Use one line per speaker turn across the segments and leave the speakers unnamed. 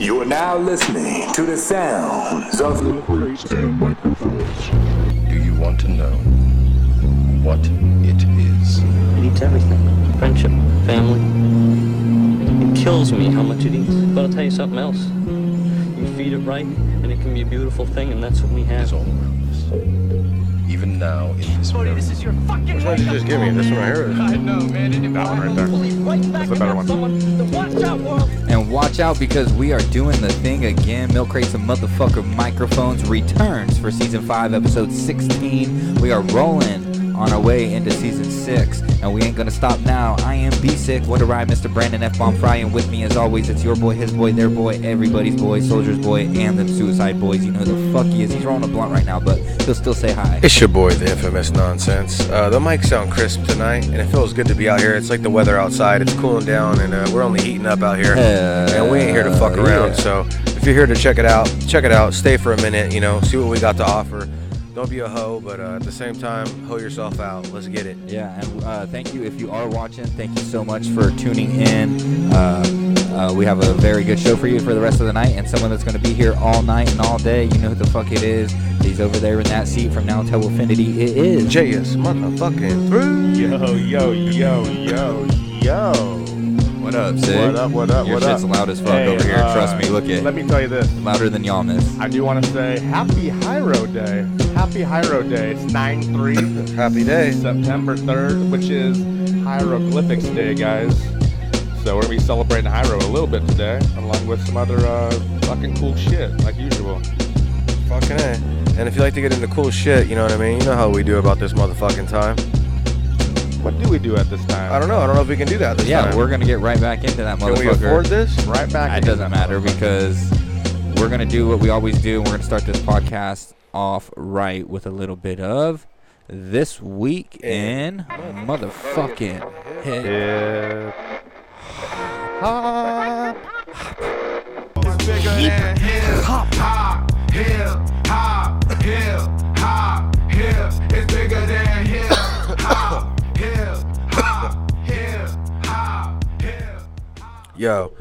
You are now listening to the sounds of
crates and microphones.
Do you want to know what it is?
It eats everything friendship, family. It kills me how much it eats. But I'll tell you something else. You feed it right, and it can be a beautiful thing, and that's what we
It
have.
is all around us. Even now in this
Cody,
very
this is your fucking Why don't you just give me this one right here? I know, man. It that one right there. That's the better one. The watch out world.
And watch out because we are doing the thing again. Milk Crates and Motherfucker Microphones returns for season 5, episode 16. We are rolling on our way into season 6, and we ain't gonna stop now. I am B Sick. What a ride, Mr. Brandon F. Bomb Fry. And with me, as always, it's your boy, his boy, their boy, everybody's boy, Soldier's boy, and them Suicide Boys. You know who the fuck he is. He's rolling a blunt right now, but he'll still say hi.
It's your boy, the infamous nonsense. Uh, the mics sound crisp tonight, and it feels good to be out here. It's like the weather outside; it's cooling down, and uh, we're only heating up out here. and we ain't here to fuck
Hell
around.
yeah.
So if you're here to check it out, check it out. Stay for a minute, you know, see what we got to offer. Don't be a hoe, but uh, at the same time, hoe yourself out. Let's get it.
Yeah, and uh, thank you if you are watching. Thank you so much for tuning in. Uh, uh, we have a very good show for you for the rest of the night, and someone that's going to be here all night and all day. You know who the fuck it is. He's over there in that seat from now till infinity. It is.
Jay is motherfucking through.
Yo, yo, yo, yo, yo.
What up,
What up, what up,
Your
what
shit's
up?
loud as fuck
Hey,
over here.
uh,
Trust me. Look
Let
at
me tell you this.
louder than y'all miss.
I do want to say happy High Road Day. Happy High Road Day. It's 9 3,
Happy day.
September 3rd, which is Hieroglyphics Day, guys. So we're going to be celebrating High Road a little bit today, along with some other uh, fucking cool shit, like usual.
Fucking A. And if you like to get into cool shit, you know what I mean. You know how we do about this motherfucking time.
What do we do at this time?
I don't know. I don't know if we can do that. This
Yeah,
time.
we're gonna get right back into that
Can
motherfucker.
we afford this?
Right back.
It
into
doesn't
that
matter
motherfucker.
because we're gonna do what we always do. We're gonna start this podcast off right with a little bit of this week in motherfucking hip
Yeah.
Yo,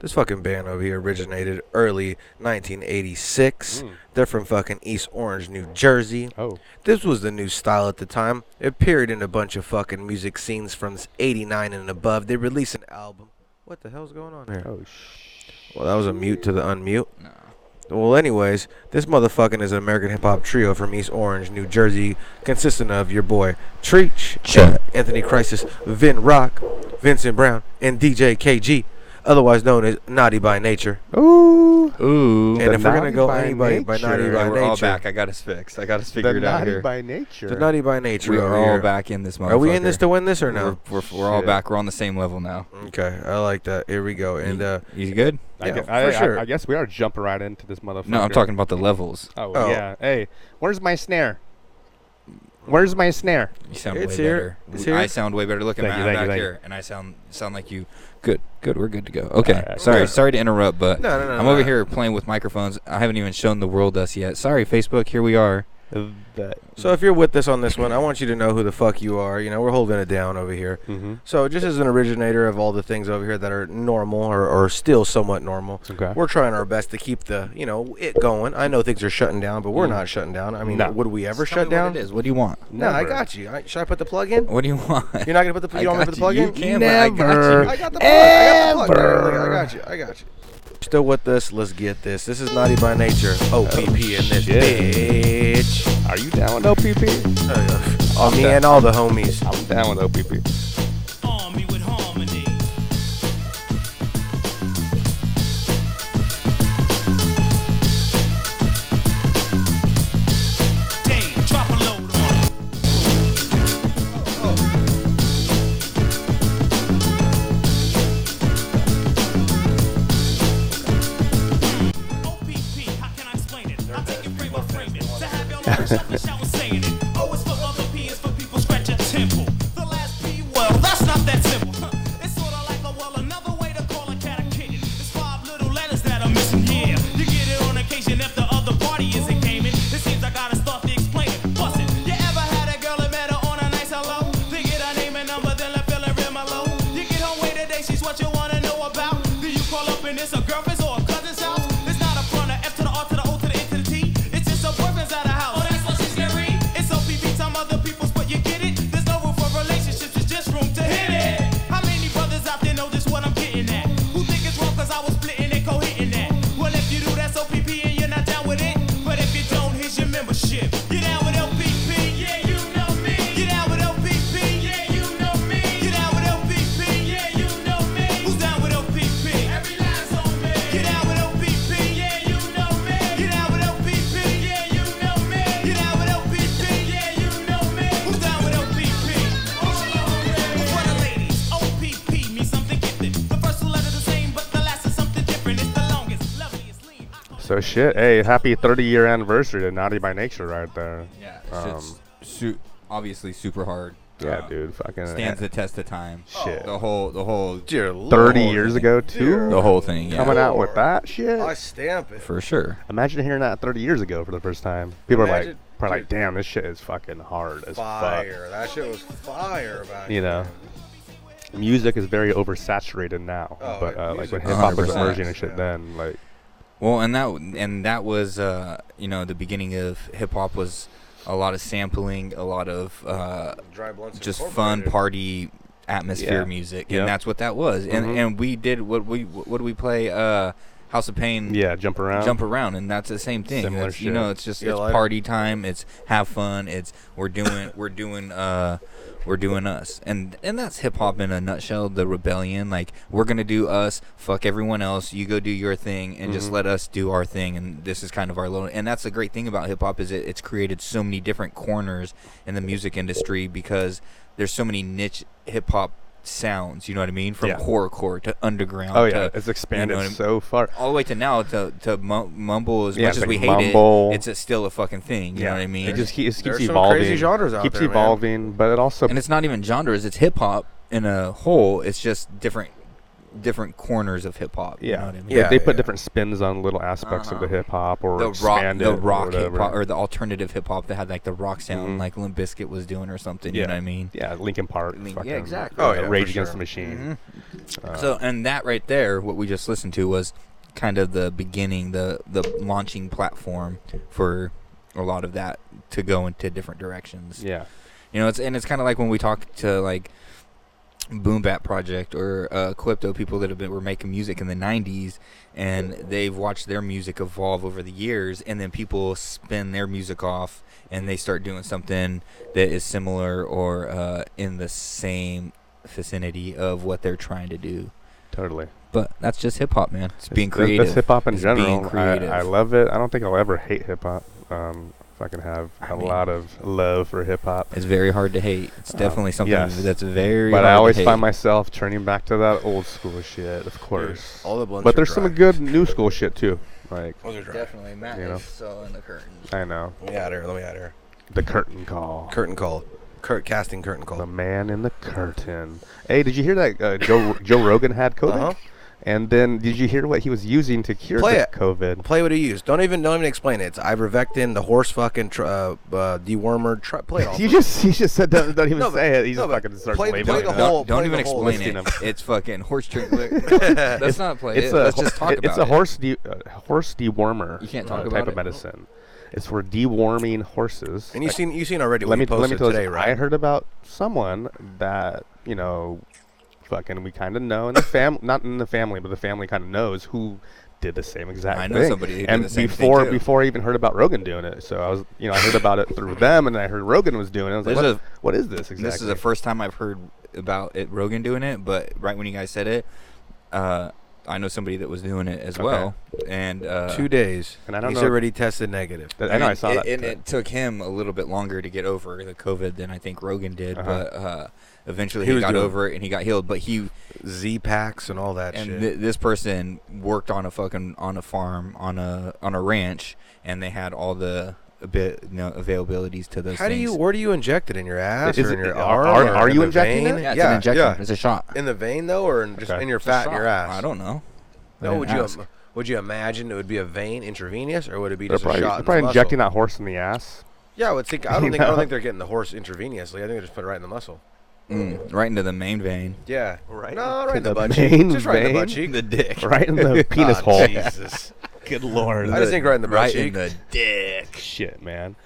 this fucking band over here originated early 1986. They're from fucking East Orange, New Jersey.
Oh.
This was the new style at the time. It appeared in a bunch of fucking music scenes from 89 and above. They released an album. What the hell's going on here?
Oh, shit.
Well, that was a mute to the unmute. Well, anyways, this motherfucking is an American hip hop trio from East Orange, New Jersey, consisting of your boy Treach,
Chat.
Anthony Crisis, Vin Rock, Vincent Brown, and DJ KG, otherwise known as Naughty by Nature.
Ooh.
Ooh.
and if we're
Naughty
gonna go
by
anybody by
Nature,
Naughty by
we're all
Nature,
back. I got us fixed. I got us
The
figured out
naughty
here.
by nature.
the Naughty by Nature.
we
over
are all
here.
back in this motherfucker.
Are we in this to win this or no?
We're, we're, we're all
Shit.
back. We're on the same level now.
Okay, I like that. Here we go. And uh,
You good?
I,
Yeah,
guess, I,
for sure.
I, I guess we are jumping right into this motherfucker.
No, I'm talking about the levels.
Oh,
Oh.
yeah. Hey, where's my snare? Where's my snare?
You sound
It's
way
here.
better.
It's
We- I
here.
sound way better. Look at
Thank
Matt
you,
I'm
thank you,
back
thank
here, and I sound sound like you. Good, good. We're good to go. Okay.
Alright.
Sorry,
Yeah.
sorry to interrupt, but
no, no, no.
I'm
no.
over here playing with microphones. I haven't even shown the world us yet. Sorry, Facebook. Here we are.
So if you're with us on this one, I want you to know who the fuck you are. You know, we're holding it down over here.
Mm-hmm.
So, just as an originator of all the things over here that are normal or, or still somewhat normal,
Okay.
we're trying our best to keep the, you know, it going. I know things are shutting down, but we're not shutting down. I mean,
No.
would we ever
Just tell
shut
me
down?
What it is? What do you want?
No, I got you. I, should I put the plug in?
What do you want?
You're not gonna put the pl-
I
Oh. you want me
got
to put the plug
you.
in?
You can, but I got
Never.
you.
I got the plug. I got the plug. I got you. I got you. Still with us? Let's get this. This is Naughty by Nature. OPP in this
shit.
bitch.
Are you down with OPP?
All me and all the homies.
I'm down with OPP.
What you wanna know about? Do you call up and it's a girlfriend's or a cousin's out?
So shit. Hey, happy 30 year anniversary to Naughty by Nature right there.
Yeah,
Um,
shit's su- obviously super hard.
Yeah,
Uh,
dude. Fucking eh,
Stands the test of time.
Shit.
The whole, the whole,
Dear Lord.
30 years ago too.
the whole thing. Yeah,
Coming out with
Lord.
that shit.
I stamp it.
for sure.
Imagine hearing that 30 years ago for the first time. People are like,
Imagine-
probably like, damn, this shit is fucking hard as
Fire. That shit was fire back
fuck. You know,
then.
music is very oversaturated now,
Oh,
but uh, like
music
when
is
hip hop was
100%.
emerging and shit,
Yeah.
then like,
Well, and that and that was uh, you know the beginning of hip hop was a lot of sampling, a lot of uh,
Dry blunts
just fun
Incorporated.
party atmosphere
Yeah.
music,
Yep.
and that's what that was.
Mhm.
And and we did what we what did we play uh, House of Pain.
yeah, jump around.
Jump around, and that's the same thing.
Similar
It's- You know,
shit.
it's just
Yeah,
it's
like-
party time. It's have fun. It's we're doing we're doing uh we're doing us, and and that's hip hop in a nutshell. The rebellion, like we're gonna do us. Fuck everyone else. You go do your thing, and
Mm-hmm.
just let us do our thing. And this is kind of our little. And that's the great thing about hip hop is it, it's created so many different corners in the music industry because there's so many niche hip hop sounds. You know what I mean? From
Yeah.
horrorcore to underground.
Oh
to,
yeah, it's expanded
uh, what I mean?
so far.
all the way to now to to mu- mumble as
Yeah,
much
it's
as
like
we hate
mumble.
it, it's a, still a fucking thing. You
yeah,
know what I mean?
It just keeps, it keeps
there's some
evolving.
crazy genres out
keeps
there, man.
evolving, but it also
and it's not even genres. It's hip hop in a whole. It's just different different corners of hip hop.
yeah,
you know what I mean?
They-
Yeah,
they put
yeah.
different spins on little aspects of the
Uh-huh.
hip hop or
The rock,
expand it
the
or
rock hip
whatever.
hop, or the alternative hip hop that had like the rock sound,
Mhm.
like Limp Bizkit was doing, or something. You know what I mean?
Yeah, Linkin Park.
Link- yeah,
fucking,
exactly.
Oh,
uh,
yeah, for
Rage Against
sure. Mm-hmm.
the Machine.
so, and that right there, what we just listened to was kind of the beginning, the the launching platform for a lot of that to go into different directions.
Yeah.
You know, it's and it's kind of like when we talk to like Boom Bat Project or uh, Clipto, people that have been were making music in the '90s, and they've watched their music evolve over the years, and then people spin their music off, and they start doing something that is similar or uh, in the same vicinity of what they're trying to do.
Totally.
But that's just hip hop, man. It's, being
That's-
creative.
That's hip hop in
It's being
general. I,
creative.
I love it. I don't think I'll ever hate hip hop. Um, if I can have a
I mean-
lot of love for hip hop.
It's very hard to hate. It's definitely something
Uh, yes.
that's very.
But
hard
I always
to
find
hate.
myself turning back to that old school shit, of course.
all the blunts
but
are
there's some
dry.
good new school shit too. Like
Those are dry.
definitely Matt
You know?
is so in the curtains.
I know
Let me out of here. Let me out of here.
the curtain call.
Curtain call. Curt casting curtain
the
call.
man in the curtain. Hey, did you hear that uh, Joe Joe Rogan had COVID?
Uh-huh.
And then did you hear what he was using to cure
Play
the
it.
COVID?
Play what he used. Don't even don't even explain it. It's ivermectin, the horse fucking tr- uh, uh, dewormer. Tr- play it all.
You just he just said don't, don't even
No, but-
say it. He
no,
just
but
fucking starts
play- play
labeling
the
it.
whole-
Don't, don't
play
even
the whole
explain
listing
it.
of-
It's fucking horse drink. Let's not play
It's
it.
a
Let's just
ho-
talk
it-
about
it's a
it.
horse de- uh, horse dewormer.
You can't
uh,
talk about
type of
it.
medicine. It's for deworming horses.
and you
Like,
seen you seen already. what
let me
he
let me
posted
tell
today,
you.
right?
I heard about someone that you know, fucking we kind of know in the family, not in the family, but the family kind of knows who did the same exact
I
thing.
know somebody who did
and
the same thing,
before
too.
before I even heard about Rogan doing it, so I was you know I heard about it through them, and I heard Rogan was doing it. I was like,
There's
what, what is this exactly?
This is the first time I've heard about it, Rogan doing it, but right when you guys said it, uh, I know somebody that was doing it as well. And uh,
Two days.
And I don't
He's
know-
already tested negative.
I know I saw
it,
that.
And
today.
it took him a little bit longer to get over the COVID than I think Rogan did,
Uh-huh.
but uh, eventually
He
he,
was
got
doing-
over it and he got healed. But he
Z packs and all that shit.
and th- this person worked on a fucking on a farm on a on a ranch and they had all the bit you know, availabilities to those
How do
things.
you? Where do you inject it in your ass
Is
or
it-
in your
are-
arm?
are-
or
are
in
you
the
injecting
vein?
it?
yeah, it's
yeah,
an injection.
yeah.
It's a shot.
in the vein though, or in just
Okay.
in your
It's a
fat in your
shot.
ass?
I don't know. I
No,
didn't
would you
ask.
im- would you imagine it would be a vein intravenous, or would it be
They're
just
probably,
a shot?
they're
in
probably
the
injecting
muscle?
that horse in the ass.
Yeah, I would think. I
You
don't think. I
know?
don't think they're getting the horse intravenously. I think they just put it right in the muscle.
Mm, right into the main vein.
Yeah, right. No, right
to
in the,
the
butt cheek.
main
Just right in the butt
vein?
cheek.
The dick.
Right in the penis
Ah,
hole.
Jesus.
Good lord.
I just think right in the butt
right in
cheek.
the dick.
Shit, man.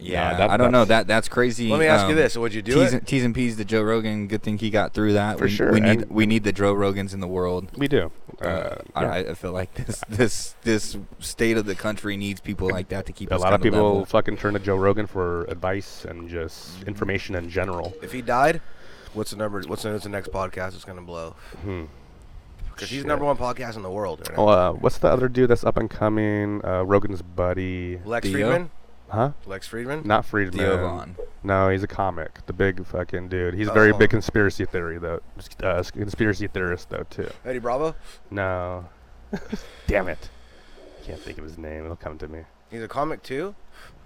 Yeah,
that-
I don't know.
that's-
That that's crazy.
Let me ask you
um,
this: Would you do
T's,
it?
and- T's and P's to Joe Rogan. Good thing he got through that.
For
we,
sure,
We need
and-
we need the Joe Rogans in the world.
We do. Uh,
I,
yeah.
I feel like this this this state of the country needs people like that to keep
a
us
lot of
kinda
people
level.
fucking turn to Joe Rogan for advice and just
Mm-hmm.
information in general.
If he died, what's the number? What's the, what's the next podcast that's gonna blow? Because he's
Oh, Shit.
number one podcast in the world. Right now.
Oh, uh, what's the other dude that's up and coming? Uh, Rogan's buddy,
Lex
Theo?
Friedman.
huh?
Lex Friedman.
Not Friedman.
Theo Von.
No, he's a comic. The big fucking dude. He's a very
Oh.
big conspiracy theory though. Uh, conspiracy theorist though too.
Eddie Bravo.
No. Damn it. can't think of his name. It'll come to me.
He's a comic too.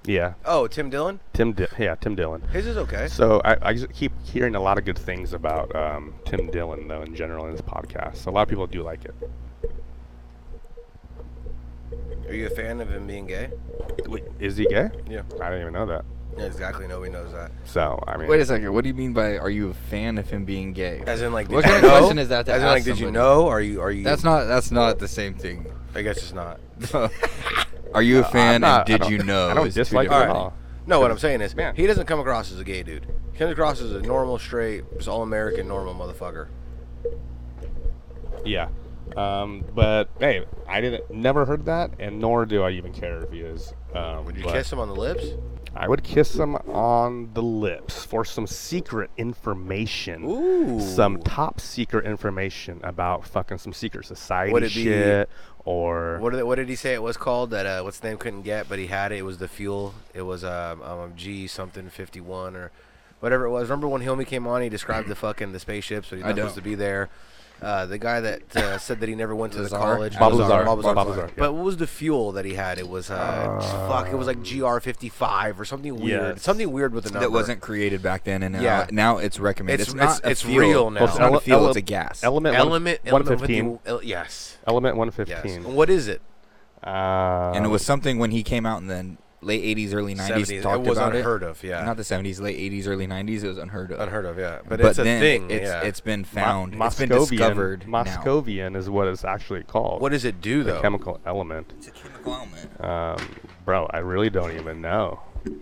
Yeah,
Oh, Tim Dillon.
Tim. Di- yeah, Tim Dillon.
His is okay.
So I, I just keep hearing a lot of good things about um, Tim Dillon, though, in general in his podcast. So a lot of people do like it.
Are you a fan of him being gay?
Wait, is he gay?
Yeah.
I didn't even know that.
Yeah, exactly. Nobody knows that.
So I mean,
Wait a second. What do you mean by are you a fan of him being gay?
As in, like, did
What
you
kind of
know?
question is that to
As in,
ask
like, did you
somebody?
know? Are you? Are you?
That's not that's not the same thing.
I guess it's not.
are you a fan
not- I
and did
don't-
you know?
I don't
is two
dislike him
different
at
Alright.
things.
all.
No, what I'm saying is,
Man.
he doesn't come across as a gay dude. He comes across as a normal, straight, just all American, normal motherfucker.
Yeah. Um, but hey, I didn't never heard that, and nor do I even care if he is. Um,
Would you
but
kiss him on the lips?
I would kiss him on the lips for some secret information.
Ooh.
Some top secret information about fucking some secret society
Would it be-
shit or
What did, what did he say it was called? That uh, what's the name couldn't get, but he had it. It was the fuel. It was um, um G something fifty one or whatever it was. Remember when Hilmy came on? He described the fucking the spaceships, but he's
I
not
don't.
supposed to be there. Uh, the guy that uh, said that he never went to the
Lazar?
college.
Bob
Lazar,
Lazar.
Bob Lazar.
Bob Lazar, yeah.
But what was the fuel that he had? It was uh, fuck. It was like GR fifty five or something weird.
Yes.
Something weird with the number.
That wasn't created back then, and now,
Yeah.
now it's recommended. It's,
It's-
not
it's-
a
it's
fuel.
real now.
Well, it's not
Ele-
a fuel.
ele-
it's a gas.
element one-
element. element
115
with the- el- yes.
element
Yes.
115
What is it?
uh,
and it was something when he came out in the late 80s, early 90s.
70s.
Talked
It was
about
unheard
it.
of. Yeah.
Not the 70s, late 80s, early 90s. It was unheard of.
unheard of. Yeah. But,
but
it's a
then
thing.
It's,
yeah.
it's been
Mo-
found. it's been
Moscovian-
discovered. Now.
Moscovian is what it's actually called.
what does it do
the
though?
chemical element?
It's a chemical element.
Um, bro, I really don't even know.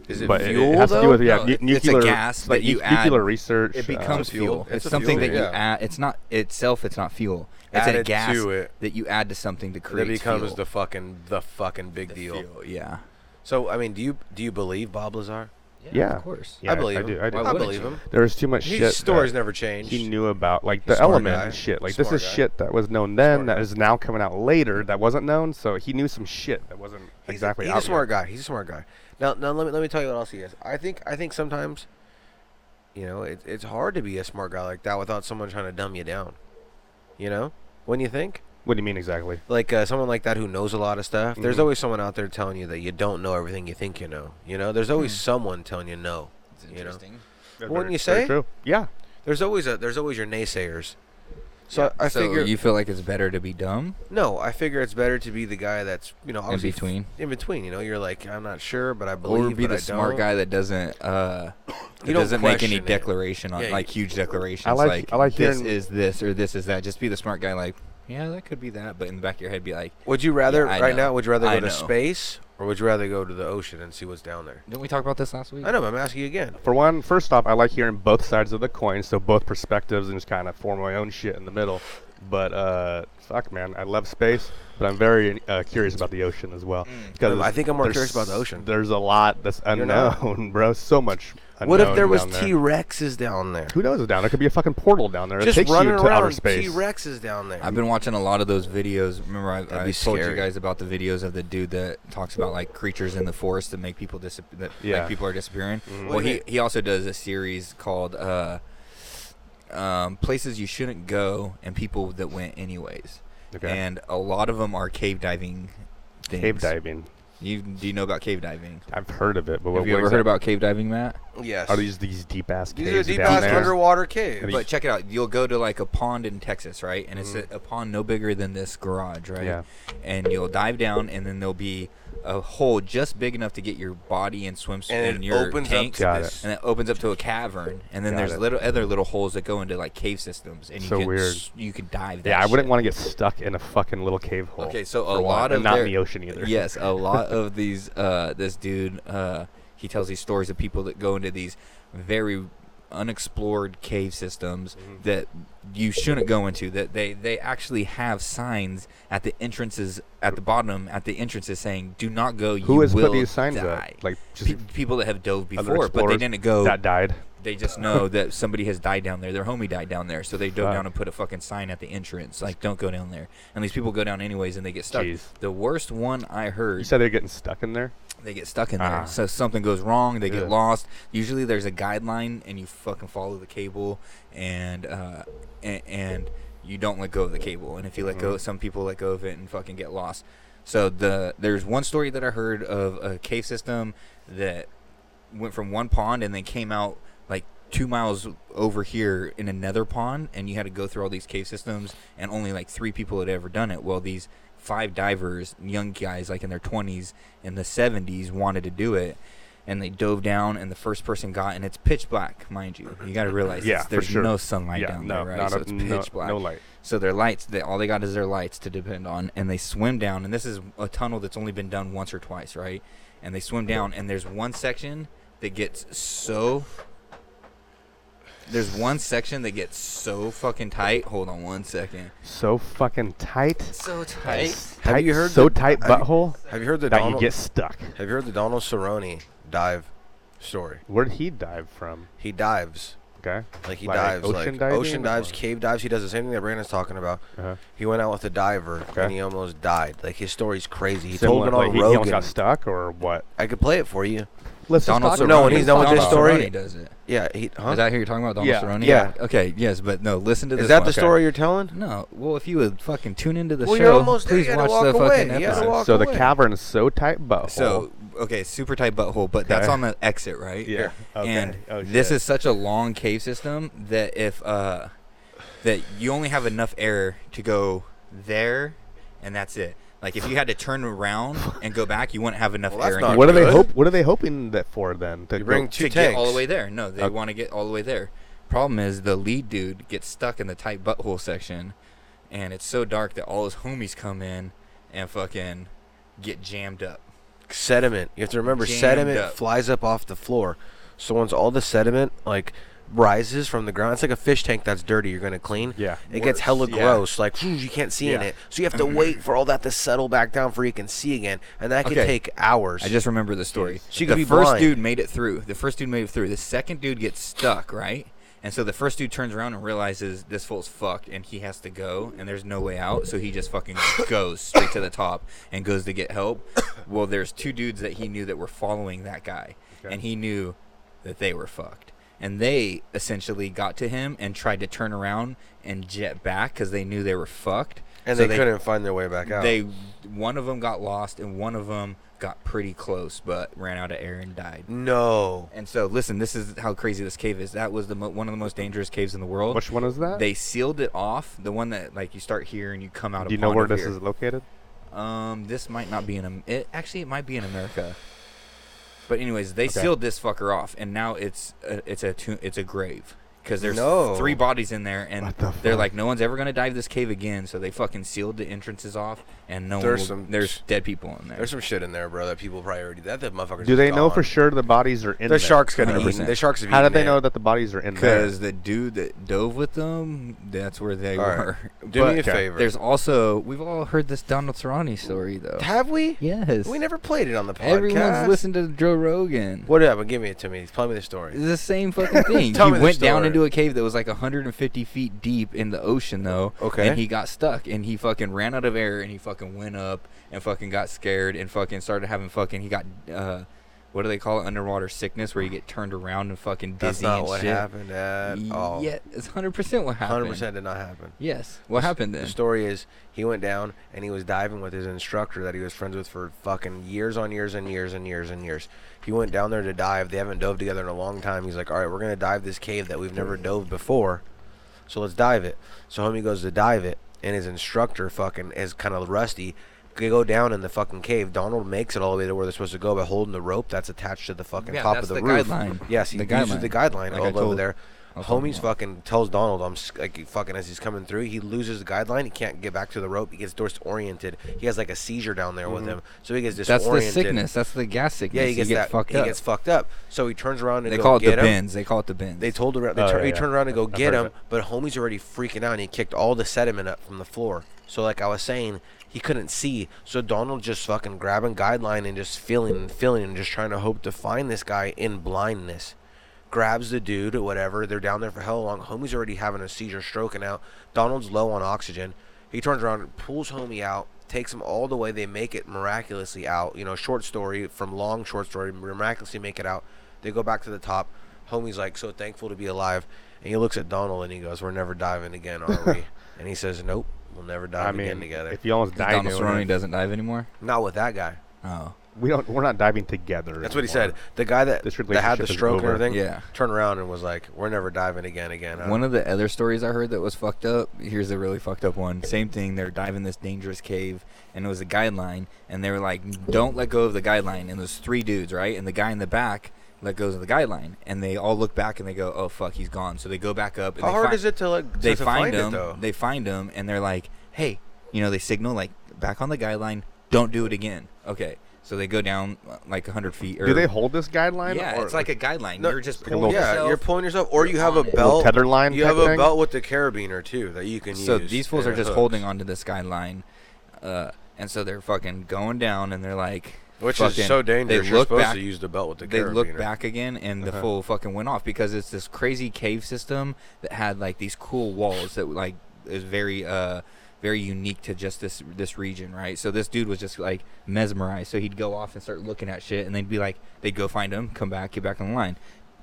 Is it
but it-
fuel
it has to do
though?
with yeah,
No,
nu-
it's a
nuclear.
gas, but
nu-
you add-
nuclear research.
it
uh,
becomes
fuel.
fuel.
It's
It's,
a
something
fuel,
that you
yeah.
add. It's not itself. It's not fuel. It's a
Added
gas
to it.
that you add to something to
that
create
becomes
fuel.
the fucking the fucking big deal.
Fuel, Yeah.
So I mean, do you do you believe Bob Lazar?
yeah,
Of course.
Yeah,
I believe
I
him.
do. I do.
I believe him.
There was too much
His
shit. that
stories never changed.
He knew about like the
smart
element
guy.
and shit. Like
Smart
this is
guy.
shit that was known then
Smart
that
guy.
is now coming out later that wasn't known. So he knew some shit that wasn't
He's
exactly.
A, he's
out
a smart guy. He's a smart guy. Now, now let me let me tell you what else he is. I think I think sometimes, you know, it, it's hard to be a smart guy like that without someone trying to dumb you down. You know, when you think
Yet. What do you mean exactly?
like uh, someone like that who knows a lot of stuff, there's
Mm-hmm.
Mhm.
always someone out there telling you that you don't know everything you think you know. You know, there's always
Hmm.
someone telling you no.
It's
You know.
interesting.
That's
Wouldn't
very-
you
very
say?
True. Yeah.
There's always a there's always your naysayers. So I, I
so
figure
you feel like it's better to be dumb?
No, I figure it's better to be the guy that's you know obviously
between?
In between, you know, you're like I'm not sure, but I
or
believe.
be
but
the
I
smart
don't.
guy that doesn't uh that
You don't
doesn't make any
question it.
declaration on
Yeah, you-
like huge declarations
like- I like
this
hearing-
is this or this is that. Just be the smart guy like, yeah, that could be that, but in the back of your head be like,
Would you rather
Yeah, I
right
know.
now? Would you rather go
I
to
know.
space or would you rather go to the ocean and see what's down there?
didn't we talk about this last week?
I know. but I'm asking you again.
For one, first off, I like hearing both sides of the coin, so both perspectives, and just kind of form my own shit in the middle. But uh, fuck, man, I love space, but I'm very uh, curious about the ocean as well.
Mm.
Because
Um, I think I'm more
there's
curious about the ocean.
There's a lot that's
You're not.
unknown, bro. So much.
What if
unknown
there was
down there.
T Rexes down there?
Who knows? Down there could be a fucking portal down there.
Just
it takes you
running
to outer
around.
space.
T Rexes down there.
I've been watching a lot of those videos. Remember, I, I
be
told
scary.
you guys about the videos of the dude that talks about like creatures in the forest that make people disappear. That
Yeah. Mm-hmm.
make people are disappearing. Well,
Wait a
he
minute.
he also does a series called uh, um, "Places You Shouldn't Go" and people that went anyways.
Okay.
And a lot of them are cave diving. Things.
Cave diving.
You do you know about cave diving?
I've heard of it, but what
Have you ever
was
heard
that?
about cave diving, Matt?
yes.
Are these these deep ass
These
caves
are deep
down
ass
there?
underwater
Have
caves.
you- Mm-hmm.
But check it out. You'll go to like a pond in Texas, right? And it's a, a pond no bigger than this garage, right?
Yeah.
And you'll dive down, and then there'll be a hole just big enough to get your body and swimsuit
And it
and, your
opens up
tank,
to
Got
this-
and it opens up to a cavern. And then
Got
there's
it.
little other little holes that go into like cave systems, and you
So
can
weird.
s- you can dive. That
Yeah, I
shit.
wouldn't want to get stuck in a fucking little cave hole.
Okay, so
for
a
one,
lot
and
of
not
their-
in the ocean either.
Yes, a lot of these. Uh, this dude, uh, he tells these stories of people that go into these very unexplored cave systems
Mm-hmm.
that you shouldn't go into. That they they actually have signs at the entrances at the bottom at the entrances saying, "Do not go. You
Who has
will
put these signs up?
die."
Like, just
Pe- people that have dove
other
before, but they
explorers
didn't go.
That died.
They just know that somebody has died down there. Their homie died down there, so they dove
Fuck.
down and put a fucking sign at the entrance, like "Don't go down there." And these people go down anyways, and they get stuck.
Jeez.
The worst one I
You
heard,
said they're getting stuck in there.
they get stuck in
Ah.
there. So something goes wrong, they
Yeah.
get lost. Usually, there's a guideline, and you fucking follow the cable, and uh, and, and you don't let go of the cable, and if you let
Mm-hmm.
go, some people let go of it and fucking get lost. So the there's one story that I heard of a cave system that went from one pond and then came out like two miles over here in another pond, and you had to go through all these cave systems, and only like three people had ever done it. Well, these five divers, young guys like in their 20s and the 70s, wanted to do it, and they dove down, and the first person got, and it's pitch black, mind you. You got to realize
Yeah,
it's-
for
there's
sure.
no sunlight
Yeah,
down there,
no,
right?
not
so
a-
it's pitch
no-
black.
no light.
So their lights, they, all they got is their lights to depend on, and they swim down. And this is a tunnel that's only been done once or twice, right? And they swim down, and there's one section that gets so. There's one section that gets so fucking tight. Hold on one second.
So fucking tight.
So tight.
Have
tight
you heard
so
the-
tight
have you-
butthole
Have you heard the
that
Donald?
you get stuck?
Have you heard the Donald Cerrone dive story?
Where would he dive from?
He dives.
Okay.
Like he
Like
dives,
ocean
like
diving
ocean
or
dives,
what?
cave dives. He does the same thing that Brandon's talking about.
Uh-huh.
He went out with a diver
Okay.
and he almost died. Like his story's crazy. He
Similar-
told it on
like he, he
Rogan.
almost got stuck or what?
I could play it for you.
Let's
Donald
talk
Cerrone.
about- No, when he's done with this
Donald
story-
Cerrone does it.
Yeah, he, huh?
Is that who you're talking about, Donald
Yeah.
Cerrone?
Yeah.
Okay. Yes, but no. Listen to this.
Is that
one.
the story you're telling?
No. Well, if you would fucking tune into the
Well,
show,
you're almost there.
please
You had to
watch the
walk
fucking
away. You had to
episode.
walk
So the
away.
cavern is so tight butthole.
So okay, super tight butthole, but that's
Okay.
on the exit, right?
Yeah. Okay.
And
Oh,
this
shit.
is such a long cave system that if uh that you only have enough air to go there, and that's it. Like if you had to turn around and go back, you wouldn't have enough
Well, that's
air.
not
and
what are they
good.
hope? What are they hoping that for then? To
You bring
go-
two
to
tanks.
get all the way there. No,
Uh,
they want to get all the way there. Problem is, the lead dude gets stuck in the tight butthole section, and it's so dark that all his homies come in and fucking get jammed up.
sediment. You have to remember
Jammed
sediment
up.
flies up off the floor. So once all the sediment like rises from the ground, it's like a fish tank that's dirty. You're gonna clean.
Yeah.
It gets hella
yeah.
gross. Like phew, you can't see in
Yeah.
it. So you have to wait for all that to settle back down for you can see again, and that could
Okay.
take hours.
I just remember the story.
She
the
could be
first
blind.
dude made it through. The first dude made it through. The second dude gets stuck, right? And so the first dude turns around and realizes this fool's fucked and he has to go and there's no way out. So he just fucking goes straight to the top and goes to get help. Well, there's two dudes that he knew that were following that guy. And he knew that they were fucked. And they essentially got to him and tried to turn around and jet back because they knew they were fucked.
and
So
they, couldn't find their way back out.
they one of them got lost and one of them got pretty close but ran out of air and died.
no.
And so listen, this is how crazy this cave is. That was the mo- one of the most dangerous caves in the world.
Which one is that?
They sealed it off. The one that like you start here and you come out.
Do you
upon
know where
over
this
here.
is located?
Um, this might not be in Am- it actually it might be in America. But anyways, they sealed this fucker off, and now it's a, it's a tomb, it's a grave because there's
No.
three bodies in there, and
What the
they're
fuck?
like, no one's ever gonna dive this cave again. So they fucking sealed the entrances off, and no
There's
there's one will-
some-
there's dead people in there.
There's some shit in there, bro. That people probably already that the motherfuckers.
Do they know
gone.
for sure the bodies are in?
The
there?
sharks gonna eat.
100%.
The sharks. Have
How
eaten
did they
it.
know that the bodies are in there?
because the dude that dove with them, that's where they
All right.
were.
Do
But
me a
okay.
favor.
There's also we've all heard this Donald Cerrone story though.
have we?
Yes,
We never played it on the podcast.
everyone's listened to Joe Rogan.
What happened? Give me it to me. Tell me the story.
the same fucking thing.
Tell
he
me the
went down
story.
into a cave that was like 150 feet deep in the ocean, though.
Okay.
And he got stuck, and he fucking ran out of air, and he fucking went up, and fucking got scared, and fucking started having fucking. He got uh, what do they call it? Underwater sickness, where you get turned around and fucking dizzy
That's not
and
what
shit.
happened at all.
Yeah, it's 100 percent what happened.
Hundred percent did not happen.
Yes. What happened
The
then?
story is he went down and he was diving with his instructor that he was friends with for fucking years on years and years and years and years. He went down there to dive. They haven't dove together in a long time. He's like, all right, we're gonna dive this cave that we've never dove before, so let's dive it. So homie goes to dive it, and his instructor fucking is kind of rusty. They go down in the fucking cave. Donald makes it all the way to where they're supposed to go by holding the rope that's attached to the fucking
Yeah,
top
that's
of the,
the
roof.
guideline.
Yes, he
The
uses
guideline.
the guideline
Like I
all over
told-
there.
I told
Homies
Mark.
fucking tells Donald, I'm sc- like, he fucking as he's coming through, he loses the guideline. He can't get back to the rope. He gets disoriented. He has like a seizure down there with him, so he gets
Mm-hmm. That's
disoriented.
the sickness. That's the gas sickness.
Yeah, he gets
you get
that.
fucked
he
up.
gets fucked up. So he turns around and
they
go
call it the
get him.
bins. They call it the bins.
They told her. They
Oh,
tur-
yeah,
he
yeah.
turned around to go
I've
get
heard of
him, but homie's already freaking out, and he kicked all the sediment up from the floor. So like I was saying, he couldn't see. So Donald just fucking grabbing guideline and just feeling and feeling and just trying to hope to find this guy in blindness. Grabs the dude or whatever. They're down there for hell long. Homie's already having a seizure, stroking out. Donald's low on oxygen. He turns around, pulls homie out, takes him all the way. They make it miraculously out. You know, short story from long short story. Miraculously make it out. They go back to the top. Homie's like so thankful to be alive, and he looks at Donald and he goes, "We're never diving again, are we?" and he says, "Nope, we'll never dive
I mean,
again together.
if you almost die
Donald
doing
Cerrone
it-
doesn't dive anymore.
Not with that guy."
Oh,
we don't. We're not diving together.
That's what he
anymore.
said. The guy that,
This
that had the
relationship is
stroke and
over.
everything
Yeah.
turned around and was like, "We're never diving again, again." huh?"
One of the other stories I heard that was fucked up. Here's a really fucked up one. Same thing. They're diving this dangerous cave, and it was a guideline, and they were like, "Don't let go of the guideline." And there's three dudes, right? And the guy in the back let goes of the guideline, and they all look back and they go, "Oh fuck, he's gone." So they go back up. And
How
they
hard
fi-
is it to like
They
to
find,
find
him.
it though?
They find him, and they're like, "Hey, you know," they signal like back on the guideline. Don't do it again. Okay. So they go down uh, like 100 feet. Or,
Do they hold this guideline?
Yeah,
or-
it's like a guideline.
No,
you're just
like a
pulling
little-
yeah,
yourself.
you're pulling yourself, or you have a belt
tether line
You have
type
a
thing?
belt with the carabiner too that you can
So
use.
these fools
and
are
a
just
hook.
holding onto this guideline, uh, and so they're fucking going down, and they're like,
which
fucking-
is so dangerous.
They
You're
look
supposed
back,
to use the belt with the
they
carabiner. Uh-huh.
look back again, and the fool fucking went off because it's this crazy cave system that had like these cool walls that like is very uh very unique to just this this region, right? So this dude was just like mesmerized. So he'd go off and start looking at shit, and they'd be like, they'd go find him, come back, get back on the line.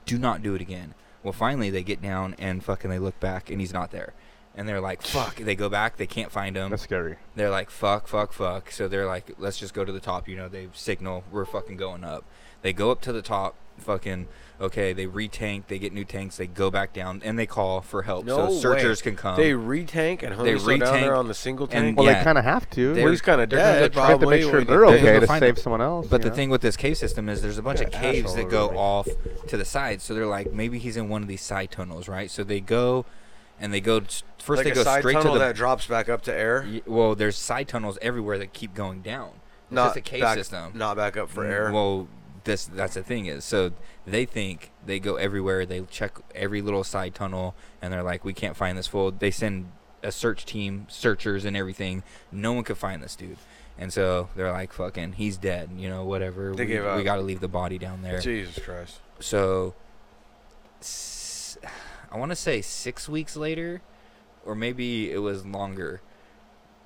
Do not do it again. Well, finally they get down and fucking they look back, and he's not there. And they're like, fuck. They go back. They can't find him
That's scary.
they're like fuck fuck fuck so they're like let's just go to the top you know they signal we're fucking going up they go up to the top fucking okay they retank they get new tanks they go back down and they call for help
No
so searchers
way.
can come
They retank and
They
homies are down there
retank
on the single
and-
tank.
Well,
Yeah.
they kind of have to.
They're-
well, he's kind of
they're gonna
dead.
go
They have to
probably,
make sure
when he-
they're
they
okay
go
to
find
save
it.
someone else.
but
you
the
know?
thing with this cave system is there's a bunch of
Got
caves
asshole
that go
already.
off to the side so they're like maybe he's in one of these side tunnels right so they go and they go s- first
Like
they
a
go
side
straight to
tunnel
the
that drops back up to air.
y- well there's side tunnels everywhere that keep going down it's
not
just a cave
back,
system Mm,
Not back up for air.
Well, this that's the thing is, so they think they go everywhere, they check every little side tunnel, and they're like, we can't find this fool. They send a search team, searchers and everything. No one could find this dude, and so they're like, fucking, he's dead. You know, whatever.
They
we,
gave
We
up.
got to leave the body down there.
Jesus Christ.
So, s- I want to say six weeks later, or maybe it was longer.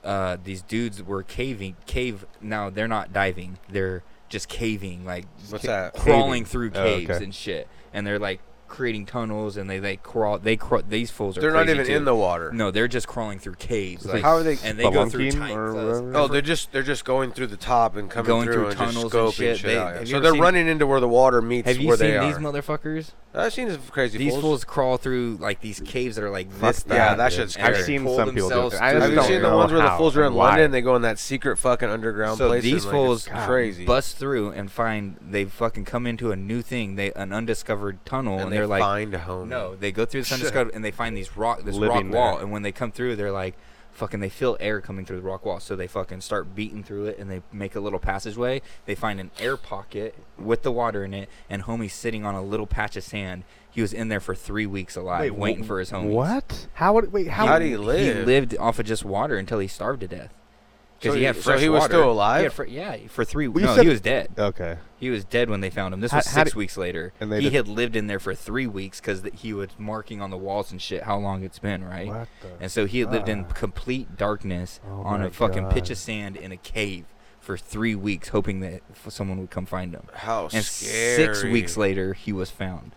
Uh, these dudes were caving, cave. Now they're not diving; they're just caving, like
What's that?
crawling through
Oh,
caves
okay.
and shit. And they're like creating tunnels, and they they crawl. They crawl. These fools are.
They're not
crazy,
even
too.
in the water.
No, they're just crawling through caves. Like,
How are they
And they go through
spelunking
tight.
or
clothes.
whatever?
Oh, they're just they're just going through the top and coming
Going through
through, and
tunnels
just
and
scoping
shit. They-
out.
have you
so
ever
they're
seen-
running into where the water meets
Have you
where they
seen
are.
these motherfuckers?
I've seen some crazy
These
fools.
fools crawl through like these caves that are like this.
that,
yeah, that
dude.
shit's
I've
scary.
seen
Pull
some people do
themselves
it. I
through.
just
Have you
don't
seen the
know
ones where the
how
fools are in
and why.
London and they go in that secret fucking underground
so
place?
these
and,
fools
like, it's crazy.
bust through and find they fucking come into a new thing, they an undiscovered tunnel, and,
and they
are like,
find a home.
no, they go through this undiscovered and they find these rock, this rock
Living
wall,
there.
and when they come through, they're like, fucking, they feel air coming through the rock wall, so they fucking start beating through it, and they make a little passageway. They find an air pocket with the water in it, and homie's sitting on a little patch of sand. He was in there for three weeks alive,
Wait,
waiting
wh-
for his homies.
What? How would wait? How?
How do you
Oh. He
live?
lived off of just water until he starved to death. Because
So
he had
he-
fresh
so he was
water.
still alive?
He had fr- yeah, for three.
Well, you
no,
said-
he was dead.
Okay.
He was dead when they found him. This
How-
was
how
six
did-
weeks later.
And they
he
did-
had lived in there for three weeks because he was marking on the walls and shit how long it's been, right?
What the
and so he had lived in complete darkness
Oh
on
my
a fucking pitch
God.
of sand in a cave for three weeks, hoping that f- someone would come find him.
How
And
scary.
six weeks later, he was found.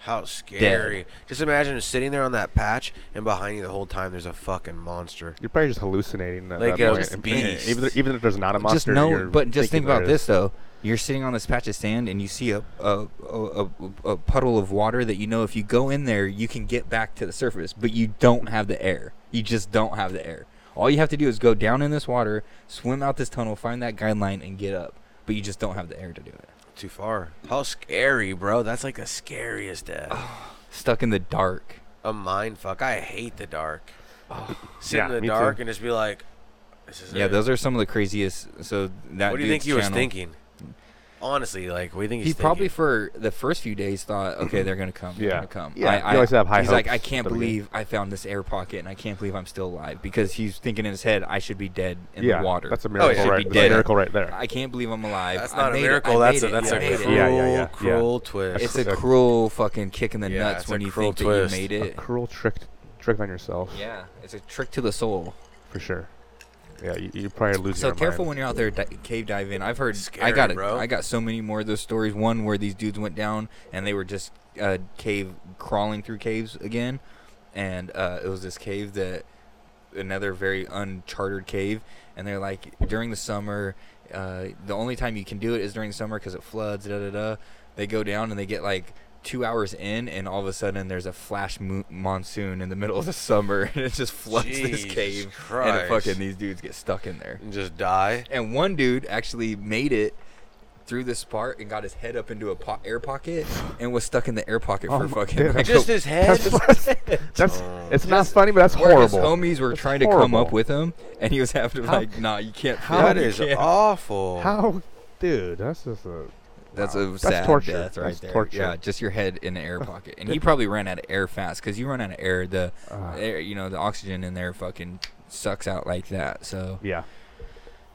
How scary. Just imagine sitting there on that patch and behind you the whole time there's a fucking monster.
You're probably just hallucinating at
Like uh,
that
a
point. And-
beast.
Even, even if there's not a monster.
just know,
you're
but just think
thinking there
about
is.
this though. You're sitting on this patch of sand and you see a a, a, a a puddle of water that you know if you go in there you can get back to the surface, but you don't have the air. You just don't have the air. All you have to do is go down in this water, swim out this tunnel, find that guideline, and get up. But you just don't have the air to do it.
Too far. How scary, bro. That's like the scariest death.
Stuck in the dark.
a mind fuck. I hate the dark. Sit
Yeah,
in the
me too.
dark and just be like, this is
Yeah,
it.
those are some of the craziest. So that.
What do you think
dude's
he was
channel-
thinking? Honestly, like, what do you think
He
he's
probably
thinking?
for the first few days thought, okay, they're gonna come, they're
Mm-hmm. Yeah.
gonna come.
Yeah,
I,
you
I,
always have high
He's like,
hopes
I can't
for the game.
believe I found this air pocket, and I can't believe I'm still alive because he's thinking in his head, I should be dead in
Yeah,
the water. Oh,
that's a miracle
Oh, should be
right- that's a
dead.
miracle right there.
I can't believe I'm alive.
That's
I
not a
made it.
miracle.
I
That's
made
a, that's
I
a
made it."
cruel,
Yeah, yeah, yeah, yeah.
cruel twist.
It's a cruel fucking kick in the
Yeah,
nuts
it's a
when you
cruel
think
twist.
that you made
A
it.
cruel trick, trick on yourself.
Yeah, it's a trick to the soul.
For sure. Yeah, you, you probably lose.
So
your
careful
mind.
when you're out there di- cave diving. I've heard I
Scary,
got a,
bro.
I got so many more of those stories. One where these dudes went down and they were just uh, cave crawling through caves again, and uh, it was this cave that another very uncharted cave, and they're like during the summer, uh, the only time you can do it is during the summer because it floods. Da da da. They go down and they get like two hours in, and all of a sudden there's a flash mo- monsoon in the middle of the summer, and it just floods this
Jesus
cave, and it
Christ.
fucking these dudes get stuck in there.
and just die.
And one dude actually made it through this part and got his head up into a po- air pocket and was stuck in the air pocket
Oh,
for fucking like,
Just his head.
That's it's not funny, but that's
where
horrible.
His homies were
That's
trying to come up
horrible.
with him, and he was having to like, nah, you can't. Film.
that
you
is
can't."
awful.
How, dude? That's just a.
That's a sad
That's torture.
death right
That's
there.
torture.
Yeah, just your head in the air pocket, and he probably ran out of air fast because you run out of air, the
Ah.
air, you know, the oxygen in there fucking sucks out like that. So
Yeah.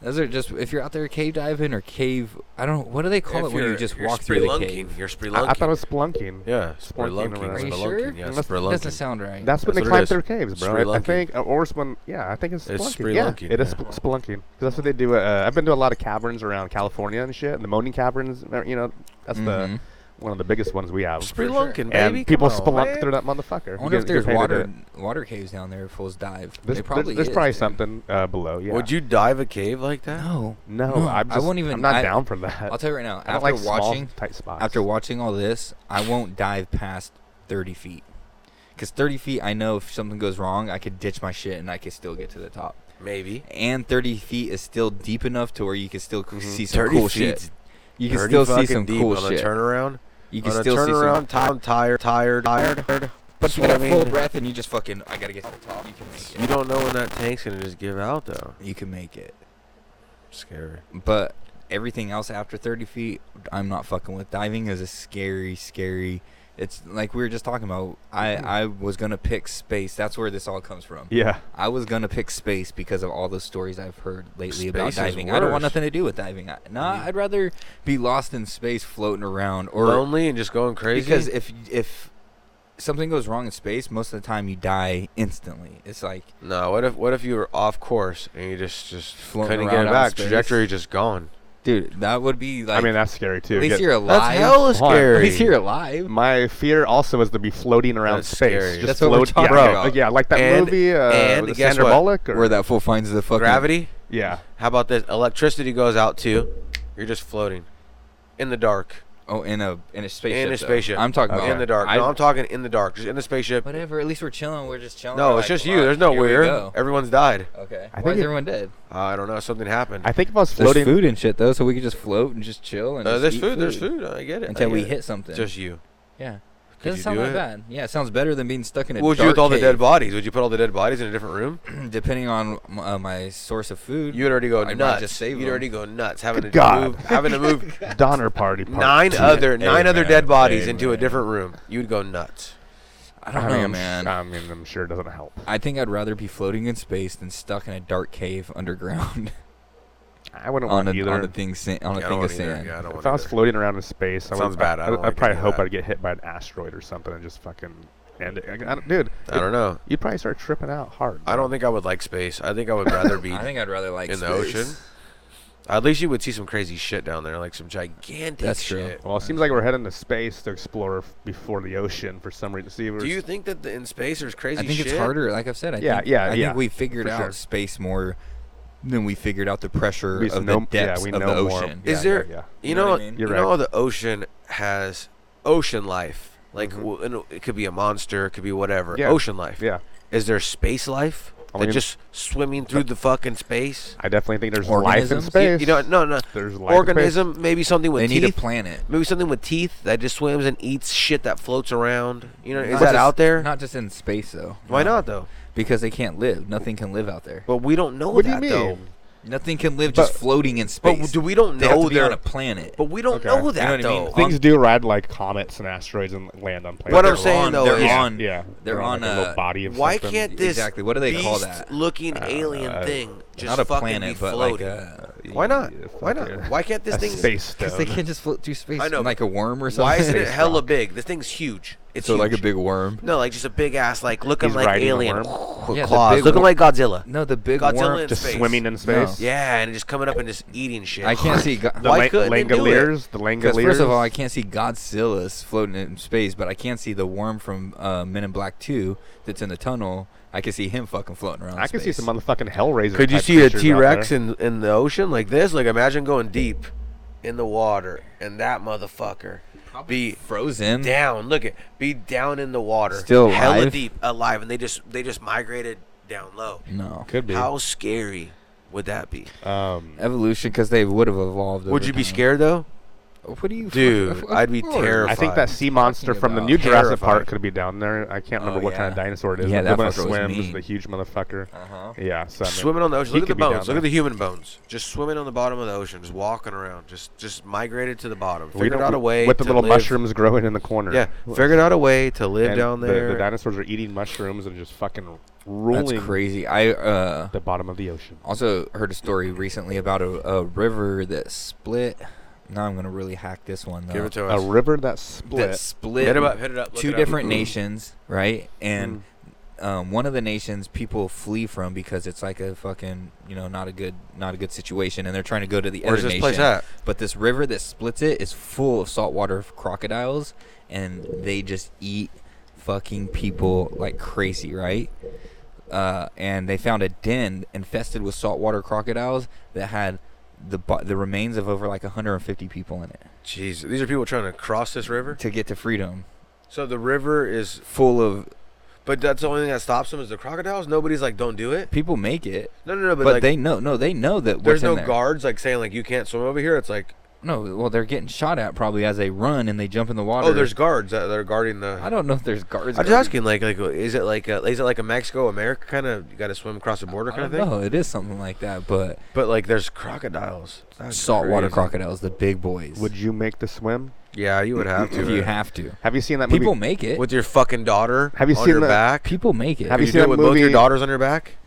those are just if you're out there cave diving or cave, I don't. What do they call it when you
you're-
just
you're
walk through the
spelunking.
cave?
You're
I,
spelunking.
I thought it was spelunking.
yeah,
Spelunking or
spelunking.
whatever.
Are you
spelunking,
sure?
Yeah,
Unless-
spelunking.
Doesn't sound right.
That's
That's
when they
what
climb
it
through
is.
caves, bro. I, I
Spelunking.
think, uh, or it's when, yeah, I think it's spelunking.
It's
yeah,
spelunking,
it is
yeah.
spel- spelunking. 'Cause that's what they do. Uh, I've been to a lot of caverns around California and shit, and the Moaning Caverns. uh, You know, that's
Mhm.
the one of the biggest ones we have.
spelunking, baby.
and people
come on,
spelunk
man.
through that motherfucker.
I wonder
You
if
get- you
there's
get paid to do
water
it.
water caves down there. if Fools dive.
There's
There probably
there's
is,
probably
dude.
something uh, below. Yeah.
Would you dive a cave like that?
No,
No,
No,
I'm
I
just,
won't even-
I'm not
I-
down for that.
I'll tell you right now.
I
After
don't like small,
watching,
tight spots.
after watching all this, I won't dive past 30 feet. Because 30 feet, I know if something goes wrong, I could ditch my shit and I could still get to the top.
Maybe.
And 30 feet is still deep enough to where you can still
Mm-hmm.
c- see some
30
cool
feet's
shit. You can
30
still see
fucking
some
deep
cool
on
shit.
a turnaround.
you can
on
still
a
see some.
turnaround, time tired, tired, tired, tired.
But you
you know
get a
what I
full
mean?
breath and you just fucking, I gotta get to the top. You can make
You
it.
don't know when that tank's gonna just give out though.
You can make it.
Scary.
But everything else after 30 feet, I'm not fucking with. Diving is a scary, scary. It's like we were just talking about. I, I was gonna pick space. That's where this all comes from.
yeah,
I was gonna pick space because of all the stories I've heard lately about
Space is
diving. I don't want
worse.
nothing to do with diving. I, nah, I'd rather be lost in space, floating around, or
Lonely and just going crazy.
because if if something goes wrong in space, most of the time you die instantly. It's like
no, what if what if you were off course and you just just
Floating
couldn't get
around
it
out in
back?
space.
Trajectory just gone.
dude, that would be like.
I mean that's scary too.
at least
Get-
you're
That's
alive.
hella
Hold on.
scary.
At least you're alive.
my fear also is to be floating around
That's
space.
scary.
Just
That's what we're
float-
talking
yeah,
about.
Yeah, like that
And-
movie. Uh,
and
was it
guess
Sandra
what?
Bullock or
Where that fool finds the fucking
Gravity.
yeah.
How about this? Electricity goes out too. You're just floating in the dark.
Oh, in a in a spaceship.
in a
though.
spaceship.
I'm talking
Okay.
about
in the dark.
I-
no, I'm talking in the dark. Just in the spaceship.
whatever. At least we're chilling. We're just chilling.
No,
We're
it's
like,
just you.
"Fuck,
There's no
here we
weird.
go."
Everyone died.
Okay.
I
Why
think
is
it-
everyone dead?
Uh, I don't know. Something happened.
I think if I was
There's
floating,
food and shit though, so we could just float and just chill and
Uh,
just
there's
eat
food, There's food. I get it. I
until we
get it.
hit something.
Just you.
yeah,
Could
doesn't
you
sound
do
that
it?
bad. Yeah, it sounds better than being stuck in a
What would you do
dark
with all the dead
cave,
bodies? Would you put all the dead bodies in a different room?
depending on uh, my source of food.
You would already go
I might
nuts.
just save
You'd
them.
already go nuts having
Good
to
God.
move, having to move
Donner Party. Part
nine
two.
other
Hey,
nine other
man.
dead bodies
Hey,
into a
man.
different room. You'd go nuts.
I don't know,
I mean, I'm
Oh, man.
Sh- I mean, I'm sure it doesn't help.
I think I'd rather be floating in space than stuck in a dark cave underground
I wouldn't
on
want
a
either.
on a thing sa- on a
I don't
thing of
want either.
sand.
Yeah, I don't
if
want
I was
either.
floating around in space, I
Sounds
would,
bad. I
I,
don't
would
like
probably
any of
hope
that.
I'd get hit by an asteroid or something and just fucking end it. I, I, don't- dude,
I don't know.
you'd probably start tripping out hard.
I don't think I would like space. I think I would rather be.
I think I'd rather like
In the
space.
ocean? at least you would see some crazy shit down there, like some gigantic
That's true.
shit.
Well, it seems like we're heading to space to explore f- before the ocean for some reason. See, we're
Do
s-
you think that the, in space there's crazy
I think
shit?
it's harder. Like I've said, I
Yeah,
think,
yeah,
I
yeah,
think we figured
for
out
sure.
space more than we figured out the pressure
We s-
of
know-
the
yeah,
depths
we
of the
know more.
ocean.
Yeah,
Is there?
yeah, yeah.
You,
You know
know,
what I mean?
You're
you know
right.
how the ocean has ocean life. Like w- and it could be a monster, it could be whatever.
Mm-hmm. Yeah.
Ocean life.
Yeah.
Is there space life?
Only
Like
in-
just swimming through the fucking space.
I definitely think there's
Organisms?
life in
You,
space.
you know, no, no.
There's life in
organism. Maybe something with
They
teeth.
need a planet.
Maybe something with teeth that just swims and eats shit that floats around. You know, is
Not
that
just-
out there?
Not just in space though.
Why
No.
not though?
Because they can't live. Nothing can live out there.
But we don't know
what do you
that
mean?
though.
Nothing can live just
But-
floating in
But
space.
w- do we don't
they have
know
to be on
they're
a planet.
But we don't
Okay.
know
You
that
know what I mean?
though.
Things do ride like comets and asteroids and land on planets.
What I'm
They're
saying,
on-
though,
they're
is-
on.
yeah,
They're on
like a
a.
little body of
Why
something.
can't this
Exactly. What do they call that?
Looking alien
uh,
thing just
not a
fucking
planet,
be
but
floating.
like uh, a.
Why not?
Yeah,
Why
fuck it.
not? Why can't this
a
thing?
space stone.
Because they can't just float throrough space.
I know,
Like a worm or something.
Why isn't it
space
hella
rock.
big? This thing's huge. It's
So like a
huge.
big worm.
No, like just a big ass, like looking
He's
like
riding a
alien
worm?
with
Yeah, the
claws,
big
looking
wo-
like Godzilla.
No, the big
Godzilla
worm.
in
Just
space.
swimming in space.
Yeah, and just coming up and just eating shit.
I can't see. Go-
The
Why
Lang-
couldn't it do it?
Langoliers, the
Because
Langoliers.
first of all, I can't see Godzilla's floating in space, but I can't see the worm from uh, Men in Black Two that's in the tunnel. I can see him fucking floating around.
I can see
space.
some motherfucking Hellraiser.
Could you
type
see a
creatures out
T Rex
there.
in in the ocean like this? Like imagine going deep in the water and that motherfucker be
frozen.
down. Look at be down in the water,
Still
hella
alive?
deep, alive, and they just they just migrated down low.
No
Could be.
How scary would that be?
Um,
evolution, because they would have evolved.
Would
over
you be
time.
scared though?
What do you,
Dude,
of
I'd be
course.
terrified.
I think that sea monster from the
about
new Jurassic Park
terrified.
could be down there. I can't
Oh,
remember what kind of
yeah.
dinosaur it is.
Yeah,
but
that
the one
fucker was
swims,
mean.
the huge motherfucker.
Uh-huh.
Yeah, so I mean,
Swimming on the ocean.
he
Look at the
could be down
bones. Look
there.
at the human bones. Just swimming on the bottom of the ocean. Just walking around. Just just migrated to the bottom.
We
Figured
don't-
out a way
with the
to
little
live.
mushrooms growing in the corner.
Yeah, figured out a way to live
And
down
the-
there.
The, dinosaurs are eating mushrooms and just fucking
That's
ruling
crazy. I uh,
the bottom of the ocean.
also heard a story recently about a, a river that split. Now I'm gonna really hack this one though.
Give it to
A
us.
river that split.
that split
Hit it up, hit it up, Mm-hmm. look
two
it up.
different nations, right? And um, one of the nations people flee from because it's like a fucking you know not a good not a good situation, and they're trying to go to the
Where's
other nation.
this place at?
But this river that splits it is full of saltwater crocodiles, and they just eat fucking people like crazy, right? Uh, and they found a den infested with saltwater crocodiles that had the bo- the remains of over like 150 people in it
Jeez, these are people trying to cross this river.
to get to freedom.
So the river is,
Full of
but that's the only thing that stops them is the crocodiles. Nobody's like, don't do it.
people make it.
No, no, no. But,
but,
like,
they know no they know that
there's
what's in
no
there.
guards like saying like you can't swim over here. It's like,
no well they're getting shot at probably as they run and they jump in the water
oh, there's guards that that are guarding the.
i don't know if there's guards
I'm just
guarding-
asking, like, like, is it like, a, is it like a Mexico America kind of? You got to swim across the border
I
kind of
don't
thing.
know it is something like that but
But like, there's crocodiles. That's
saltwater
crazy.
crocodiles the big boys
Would you make the swim?
Yeah, you would have to.
if you
right?
have to
Have you seen that
people
movie?
make it
with your fucking daughter.
Have you
on
seen
your
the-
back?
people make it
Have
Have
you
you
seen
do it
that
with both your
movie-
daughters on your back?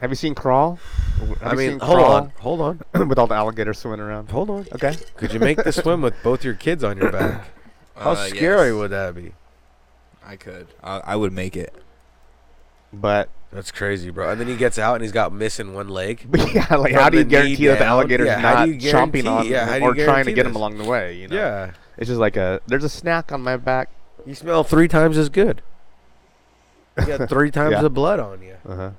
Have you seen Crawl? Have
I
you
mean,
seen
hold
Crawl?
on, hold on,
with all the alligators swimming around.
hold on.
Okay.
Could you make the swim with both your kids on your back? How
Uh,
scary
yes.
would that be?
i could I, I would make it
But,
That's crazy, bro. And then he gets out and he's got missing one leg.
but yeah, like
From
how do you
the knee
guarantee that the
down?
alligator's
Yeah, how
not
do you
chomping
guarantee-
on
yeah, how do you
or trying
guarantee
to get him
this?
along the way? You know?
Yeah,
It's just like a there's a snack on my back.
you smell three times as good. You got three times
Yeah.
the blood on you.
Uh huh.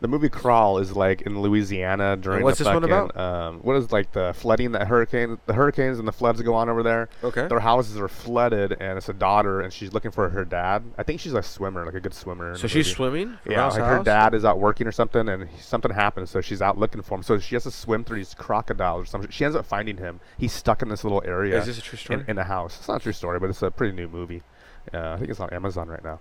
The movie Crawl is like in Louisiana during
what's
the
this one
fucking,
about?
Um, what is like the flooding that hurricane the hurricanes and the floods go on over there.
Okay.
Their houses are flooded and it's a daughter and she's looking for her dad. I think she's a swimmer, like a good swimmer. in
So
the
she's
movie.
swimming.
Yeah,
around his
like her
house?
dad is out working or something, and he- something happens, so she's out looking for him. So she has to swim through these crocodiles or something. She ends up finding him. He's stuck in this little area.
Is this a true story?
In, in a house. It's not a true story, but it's a pretty new movie. Uh, I think it's on Amazon right now.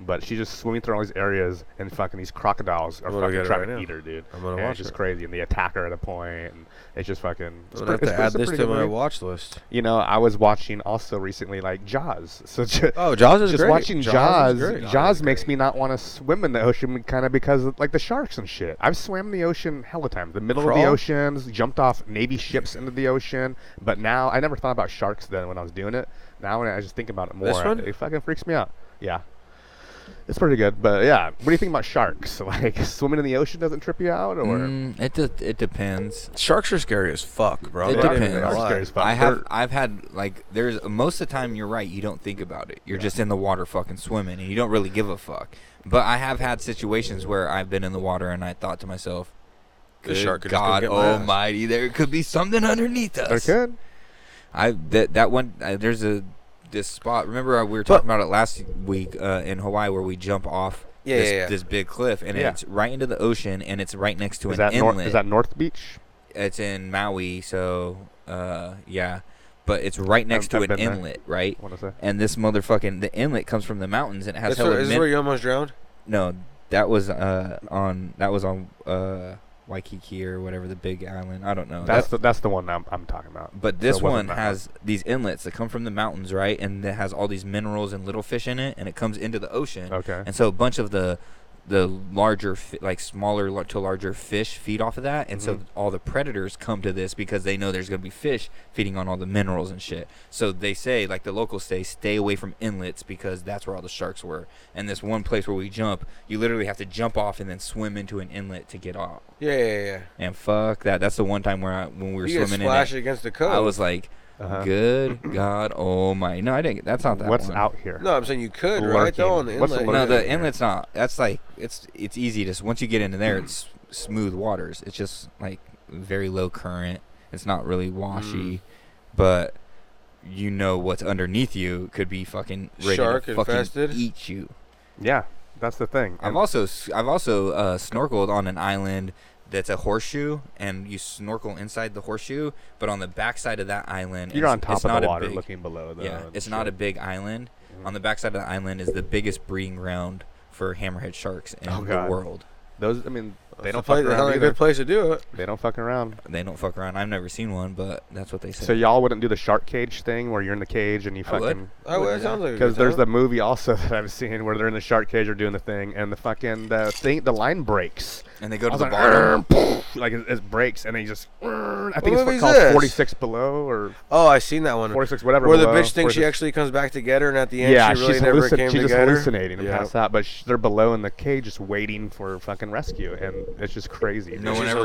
But she's just swimming through all these areas, and fucking these crocodiles are
I'm gonna get it
fucking trying
right
to
now.
eat her, dude.
I'm gonna
and
watch
it's just
it.
crazy, and they attack her at a point, and it's just fucking. It's
I'm
pre-
gonna have to add
it's- it's a
this
pretty
to
good
my
movie.
watch list.
You know, I was watching also recently like Jaws. So ju-
Oh, Jaws is
just
great.
watching
Jaws is
Jaws,
great.
Jaws, makes me not want to swim in the ocean, kind of because of, like the sharks and shit. I've swam the ocean hella times, the middle of the
Crawl?
oceans, jumped off navy ships into the ocean. But now I never thought about sharks then when I was doing it. Now when I just think about it more,
This one?
it fucking freaks me out. Yeah, it's pretty good. But yeah, what do you think about sharks? Like swimming in the ocean doesn't trip you out, or
Mm, it de- it depends
Sharks are scary as fuck,
It
bro. I'm not even
depends.
gonna
Sharks are
lie.
scary as fuck.
I have
They're-
I've had like there's most of the time you're right you don't think about it you're just in the water fucking swimming and you don't really give a fuck but I have had situations where I've been in the water and I thought to myself
The
good
shark could just go
God
get my ass."
Almighty there could be something underneath
They're
us
good.
I that that one uh, there's a this spot remember uh, we were talking about it last week uh, in Hawaii where we jump off
Yeah,
this,
yeah, yeah.
this big cliff and
Yeah.
it's right into the ocean and it's right next to
Is
an
that
inlet
North? Is that North Beach?
it's in Maui, so uh, yeah, but it's right next to
I've
an
been there.
inlet, right?
I want to say.
And this motherfucking the inlet comes from the mountains and it has
That's where,
hella
is this
min-
where you almost drowned?
no. That was uh on that was on uh Waikiki or whatever the big island. I don't know.
That's
That-
the that's the one I'm, I'm talking about.
but
So
this
it wasn't
one
that
has these inlets that come from the mountains, right? And it has all these minerals and little fish in it, and it comes into the ocean.
Okay.
And so a bunch of the the larger, fi- like smaller lar- to larger fish feed off of that, and
Mm-hmm.
so all the predators come to this because they know there's gonna be fish feeding on all the minerals and shit. So they say, like the locals say, stay away from inlets because that's where all the sharks were. And this one place where we jump, you literally have to jump off and then swim into an inlet to get out.
Yeah, yeah, yeah.
And fuck that. That's the one time where I, when we were
You get
swimming in
splashed
it,
against the coast. Uh-huh.
I was like, "Good God Almighty!" No, I didn't. That's not that.
What's
one.
out here?
no, I'm saying you could, right? Though on the
Lurking. What's the
inlet.
No,
one-
the inlet's not. That's like it's it's easy to s- once you get into there, it's smooth waters. It's just like very low current. It's not really
Mm.
washy, but you know what's underneath you could be fucking ready
Shark
to fucking
infested?
eat you.
Yeah, that's the thing.
I've
And
also s- I've also uh, snorkeled on an island that's a horseshoe, and you snorkel inside the horseshoe, but on the backside of that island,
you're
it's-
on top
it's
of
not
the
a
water,
big-
looking below. Though,
yeah,
and
it's not a
shit.
big island. On the backside of the island is the biggest breeding ground for hammerhead sharks in
Oh,
the
God.
world.
Those, I mean,
It's
they
a
don't
place-
fuck
hell of
around
a good
either.
place to do it.
They don't fuck around.
They don't fuck around. I've never seen one, but that's what they say.
So y'all wouldn't do the shark cage thing where you're in the cage and you
I would.
fucking.
I
Would
would.
do
It sounds like a
Because
good
there's
time.
the movie also that I've seen where they're in the shark cage or doing the thing and the fucking the thing the line breaks.
and they go
I
to
was
the
like,
bottom.
like it, it breaks and then you just. I think
What
it's
movie's
what called
this?
46 below or
Oh, I seen that one.
46 whatever.
Where the
below,
bitch thinks she
46
actually comes back to get her, and at the end
Yeah,
she really
she's,
never
hallucin-
came
she's
to
just
get her.
hallucinating and
Yeah.
passed out, but sh- they're below in the cage just waiting for fucking rescue, and it's just crazy.
No
They-
one
she's
ever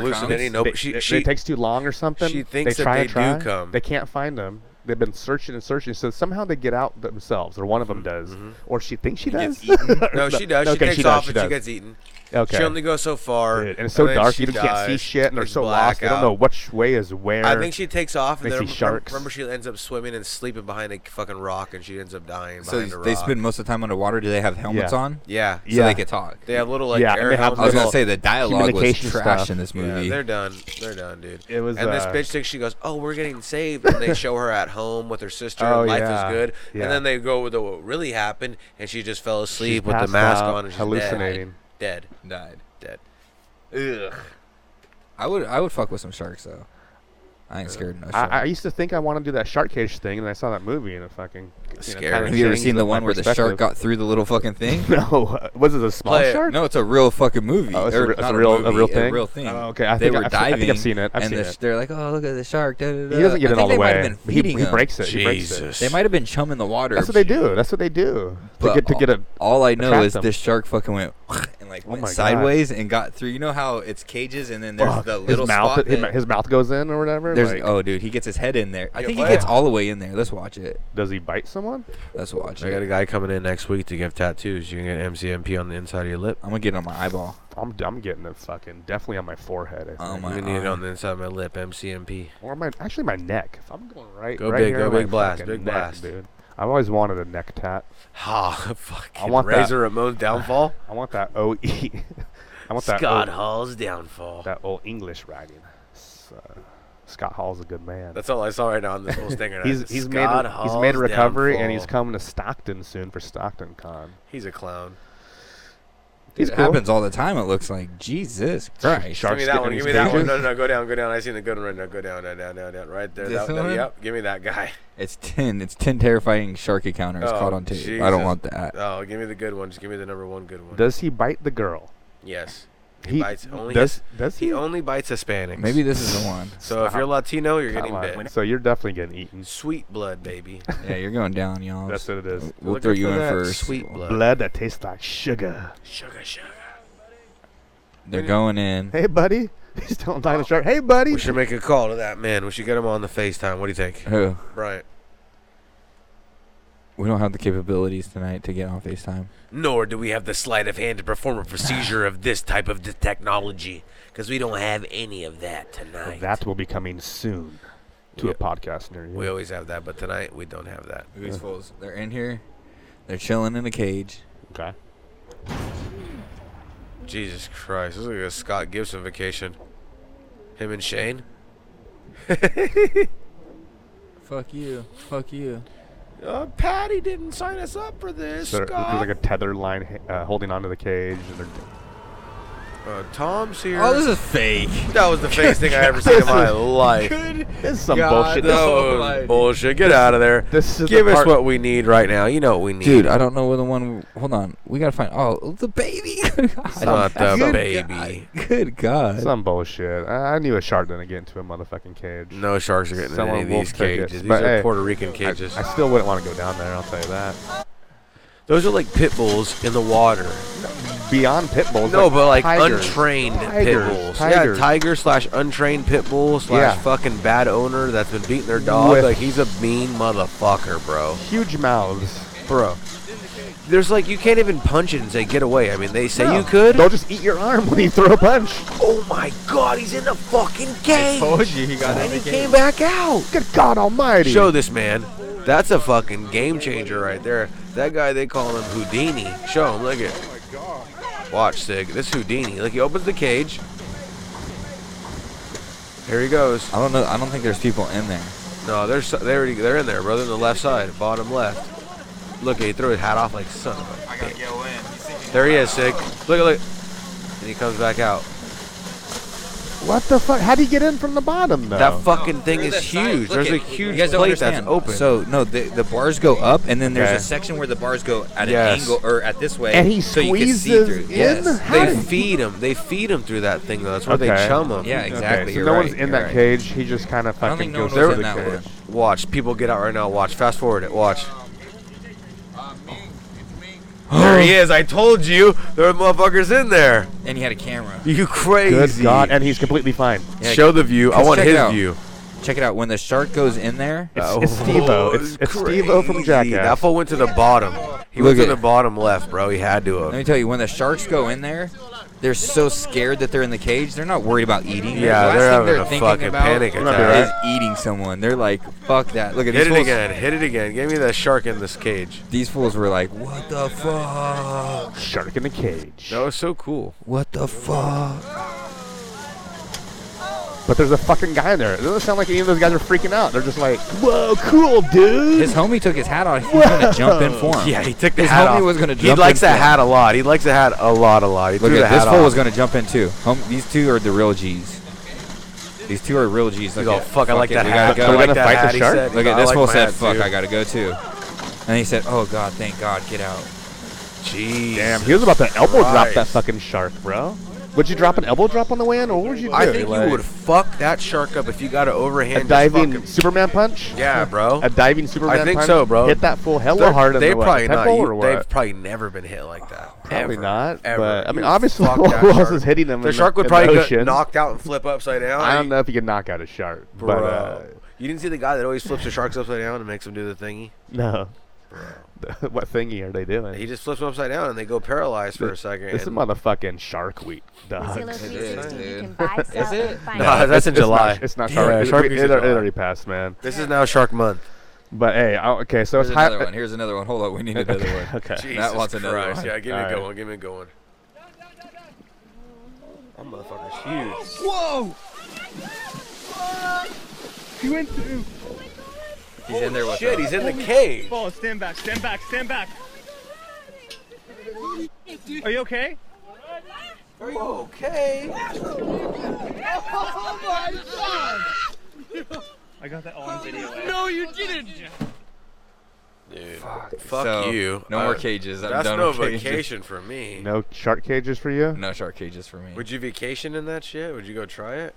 comes?
hallucinating. No,
they-
she,
it,
she,
it takes too long or something.
she thinks that
they try
they
and
do
try.
come.
They can't find them. They've been searching and searching, so somehow they get out themselves, or one of
Mm-hmm.
them does, or she thinks she does.
gets eaten.
no, she does.
Okay,
she takes
she does,
off
she
and she
does.
gets eaten.
Okay.
She only goes so far.
Dude, and it's so
then
dark,
she
you can't see
dies.
shit, and they're
It's
so lost. They don't
blackout.
know which way is where.
I think she takes off, and
They
then
see
remember,
sharks.
remember she ends up swimming and sleeping behind a fucking rock, and she ends up dying
So
behind a
they
rock.
spend most of the time underwater. Do they have helmets
Yeah.
on?
Yeah,
So
Yeah.
they could talk.
they have little like
Yeah, and
air
they have
I was
helmets.
gonna say the dialogue was
Communication
trash
stuff.
in this
Yeah,
movie.
they're done. They're done, dude.
It was,
and this
uh,
bitch thinks she goes, "Oh, we're getting saved," and they show her at home with her sister.
Oh,
and life
yeah,
is good.
yeah.
And then they go with the, what really happened, and she just fell asleep with the
passed
mask
out,
on and she's
hallucinating.
Dead.
died.
Dead. dead. Ugh.
I would I would fuck with some sharks though. I ain't scared of no shark.
I, I used to think I want to do that shark cage thing, and I saw that movie, and it fucking
Scary.
kinda
have you ever
changed
seen the
my
one where the shark
perspective.
got through the little fucking thing?
No, was it a small
Play it.
shark?
No, it's a real fucking movie.
Oh, it's a
Or
re- it's
not
a real- a
movie,
real thing?
real thing.
Oh, okay. I
they
think
were
I've se- I
diving.
think I've seen it. I've
and
seen
the
it.
sh- they're like, "Oh, look at the shark!" Da, da, da.
He doesn't get
I
it
think
all the
they might have
way.
been
He,
feeding
he
him.
breaks it. He breaks it.
Jesus.
They might have been chum in the water.
That's what they do. That's what they do to
But oh,
get to
all,
get a.
all I know
attract
is
them.
this shark fucking went and like
Oh
went
my God.
sideways and got through. You know how it's cages and then there's
Ugh,
the little
his mouth,
spot.
his,
that-
his mouth goes in or whatever.
there's
like,
oh dude, he gets his head in there. I
Yeah,
think he
wow.
gets all the way in there. Let's watch it.
Does he bite someone?
Let's watch
I
it.
got a guy coming in next week to give tattoos. You can get MCMP on the inside of your lip.
I'm gonna get it on my eyeball.
I'm, I'm getting it fucking definitely on my forehead. I think.
Oh
I'm
my.
gonna need it
eye.
on the inside of my lip. MCMP.
or my actually my neck. If I'm going right,
Go
right
big,
here,
go
my
big blast,
fucking
big
neck,
blast.
dude. I've always wanted a neck tat.
Ha! Fucking
I want that.
Razor Ramon's downfall.
I want that OE. I want that
Scott
old,
Hall's downfall.
that old English writing. S- uh, Scott Hall's a good man.
That's all I saw right now on this whole stinger.
he's he's made
Scott
a, he's made
Hall's
a recovery and
downfall.
he's coming to Stockton soon for Stockton Con.
He's a clown.
He's
it
cool.
happens all the time. It looks like Jesus Christ.
Sharks
give me that one.
getting in
Give me
these
that one.
cages.
No, no, no. Go down. Go down. I seen the good one right now. Go down. Down. Down. Down. down. Right there.
This
that, that-
one?
Yep. Give me that guy.
It's ten. It's ten terrifying shark encounters
Oh,
caught on tape. I don't
Jesus.
want that.
Oh, give me the good one. Just give me the number one good one.
Does he bite the girl?
yes. He, bites only.
does.
his-
does
he only bites Hispanics.
Maybe this is the one.
So if you're Latino, you're
Come
getting
on.
bit.
So you're definitely getting eaten.
Sweet blood, baby.
Yeah, you're going down, y'all.
That's what it is.
We'll
Looking
throw you
for
in
that
first.
Sweet blood.
Blood that tastes like sugar.
Sugar, sugar.
They're going in.
Hey, buddy. He's telling Dino Shark, hey, buddy.
We should make a call to that man. We should get him on the FaceTime. What do you think,
Who?
Bryant?
We don't have the capabilities tonight to get on FaceTime.
Nor do we have the sleight of hand to perform a procedure of this type of de- technology, because we don't have any of that tonight.
That will be coming soon to a podcast near you.
We always have that, but tonight we don't have that.
Look at these fools. They're in here. They're chilling in a cage.
Okay.
Jesus Christ, this is like a Scott Gibson vacation. Him and Shane.
Fuck you. Fuck you.
Uh, Patty didn't sign us up for this.
So there's like a tether line ha- uh, holding onto the cage. And they're,
Uh, Tom's here.
Oh, this is fake.
that was the fakest thing I ever seen in my life.
This is some
God,
bullshit.
no.
No
Almighty.
bullshit. Get out of there.
This is
Give
the
us
part-
what we need right now. You know what we need.
Dude, I don't know where the one. Hold on, we gotta find. Oh, the baby.
It's not the
Good
baby.
God. Good God.
Some bullshit. I, I knew a shark didn't get into a motherfucking cage.
No sharks are getting in
Someone
any of
will
these
take it,
cages. These
but
are
hey,
Puerto Rican
I,
cages.
I still wouldn't want to go down there. I'll tell you that.
Those are like pit bulls in the water.
Beyond pit bulls.
No, but like
tigers.
untrained
Tigers.
pit bulls.
Tigers.
Yeah, tiger slash untrained pit bull slash
Yeah.
fucking bad owner that's been beating their dog.
With-
like he's a mean motherfucker, bro.
huge mouths.
Bro. There's like you can't even punch it and say get away. I mean they say you could.
They'll just eat your arm when you throw a punch.
Oh my god, he's in the fucking cage.
Told you he got
and he
it.
came back out.
Good God Almighty.
Show this man. That's a fucking game changer right there. That guy they call him Houdini. Show him, look at. Watch Sig. This Houdini. Look, he opens the cage. Here he goes.
I don't know. I don't think there's people in there.
No, they're so- they already they're in there, brother. On the left side, bottom left. Look, he threw his hat off like son of a bitch. There he is, Sig. Look, look. And he comes back out.
What the fuck? How do you get in from the bottom though?
That fucking thing
Look
is
at that Oh, side. Look
huge. There's a
at-
huge
you
guys don't
plate
understand.
that's open.
So no, the, the bars go up, and then there's
Okay.
a section where the bars go at
Yes.
an angle or at this way,
And he
so you can see
squeezes
through.
in?
Yes.
How
they
did-
feed him. They feed him through that thing though. That's where
Okay.
they chum him.
Yeah, exactly.
Okay, so
you're
no
right,
one's in
you're
that
right.
cage. He just kind of
I don't think
fucking
no
goes
one was
through
in
the
that one.
cage.
Watch. People get out right now. Watch. Fast forward it. Watch. there he is. I told you. There are motherfuckers in there.
And he had a camera.
You crazy.
Good God, and he's completely fine.
Yeah,
Show the view. I
Let's
want
check it
his
out.
view. Uh,
Check it out. When the shark goes in there,
It's, it's Steve-O. It's, it's Steve-O from
Crazy. That
Jackass.
fool went to the bottom. He
Look
went to
at-
the bottom left, bro. He had to
let
have.
me tell you, when the sharks go in there, they're so scared that they're in the cage. They're not worried about eating.
Yeah,
the last
they're
thing
having
they're
a
thinking
fucking
about
panic
Remember, attack.
Is eating someone. They're like, fuck that. Look at
Hit
these
it
fools.
again. Hit it again. Give me the shark in this cage.
These fools were like, what the fuck?
Shark in the cage.
That was so cool.
What the fuck?
But there's a fucking guy in there. It doesn't sound like any of those guys are freaking out. They're just like, whoa, cool, dude.
His homie took his hat off. He was gonna jump in for him.
Yeah, he took the
His
hat
homie
off.
was gonna
he
jump
likes
in
that
for
hat a lot. He likes the hat a lot, a lot. He
Look
threw the
at this
hat
fool
off.
was gonna jump in too. Hom- these two are the real G's. These two are real G's.
He's
Look
all,
at-
fuck, I like
it,
that
we
hat.
Gotta
We're
go.
gonna fight the shark?
Look at this
one
fool said, "Fuck, I gotta go too," and he said, "Oh God, thank God, get out."
Jeez.
Damn, he was about to elbow drop that
Christ.
fucking shark, bro. Would you drop an elbow drop on the way in, or what would you do?
I think
Like,
you would fuck that shark up if you got an overhand
a
just
diving
fucking-
Superman punch.
Yeah, bro.
A diving Superman.
I think
punch?
so, bro.
Hit that fool hella
They're-
hard in
they
the what,
probably
temple
not. e- you-
or what?
they've probably never been hit like that.
Probably
Ever.
not.
Ever.
But I mean,
You would
obviously,
fuck that
who else
shark.
is hitting them?
The
in
shark would
in
probably
the
get
ocean?
knocked out and flip upside down.
I don't know if you can knock out a shark,
Bro.
but uh,
you didn't see the guy that always flips the sharks upside down and makes them do the thingy?
no. what thingy are they doing?
He just flips them upside down and they go paralyzed for a second.
This is
and-
motherfucking Shark Week,
With Zillow
dog.
360, you can buy, sell, and
No,
finance.
that's in
It's not-
July.
It's not
Damn
Shark
it,
Week.
Shark
It-
Week's
It
in
it
July.
already passed, man.
This is now Shark Month.
But hey, I- okay, so
Here's
it's
another
high.
one. Here's another one. Hold on, we need another one.
Okay.
uh, Jesus
wants another
Christ.
one.
Yeah, give me a
Alright.
good one. Give me a good one. That motherfucker's huge.
He's in there with
Shit,
them.
he's in the cage.
Ball, stand back, stand back, stand back. Are you okay?
Are you okay?
Oh I got that all on video. eh?
Fuck
So,
you. Uh,
No
I-
more cages. I'm
That's
done
no
with cages.
vacation for me.
No shark cages for you?
No shark cages for me.
Would you vacation in that shit? Would you go try it?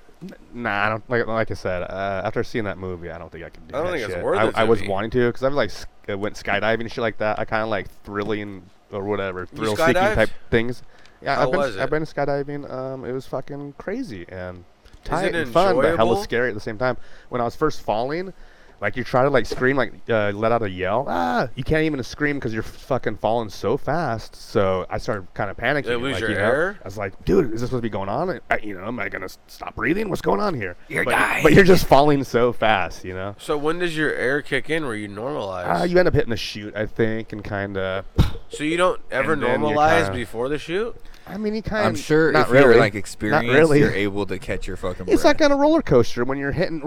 Nah, I don't like. Like I said, uh, after seeing that movie, I don't think I can do
I don't
that
think it's
shit.
worth
I,
it
I
to
was
me.
wanting to because I was like sk- uh, went skydiving and shit like that. I kind of like thrilling or whatever, thrill seeking
skydived?
type things. Yeah,
How
I've been
was
I've
it?
been skydiving. Um, it was fucking crazy and
it
tight and fun, but
enjoyable?
hella scary at the same time. When I was first falling, like you try to like scream, like uh, let out a yell. Ah, you can't even scream because you're fucking falling so fast. So I started kind of panicking.
Did it lose
like,
your
you know,
air?
I was like, dude, is this supposed to be going on? I, you know, am I gonna s- stop breathing? What's going on here? You're but, dying. But you're just falling so fast, you know.
So when does your air kick in where you normalize?
Uh, you end up hitting the chute, I think, and kind of.
so you don't ever
and then you
normalize
kinda-
before the shoot?
I mean, you kind.
I'm sure
not
if
really
you're like
Not
experienced,
really.
you're able to catch your fucking breath.
it's like on a roller coaster when you're hitting.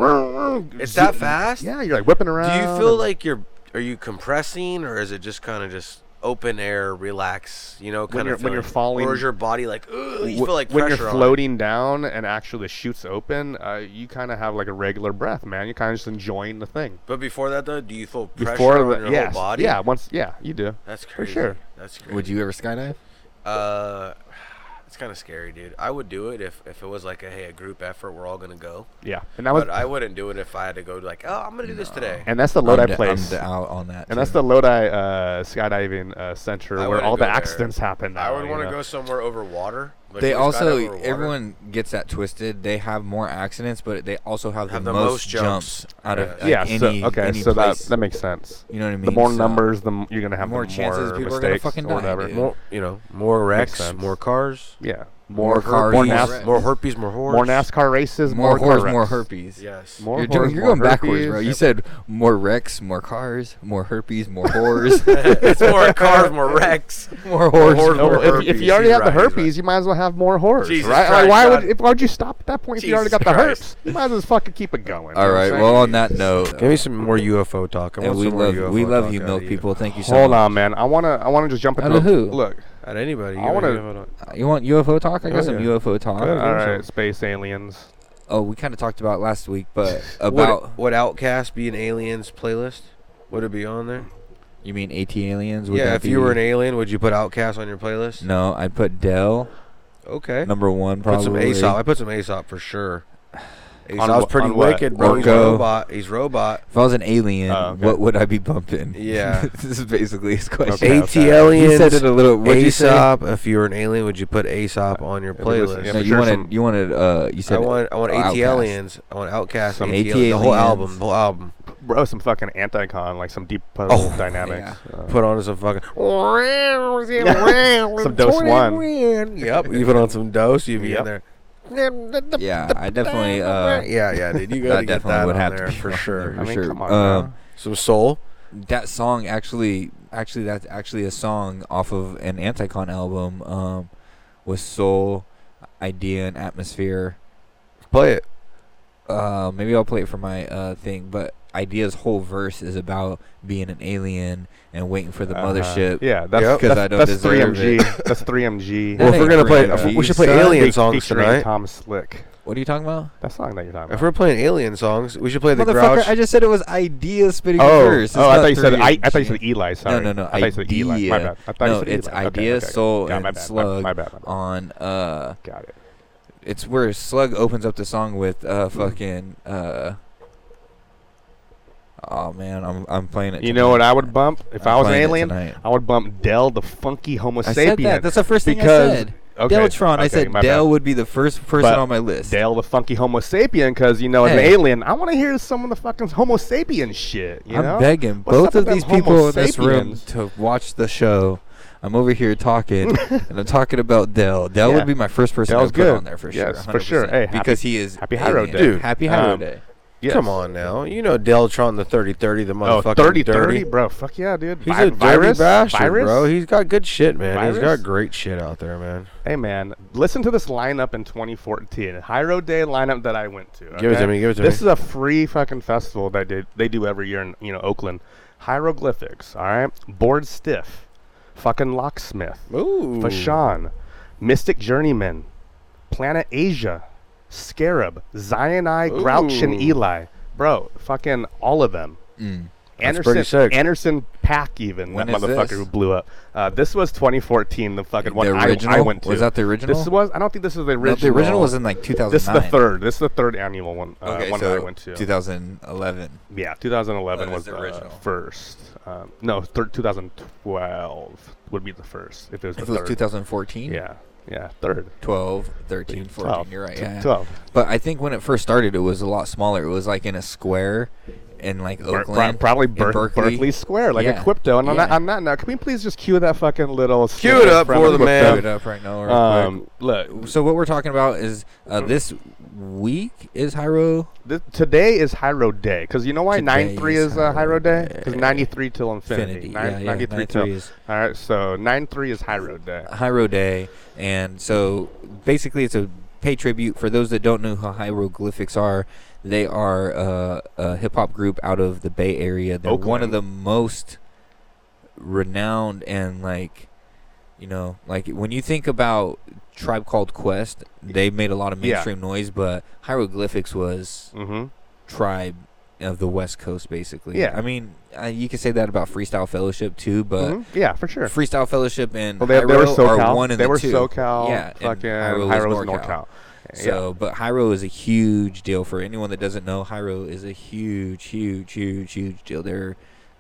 It's that fast?
Yeah, you're like whipping
Do
around.
you feel
and-
like you're are you compressing or is it just kind of just open air, relax, you know, kind
you're-
of
when you're falling-
or is your body like, Ugh, you
Wh-
feel like
when you're
pressure on it.
floating down and actually the chute's open, uh, you kind of have like a regular breath, man. You're kind of just enjoying the thing.
But before that, though, do you feel pressure
Before
on
the
your
yes,
whole body?
yeah, once yeah, you do.
that's
for
crazy.
sure.
That's crazy.
Would you ever skydive?
Uh, it's kind of scary, dude. I would do it if, if it was like a hey a group effort, we're all gonna go.
Yeah, and that was
but I wouldn't do it if I had to go to like, oh, I'm gonna do this today.
and that's the
I'm
Lodi
d- I'm
place,
d- out on that.
and that's
too.
the Lodi uh, skydiving uh, center
I
where
wouldn't
all the
go there.
accidents happen.
I
Now,
would
you
want to
know?
go somewhere over water. Like,
They
we skydive
also
over water.
everyone gets that twisted. They have more accidents, but they also have,
Have
the, most, jumps. out of like,
Yeah. so
any,
okay,
any
so that
place.
that makes sense.
you know what I mean.
The more
So-
numbers, the m- you're gonna have the
More chances
more
people are gonna
mistakes
fucking
or
die,
whatever.
dude.
more, you know, more wrecks,
sense.
more cars,
Yeah,
More cars,
more,
more
NAS-
wrecks.
more herpes, more horse,
more NASCAR races,
more
car
whores, more
wrecks.
herpes.
Yes.
More
You're, doing,
whores,
you're
more
going backwards, bro.
herpes.
You said more wrecks, more cars, more herpes, more whores,
it's more cars, more wrecks.
more whores.
More
No,
more
well, if, if
herpes.
you already
He's
have the
right, he's right.
herpes, you might as well have more horrors,
Jesus
right?
Christ,
like, why
God.
would if, why would you stop at that point if you already
Jesus
got the herpes?
Christ.
You might as well fucking keep it going.
All right. Well, on that note,
Give me some more UFO talk. I
and
want
we
some more
love
UFO
we love
talk
you,
out
milk
of
people. Thank you so
Hold
much.
on, man. I wanna I wanna just jump into
Out of
a-
who?
Look.
At anybody.
I wanna-
You want UFO talk? I got some
Yeah.
UFO talk.
All right, space aliens.
Oh, we kind of talked about it last week, but about
would, would Outcast be an aliens playlist? Would it be on there?
you mean AT aliens? Would
yeah,
that
if you were an
be-
alien, would you put Outcast on your playlist?
No, I put Dell
Okay.
number one
put some
probably.
Aesop. I put some Aesop for sure.
wha-
Aesop's pretty
on what?
wicked, bro. He's
Rocco.
robot. He's robot.
If I was an alien,
Oh, okay.
what would I be bumping?
Yeah.
this is basically his question.
Okay,
AT
okay.
aliens.
He said it a little. What you say?
Aesop. If you were an alien, would you put Aesop on your
Yeah, listen,
playlist?
yeah,
No,
for
you
sure
wanted.
some-
you wanted. Uh, you said
I want I want AT
Outcast.
aliens. I want Outcast.
Some
AT,
AT
aliens. The whole
aliens.
album. The whole album.
Bro, some fucking anti-con, like some deep puzzle
Oh,
dynamics. Uh,
Put on some fucking.
some dose one.
Yep. You put on some dose. You'd be
Yep.
in there.
Yeah, I definitely. Uh,
Yeah, yeah, dude. You
That
gotta get
definitely
that
would
on
have to
there
be
for
on
sure.
I mean,
sure.
come on.
Um,
now.
Some soul.
that song actually, actually, that's actually a song off of an Anticon album. Um, with soul, idea, and atmosphere.
Play it.
Uh, maybe I'll play it for my uh thing, but. Idea's whole verse is about being an alien and waiting for the
Uh-huh.
mothership.
Yeah, that's
Yep.
'Cause
that's,
I don't
that's
deserve
3MG. That's 3MG.
That
Well, if we're
ain't
gonna play,
great,
if we-
though.
we should play
Son,
alien
fe-
songs
featuring
tonight.
Tom Slick.
What are you talking about?
That song that you're talking
If
about.
we're playing alien songs, we should play the
Motherfucker,
Grouch.
I just said it was idea spitting
Oh,
a verse. It's
oh I
not
thought you said
three
I, I thought you
MG.
said Eli. Sorry,
no, no,
I thought you said Eli. My
idea.
bad. I thought
No,
you said
it's
Eli. Okay,
idea,
okay, okay.
soul,
Got it, my
and
bad, my-
slug
My bad. my bad.
on uh,
Got it.
it's where Slug opens up the song with uh
Hmm.
fucking uh. Oh man, I'm I'm playing it.
You know what I would bump if i was an alien?
I
I would bump Dell the funky Homo
said
sapien.
that. That's the first thing
because-
I said.
okay,
Deltron. I
okay,
said
my
Dell
bad.
would be the first person
But
on my list.
Dell the funky Homo sapien because you know as an
Hey.
alien I want to hear some of the fucking Homo sapien shit. You
I'm
know?
begging
What's
both
up with
of
them
these
Homo
people in this room
sapiens?
to watch the show. I'm over here talking, and I'm talking about Dell. Dell
Yeah.
would be my first person
Dell's
I'd put
good.
on there for sure.
Yes, for sure. Hey,
100%,
happy-
because he is
happy Hiro
alien.
Day. Dude,
Happy Hiro
um,
Day.
Yes.
Come on now, you know Deltron the thirty thirty, the
Oh,
motherfucking
30
dirty.
30, bro. Fuck yeah, dude.
He's
Vi-
a dirty
virus,
bastard,
virus?
bro. He's got good shit, man. He's
Virus?
got great shit out there, man.
Hey, man, listen to this lineup in 2014. Hyro Day lineup that I went to.
Give it to
okay?
me, give it to
this
me.
is a free fucking festival that they, they do every year in you know Oakland. Hieroglyphics, all right? Board Stiff. Fucking Locksmith.
Ooh.
Fashan, Mystic Journeyman, Planet Asia, Scarab, Zion Eye, Grouch, and Eli. Bro, fucking all of them.
Mm.
Anderson,
pretty sick.
Anderson Pack, even
When
that
is
motherfucker
this?
who blew up. Uh, this was 2014, the fucking one
The
I- I,
original?
went to.
Was that the original?
This was. I don't think this is the
No,
original.
the original was in like 2009.
This is the third. This is the third annual one. Uh,
Okay,
one
so
I went to.
2011.
Yeah, 2011
That is
was
the
the
original.
first. Um, no, thir- 2012 would be the first. If it was the
If it was
third.
2014,
Yeah, yeah, third.
12, 13, 14.
12.
You're right.
Tw-
Yeah.
12.
But I think when it first started, it was a lot smaller. It was like in a square in like
Bur-
Oakland,
pro- probably
in
Ber- Berkeley. Square, like
Yeah.
a crypto. And on,
Yeah.
that, on that note, can we please just cue that fucking little.
Cue it up for the
Throw it
man.
up right now. real quick.
Um, look,
So what we're talking about is uh, this week is Hyro.
th- today is Hyro Day because you know why
Today
nine three
is
is uh,
Hyro
Hyro Day because
Day.
ninety three till infinity.
Infinity,
Nine-
yeah, yeah,
93
93
till.
is- Uh,
All right, so nine three is Hyro Day.
Hyro Day, and so basically it's a pay tribute for those that don't know who hieroglyphics are. They are uh, a hip hop group out of the Bay Area. They're one of
Oakland.
the most renowned and like you know like when you think about Tribe Called Quest, they made a lot of
Yeah.
mainstream noise, but Hieroglyphics was
Mm-hmm.
Tribe of the West Coast basically.
Yeah.
I mean, uh, you could say that about Freestyle Fellowship too, but
hmm Yeah, for sure.
Freestyle Fellowship and
Well, they, they were
Hyro are
SoCal.
one and
they
the
were
two.
SoCal.
Yeah, and
fucking
Hyro
Hyro,
was
was
NorCal.
NorCal.
So, but Hyro is a huge deal for anyone that doesn't know. Hyro is a huge, huge, huge, huge deal. They're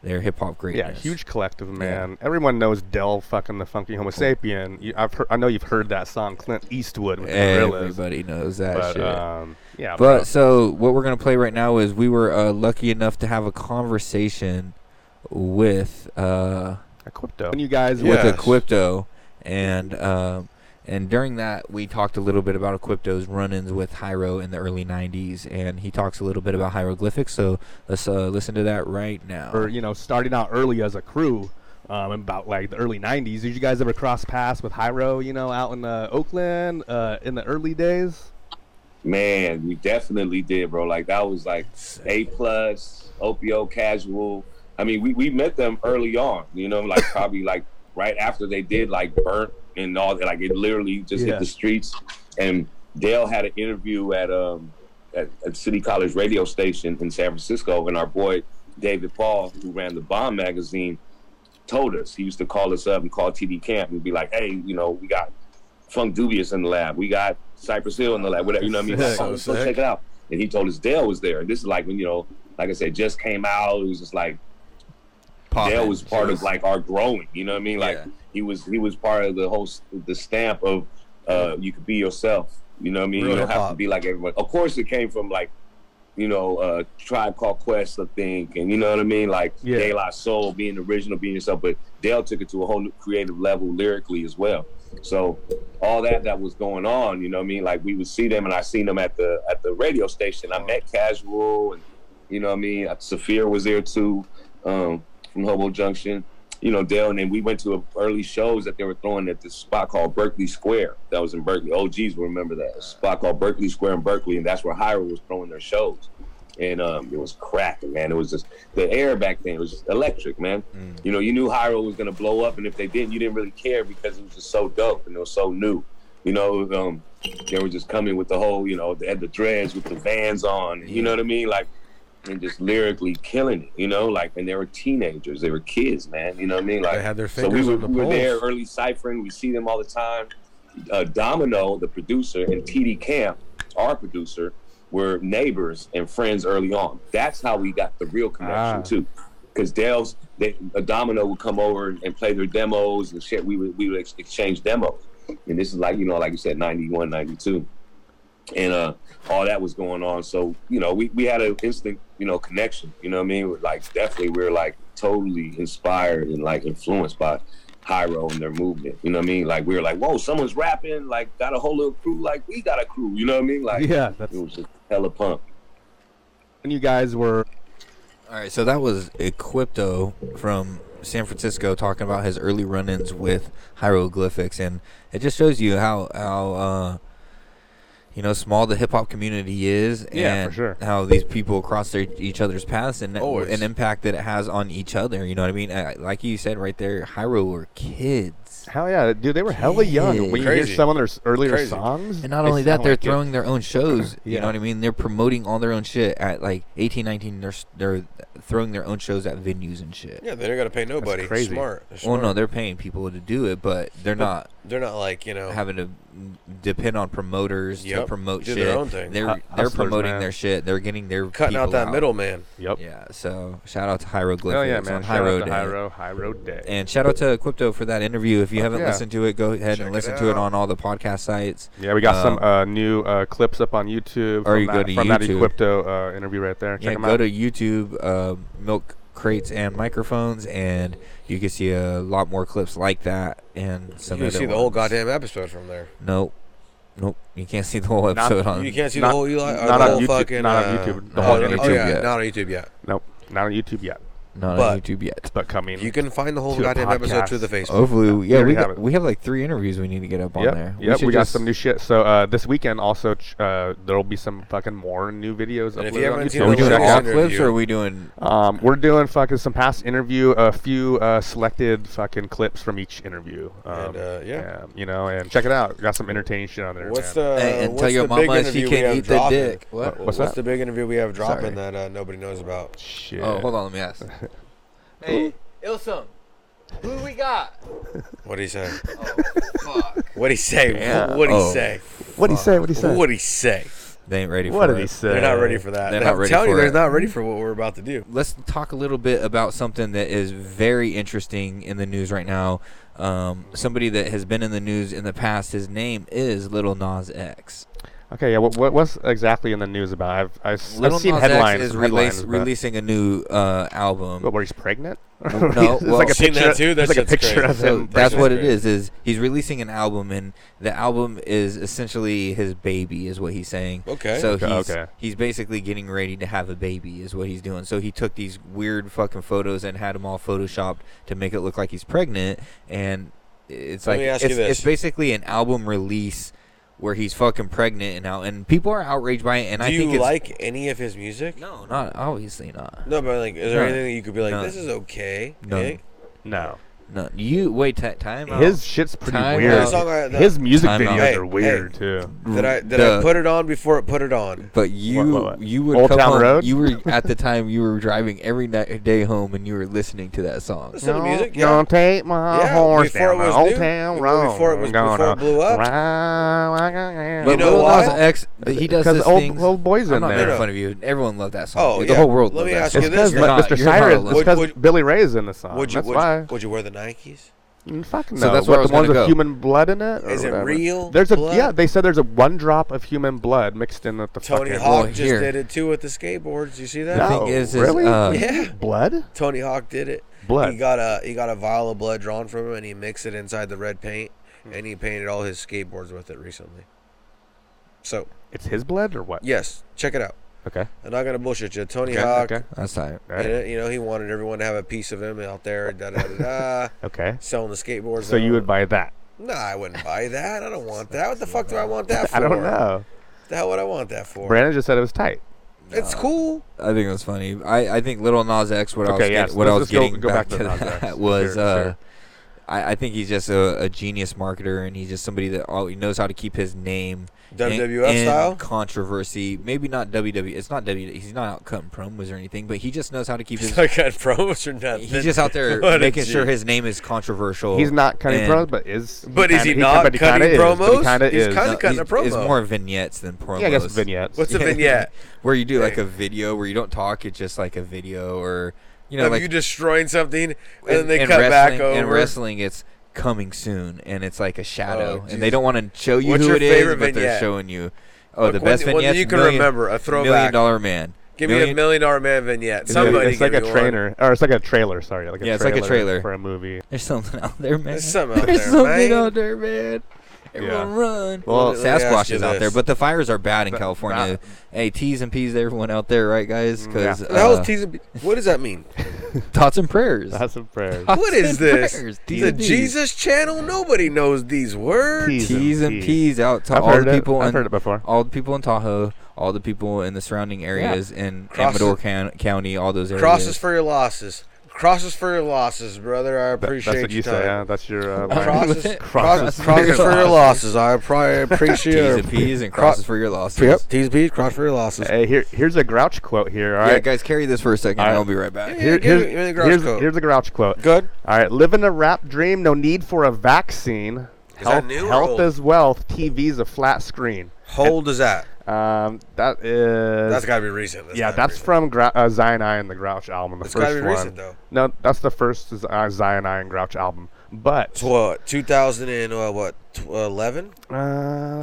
they're hip hop
yeah,
greatness.
huge collective, man. Everyone knows Dell, fucking the funky Homo sapien. You, I've heard, I know you've heard that song, Clint Eastwood with the Gorillaz.
Everybody knows that
But
shit.
um, yeah,
but
bro.
so what we're gonna play right now is we were uh, lucky enough to have a conversation with uh,
Equipto. When you guys
with
Yes.
Equipto, and um, and during that we talked a little bit about Equipto's run-ins with Hyro in the early '90s, and he talks a little bit about hieroglyphics. So let's uh, listen to that right now.
were, you know, starting out early as a crew, um, about like the early '90s. Did you guys ever cross paths with Hyro? You know, out in uh, Oakland uh, in the early days.
Man, we definitely did, bro. Like that was like A plus, OPO casual. I mean, we, we met them early on, you know, like probably like right after they did like burnt and all that. Like it literally just
Yeah.
hit the streets. And Dale had an interview at um at, at City College radio station in San Francisco, and our boy David Paul, who ran the Bomb magazine, told us he used to call us up and call TD Camp and be like, "Hey, you know, we got Funk Dubious in the lab. We got Cypress Hill in the lab. Whatever, you know what I mean? Like,
Sick.
oh, let's go
Sick.
check it out." And he told us Dale was there. And this is like when you know, like I said, just came out. It was just like Dale was part of like our growing. You know what I mean? Like
Yeah.
he was he was part of the whole s- the stamp of uh, you could be yourself. You know what I mean?
Real
you don't have to
hip-hop.
be like everyone. Of course, it came from like you know uh, Tribe Called Quest, I think, and you know what I mean? Like
Yeah.
De La Soul, being original, being yourself. But Dale took it to a whole new creative level lyrically as well. So all that that was going on, you know what I mean? Like we would see them, and I seen them at the at the radio station. I met Casual, and you know what I mean. Saphir was there too, um, from Hobo Junction. You know Dale, and then we went to a, early shows that they were throwing at this spot called Berkeley Square. That was in Berkeley. OGs will remember that a spot called Berkeley Square in Berkeley, and that's where Hyra was throwing their shows. And um, it was cracking, man. It was just the air back then. It was just electric, man.
Mm.
You know, you knew Hyro was gonna blow up, and if they didn't, you didn't really care because it was just so dope and it was so new. You know, um, they were just coming with the whole, you know, they had the dreads with the vans on. You know what I mean? Like, and just lyrically killing it. You know, like, and they were teenagers, they were kids, man. You know what I mean? Like,
They had their
so we
fingers
were,
on the
we were there
pulse.
early ciphering. We see them all the time. Uh, Domino, the producer, and TD Camp, our producer, were neighbors and friends early on. That's how we got the real connection
Ah.
too. Because Dale's, they, a Domino would come over and play their demos and shit. We would we would ex- exchange demos, and this is like you know, like you said, 91, 92. and uh, all that was going on. So you know, we, we had an instant you know connection. You know what I mean? We're, Like definitely, we are like totally inspired and like influenced by Hyro and their movement. You know what I mean? Like we were like, whoa, someone's rapping. Like got a whole little crew. Like we got a crew. You know what I mean? Like
yeah, that's
it was just hella pump.
when you guys were
All right, so that was Equipto from San Francisco talking about his early run-ins with hieroglyphics, and it just shows you how how uh, you know small the hip hop community is,
Yeah, for
and
sure.
how these people cross their, each other's paths, and that-
Always.
an impact that it has on each other. You know what I mean? I, like you said right there, Hyro were kids,
hell yeah, dude, they were hella young. When you
Crazy.
hear some of their s- earlier
Crazy.
songs,
and not
they
only that,
sound
they're
like kids.
throwing their own shows. You
Yeah.
know what I mean? They're promoting all their own shit at like 18, 19. They're s- they're throwing their own shows at venues and shit.
Yeah, they don't got to pay nobody.
crazy.
Smart. They're
Well, Oh, no,
smart.
they're paying people to do it, but they're not
they're not like you know.
having to depend on promoters to
Yep,
promote
do
shit.
their own thing.
They're
Hu-
they're
hustlers,
promoting
man.
their shit. They're getting their
cutting out
people
that middleman.
Yep.
Yeah. So shout out to Hieroglyphics
Hell yeah,
on
man. Shout
Hyro
out to
Day.
Hyro, Hyro Day.
And shout out to Equipto for that interview. If you haven't
yeah.
listened to it, go ahead
Check
and
it
listen to it
out.
on all the podcast sites.
Yeah, we got some
Um,
uh, new uh, clips up on YouTube
or
from,
you go
that,
to
from that
YouTube.
Equipto uh, interview right there. Check
yeah,
'em
go
out.
to YouTube, uh, Milk Crates and Microphones, and you can see a lot more clips like that and
You
some
can
other
see the whole
ones.
goddamn episode from there.
Nope. Nope. You can't see the whole
Not-
episode on
You can't see
Not-
the whole Eli. or
not
the
on
whole
YouTube-
Fucking,
not on
uh,
YouTube, the
oh,
whole
oh,
interview.
yeah,
Yeah.
Not on YouTube yet.
Nope, not on YouTube yet.
Not on
But-
YouTube yet.
But coming.
You can find the whole
To a
goddamn episode
podcast.
through the Facebook.
Hopefully, we- yeah,
already
we, got-
have it.
we have like three interviews we need to get up on
yep.
there.
Yep, we,
should
got
just-
some new shit. So uh, this weekend also ch- uh, there will be some fucking more new videos.
And if
uploaded
you
on
haven't
YouTube.
seen
Are we
the
doing
Check
all
out.
clips or are we doing?
Um, we're doing fucking some past interview, a few uh, selected fucking clips from each interview. Um,
And, uh, yeah.
you know, and check it out. Got some entertaining shit on there.
What's
man.
the
Hey, and
Uh, what's
tell your
the big
mama she
interview we
can't
have
eat the
dropping?
dick. What?
What's,
What's that?
the big interview we have dropping
Sorry.
that uh, nobody knows about?
shit?
Oh, hold on, let me ask.
Hey, Ilsum, who we got? Oh,
What he say?
Fuck.
What he say?
Yeah.
What he
Oh.
say?
What he say? What he say?
What he say?
They ain't ready.
What
for
did he
it.
say?
They're not ready for that.
They're
I'm
not ready
telling you,
for
they're
it.
not ready for what we're about to do.
Let's talk a little bit about something that is very interesting in the news right now. Um, somebody that has been in the news in the past. His name is Little Nas X.
Okay, yeah. What, what what's exactly in the news about? I've I've, s- I've
Little
seen
Nas
headlines.
X is
headlines
release,
but-
releasing a new uh, album.
What, where he's pregnant?
No,
it's
well-
like a
Seen that
picture.
too? That
It's like a
shit's
picture
crazy.
of
so
him.
that's
Breaking
what
his
it
grades.
is is he's releasing an album and the album is essentially his baby is what he's saying
Okay.
so
Okay,
he's
okay.
he's basically getting ready to have a baby is what he's doing so he took these weird fucking photos and had them all photoshopped to make it look like he's pregnant and it's
Let
like
me ask you
it's, it's
this.
basically an album release where he's fucking pregnant and out and people are outraged by it and
Do
i think
you
it's
like any of his music?
no not obviously not
No, but like, is there
No.
anything that you could be like,
No.
this is okay?
No.
eh?
No,
no you wait ti time out.
his shit's pretty
Time
weird.
out.
Song I- the-
his music
Time out.
videos
Hey,
are weird too.
Did I did
Mm. The-
I put it on before it put it on?
But you
what, what?
you would
Old
come
Town
home-
Road?
You were at the time you were driving every night day home and you were listening to that song.
Listen to music. Yeah.
Don't take my
Yeah,
horse
before
down
it was
the old
new-
town
before it
road.
was-
I'm gonna
before it blew up.
ride-
But
You know
Lil
why?
Nas X, he does
Because
this
old-
thing.
old boys
I'm
in
not
there.
making fun of you. Everyone loved that song.
Oh,
dude.
yeah.
The whole world.
Let
loved
me
that
ask
song.
It's
you this,
because
You're
not-
Mr.
you're not
Cyrus.
alone.
It's because
Would- would-
Billy Ray's in the song.
Would you
That's
would,
why.
you- would you wear the Nikes?
Mm, Fuck no.
So that's where I
what
was
the ones
gonna
with
go.
human blood in it? or
Is it
whatever?
real
There's a
blood?
yeah. They said there's a one drop of human blood mixed in with the
Tony
fucking.
Hawk
Well,
just
here.
did it too with the skateboards. You see that?
No,
The thing is, is,
really?
uh,
Yeah.
Blood?
Tony Hawk did it.
Blood.
He got a he got a vial of blood drawn from him, and he mixed it inside the red paint,
Hmm.
and he painted all his skateboards with it recently. So
It's his blood or what?
yes, check it out.
Okay.
I'm not gonna bullshit you. Tony
Okay.
Hawk.
Okay.
That's all right.
All right.
and, uh, you know, he wanted everyone to have a piece of him out there. Da da da. da
Okay.
selling the skateboards.
So you would buy that?
No, I wouldn't buy that. I don't want that. What the fuck do I want that for?
I don't know.
The hell would I want that for?
Brandon just said it was tight.
It's cool.
I think it was funny. I, I think Little Nas X. What I was
Okay, yeah,
getting,
so
what I
let's
was
just go-
getting
go
back,
back to
to
Nas X.
that was
Sure,
uh,
sure.
I, I think he's just a, a genius marketer and he's just somebody that all, he knows how to keep his name in-
WWF
in
style?
controversy. Maybe not WWE. It's not WWE. He's not out cutting promos or anything, but he just knows how to keep his.
I got promos or nothing.
He's just out there
What a
making sure
G.
his name is controversial.
He's not cutting
and-
promos, but is.
But is he
kinda-
not
but he
cutting
kinda is, but
promos?
He kind of
He's
is.
kinda cutting a
It's
promo.
more vignettes than promos.
yeah, I guess vignettes.
What's a vignette?
where you do like a video where you don't talk. It's just like a video or you know
of
like
you destroying something, and then
in-
they
in
cut back
wrestling-
over.
In wrestling, it's coming soon, and it's like a shadow,
Oh,
and they
jeez.
don't want to show you
What's
who
your
it is,
favorite
but they're
vignette?
showing you. Oh,
Like
the
one
best
that- one that
vignettes
you can
million-
remember, a throwback.
Million dollar man.
Give me a million dollar man vignette.
It's like-
Somebody
it's like a
give me one.
trainer, or it's like a trailer. Sorry, like a
Yeah, it's
trailer
like a trailer.
for a movie.
There's something out there, man.
There's something out
There's
there,
something
man.
out there, man. Everyone
Yeah.
run.
Well,
Well,
let
me ask
Sasquatch
you
is out
this.
there, but the fires are bad in
Th-
California.
that-
Hey, T's and P's to everyone out there, right, guys? uh, Because
Yeah.
What the hell is teasing? What does that mean?
thoughts and prayers.
That's a prayer.
Thoughts
What is
and
this?
prayers, T's
The
and P's.
Jesus Channel? Nobody knows these words.
T's and
T's and
P's.
P's out to
I've
all
heard
the
it.
people.
I've
in,
heard it before.
All the people in Tahoe, all the people in the surrounding areas in
Crosses-
Amador Can- County, all those areas.
Crosses for your losses. Crosses for your losses, brother. I
That- that's
appreciate
what you
your
say.
time.
Yeah, that's your. Uh, line.
with
Crosses,
it.
crosses,
Crosses
crosses
for
for
your
your losses. I probably
T's
appreciate
and P's and crosses for your losses.
Yep, T's and P's, cross for your losses.
Hey, here, here's a Grouch quote here. All
All right,
right,
guys, carry this for a second.
All right.
I'll be right back.
Yeah,
Here,
give
here's,
me- give me the Grouch
here's,
quote.
here's the Grouch quote.
Good.
All right, living a rap dream, no need for a vaccine.
that
health
new or
health
old?
is wealth. TV's a flat screen.
How old is that?
Um, that is.
That's got to be recent. That's
yeah,
gotta be
that's
recent.
from Gra- uh, Zion Eye and the Grouch album. The
It's
first
gotta be
one.
recent, though.
No, that's the first Z- uh, Zion Eye and Grouch album. But
It's what 2000 and uh, what tw- uh, 11?
uh,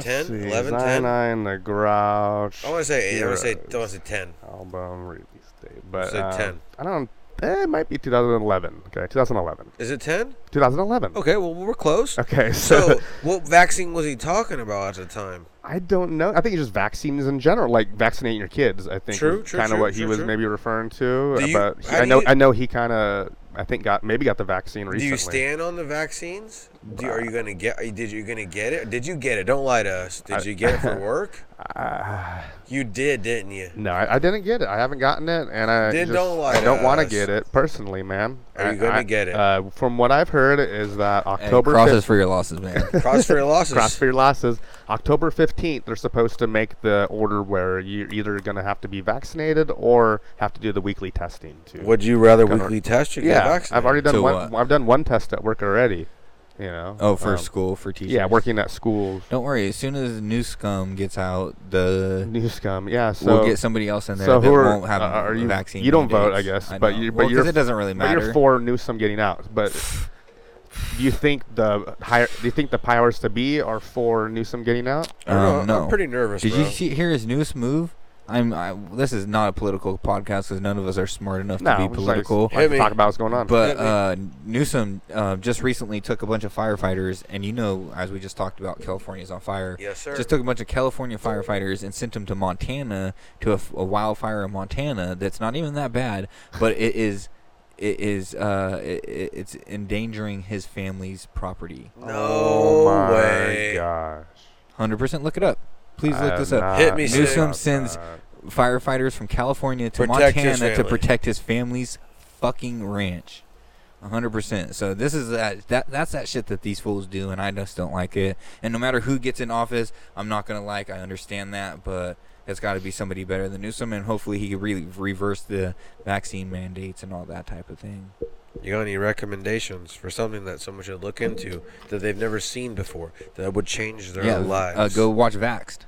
10,
let's see,
11,
Zion
10?
Eye and the Grouch.
I want to say eight. I want to say I want
Heroes
to say 10.
album release date, but
Say
um,
10.
I don't Eh, it might be 2011. Okay, 2011.
Is it 10?
2011.
Okay, well, we're close.
Okay,
So,
so,
what vaccine was he talking about at the time?
I don't know. I think it's just vaccines in general, like vaccinating your kids. I think
True, true,
kind of
true,
what he
true,
was
true.
maybe referring to. uh,
Do you-
but he-
how
I
do
know,
you-
I know he kind of, I think got maybe got the vaccine
Do
recently. Uh,
you stand on the vaccines? Do, are you gonna get? are you- Did you gonna get it? Did you get it? Don't lie to us. Did
I-
you get it for work?
Uh,
You did, didn't you?
no, I, I didn't get it. I haven't gotten it, and I
Then
just,
don't lie
I
to
don't want to
us.
get it personally, man.
Are
I-
you gonna
I-
get it?
Uh, from what I've heard, is that
Hey,
October
crosses
15
for your losses, man.
Cross for your losses.
Cross for your losses. October 15th, they're supposed to make the order where you're either going to have to be vaccinated or have to do the weekly testing. To
Would you rather
kinda-
weekly test or get
Yeah, I've
vaccinated?
already done
To
one. I've done one test at work already. You know.
Oh, for
Um,
school, for teachers.
Yeah, working at schools.
Don't worry. As soon as new scum gets out, the
New scum. Yeah. So
we'll get somebody else in there
So
that
who are,
won't have
uh,
a
are you,
vaccine.
You don't vote,
mandates.
I guess.
I
but
know.
you, but
Well, 'cause
you're
it doesn't really
but
matter.
you're for Newsom getting out, but do you think the higher? Do you think the powers to be are for Newsom getting out?
I don't
Um,
know,
no.
I'm pretty nervous.
Did
bro.
you see, hear his newest move? I'm. I, this is not a political podcast because none of us are smart enough
No,
to
we
be
just
political.
Like, like
Hit
to
me.
talk about what's going on.
But
Hit me.
uh, Newsom uh, just recently took a bunch of firefighters, and you know, as we just talked about, California's on fire.
Yes, sir.
Just took a bunch of California firefighters and sent them to Montana to a, f- a wildfire in Montana that's not even that bad, but it is, it is, uh, it, it- it's endangering his family's property.
No
oh my
way.
gosh!
Hundred percent. Look it up. Please
I
look this
am
up.
not
Hit me,
about
Sid.
Newsom sends
that.
firefighters from California to
Protect his
Montana to
family.
protect his family's fucking ranch. 100%. So this is that, that that's that shit that these fools do and I just don't like it. And no matter who gets in office, I'm not going to like I understand that, but it's got to be somebody better than Newsom and hopefully he can really reverse the vaccine mandates and all that type of thing.
You got any recommendations for something that someone should look into that they've never seen before that would change their
yeah,
lives?
uh, go watch Vaxxed.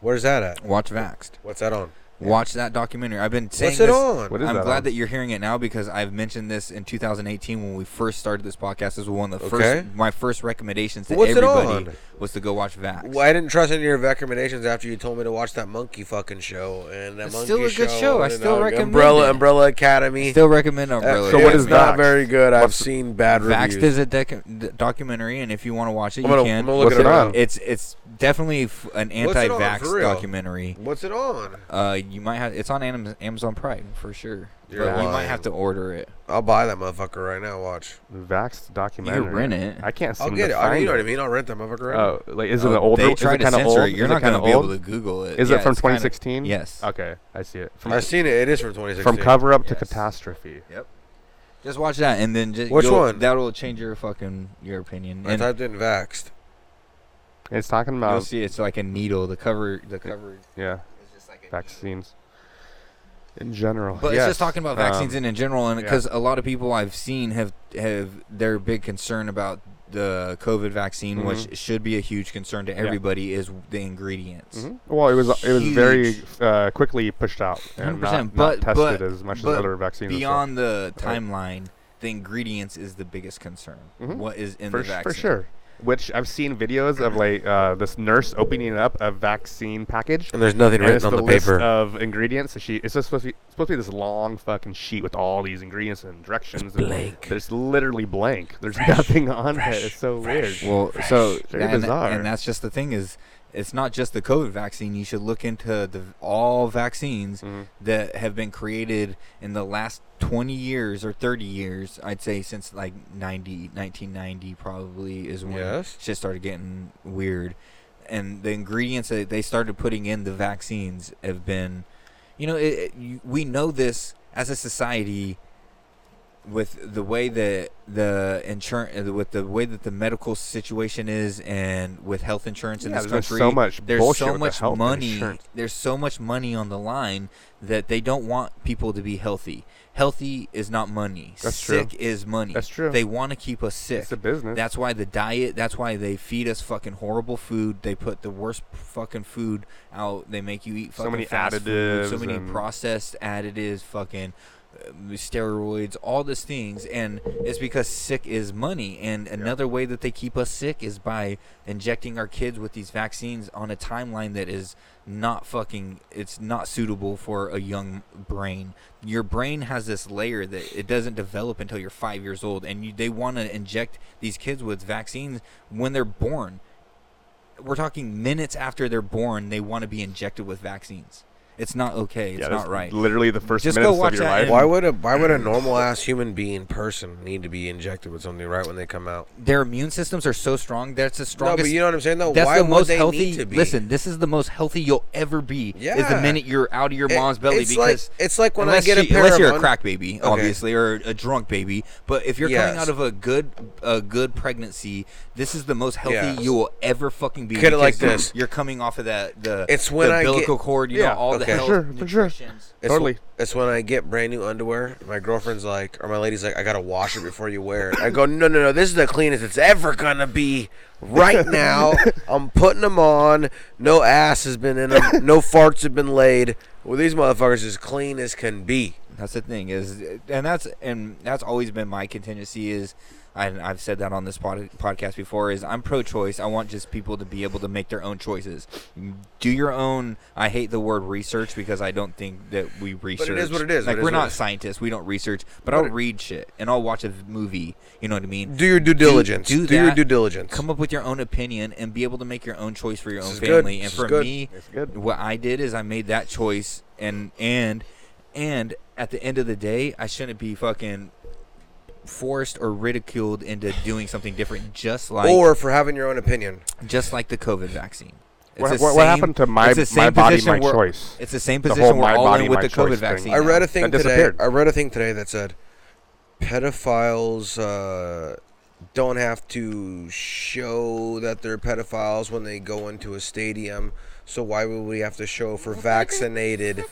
Where's that at?
Watch Vaxxed.
What's that on?
Watch that documentary. I've been saying
What's it
this-
on?
What is
I'm
that
glad
on?
that you're hearing it now because I've mentioned this in 2018 when we first started this podcast. This was one of the
Okay.
first my first recommendations to
What's it
everybody
on?
was to go watch Vax.
Well, I didn't trust any of your recommendations after you told me to watch that monkey fucking show and that
It's
monkey
still a good show. I
and
still
that
recommend
Umbrella
it.
Umbrella Academy.
Still recommend
Uh,
Umbrella.
So what
it's
is
not
Vaxxed?
very good. I've
What's-
seen bad reviews.
Vaxxed is a dec- d- documentary, and if you want to watch it,
I'm
you
gonna- I'm
can.
gonna look
What's it it up. on?
It's it's definitely f- an
What's it on,
anti-vax
for real?
documentary.
What's it on?
Uh, you might have it's on Am- Amazon Prime for sure,
You're
but you might
lying.
have to order it.
I'll buy that motherfucker right now. Watch.
Vaxxed
You can
documentary.
rent it.
I can't seem
I'll get
to
it.
find
I, you know what I mean? I'll rent that motherfucker. Right
Oh, like is it an
Oh,
older?
They
Is
tried
it
to
kind of
censor
old?
it. You're
Is
not
it kind
going
of
to be able to
old?
Google it.
Is
Yeah,
it from
it's kinda-
2016?
yes.
Okay, I see it.
now. I've seen it. It is from 2016.
From cover up to catastrophe.
Just watch that, and then just
Which
you'll-
one?
That'll change your fucking your opinion.
I
And
typed in vaxxed.
It's talking
you'll
about
see it's like a needle. The cover, the cover
yeah
is just like a
vaccines in general. Um,
But it's just talking about vaccines
in.
um,
in, in general, and
yeah.
because a lot of people I've seen have have their big concern about the COVID vaccine,
Mm-hmm.
which should be a huge concern to everybody, is the ingredients.
Mm-hmm.
Mhm. Well, it was it was very
Huge.
uh, quickly pushed out and
100%,
not,
but-
not tested
but-
as much as
but
other vaccines. and stuff.
Beyond the timeline, the ingredients is the biggest concern.
Mm-hmm.
Mhm.
What is in
for,
the
sh-
vaccine?
for sure. Which I've seen videos of like uh, this nurse opening up a vaccine package.
And there's nothing
and
written
it's
on
the
the
list
paper.
of ingredients. She it's just supposed to be supposed to be this long fucking sheet with all these ingredients and directions. and
blank.
There's literally blank. There's nothing on it. It's so weird.
Well, so
Very
and,
bizarre.
and that's just the thing is, it's not just the COVID vaccine. You should look into the all vaccines that have been created in the last 20 years or 30 years. I'd say since like 90, 1990 probably is when
Yes.
shit started getting weird, and the ingredients that they started putting in the vaccines have been, you know, it, it, you, we know this as a society with the way that the insurance, uh, with the way that the medical situation is, and with health insurance in
Yeah,
this
there's
country,
so much
there's
bullshit
so
with the
much
health
money.
insurance.
There's so much money on the line that they don't want people to be healthy. Healthy is not money.
That's true.
sick is money.
That's true.
They want to keep us sick.
It's a business.
That's why the diet. That's why they feed us fucking horrible food. They put the worst fucking food out. They make you eat
So
fucking
many
fast food,
additives
so many
and-
processed additives, fucking uh, steroids, all these things, and it's because sick is money. And another way that they keep us sick is by injecting our kids with these vaccines on a timeline that is not fucking. It's not suitable for a young brain. Your brain has this layer that it doesn't develop until you're five years old, and you, they want to inject these kids with vaccines when they're born. We're talking minutes after they're born, they want to be injected with vaccines. It's not okay. It's
Yeah, that's
not right.
Literally the first
Just go
minutes
watch
of your
that
life.
and-
Why would a why would a normal ass human being person need to be injected with something right when they come out?
their immune systems are so strong. That's the strongest.
you know what I'm saying, though?
That's
Why
the
would
most
they need
healthy.
to be?
Listen, this is the most healthy you'll ever be. Is the
Yeah.
minute you're out of your
It-
mom's belly
it's like-
because
it's like when I
unless
get a
you-
pair
unless
of
you're a
un-
crack baby,
Okay.
obviously, or a drunk baby. But if you're coming
Yes.
out of a good a good pregnancy, this is the most healthy
Yes.
you will ever fucking be.
Get it like
because
this.
You're coming off of that the
It's when
the
I get-
umbilical cord. You
Yeah,
know all
okay.
the health.
For
for sure.
It's
Totally.
wh- it's when I get brand new underwear. My girlfriend's like, or my lady's like, I gotta wash it before you wear it. I go, no, no, no. This is the cleanest it's ever gonna be. Right now, I'm putting them on. No ass has been in them. No farts have been laid. Well, these motherfuckers is clean as can be.
That's the thing is, and that's and that's always been my contingency is, and I've said that on this pod, podcast before is I'm pro-choice. I want just people to be able to make their own choices. Do your own. I hate the word research because I don't think that we research.
what it is,
Like
it
we're
is what it
not
is.
scientists. We don't research. But I'll read shit and I'll watch a movie. You know what I mean?
Do your due diligence. Do, your
that,
due diligence.
Come up with your own opinion and be able to make your own choice for your own
is good.
family.
This
And
is
for
good.
me,
It's good.
what I did is I made that choice, and and and at the end of the day, I shouldn't be fucking forced or ridiculed into doing something different. Just like
or for having your own opinion.
just like the COVID vaccine. It's
What-
the
what- what happened to my-
it's the
my
same
body,
position
my
we're-
choice?
It's the same
The
position
whole
we're
my
all
body,
in with
my
the
choice
COVID
thing.
vaccine.
I
now.
read a thing
That
today.
disappeared.
I read a thing today that said pedophiles uh, don't have to show that they're pedophiles when they go into a stadium. So why would we have to show for vaccinated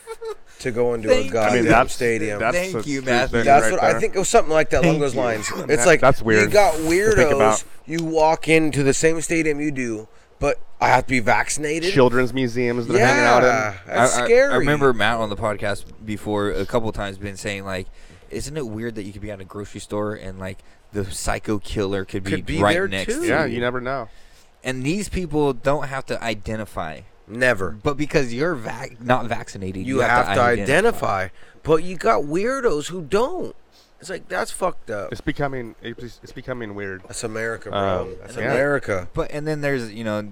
to go into a
I
goddamn
mean, that's
stadium?
That's
Thank
the
you,
truth
Matthew.
there
That's
right
what I
there.
think it was something like that along those lines. It's like
that's weird
You got
to think about.
weirdos you walk into the same stadium you do, but I have to be vaccinated.
Children's museums that
yeah,
are hanging out in.
that's
I, I-
scary.
I remember Matt on the podcast before a couple times been saying like, isn't it weird that you could be at a grocery store and like the psycho killer could be,
Could be
right
there,
next
too.
to
Yeah,
you.
you never know.
and these people don't have to identify,
never.
but because you're vac- not vaccinated,
You, have, to identify. but you got weirdos who don't. It's like that's fucked up.
It's becoming it's, it's becoming weird.
That's America, bro.
Um,
that's
yeah.
America.
But and then there's you know,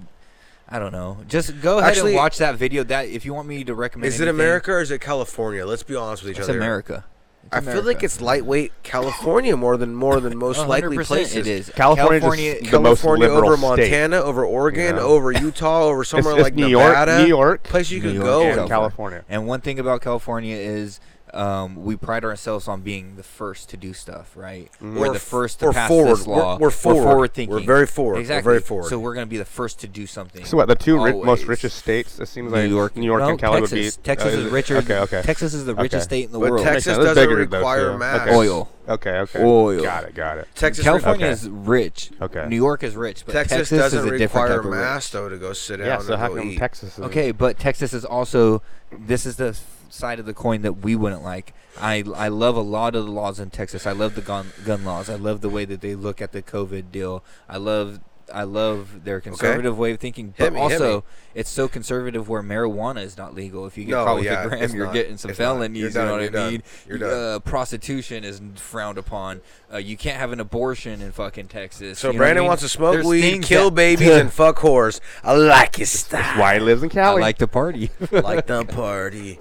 I don't know. Just go ahead
Actually-
and watch that video. That if you want me to recommend,
Is it
anything,
America or is it California? Let's be honest with each
It's
other.
America. It's
I feel like
America. Oh,
it's lightweight California more than more than most likely
100%
places.
It is
California's
California
just the most
California
liberal
over
state.
Montana, over Oregon,
Yeah.
over Utah, over somewhere
it's
like
New York-
Nevada,
New York,
place you
New
can
York
go.
and
and-
California.
California.
And one thing about California is um, we pride ourselves on being the first to do stuff, right? We're
Mm-hmm. We're
the
f-
first to
we're
pass
forward.
this
We're-
law.
we're forward.
thinking.
We're very forward. We're
Exactly.
very forward.
So we're going to be the first to do something.
So what? The two ri- most
Always.
richest states. It seems
New
like
York,
New York
no,
and Cali
Texas.
would be.
Texas
uh,
is richer.
Okay, okay.
Texas is the richest
Okay.
state in the
But
world.
Texas
that's
doesn't
bigger than those
require
two.
masks.
Okay.
Oil.
Okay, okay.
Oil.
Got it, got it.
Texas,
California
okay.
is rich.
Okay.
New York is rich, but
Texas,
Texas,
doesn't
is a different
require
type of rich.
masks though to go sit down
Yeah, so
and
how
go
come
eat.
Texas is
Okay, but Texas is also this is the f- side of the coin that we wouldn't like. I I love a lot of the laws in Texas. I love the gun gun laws. I love the way that they look at the COVID deal. I love I love their conservative way of thinking, but
Hit me, hit
also
me.
it's so conservative where marijuana is not legal. If you get
No,
caught with
yeah,
a gram,
it's
you're
not.
getting some
It's not. You're
felonies.
done,
you know what
you're
I
done,
mean?
you're done.
Uh, prostitution is frowned upon. Uh, you can't have an abortion in fucking Texas.
So
you know what I
Brandon
mean?
wants to smoke
There's
weed,
things
kill
that-
babies, and fuck whores. I like his
That's
style.
why he lives in
I
Cali.
like to party.
like the party.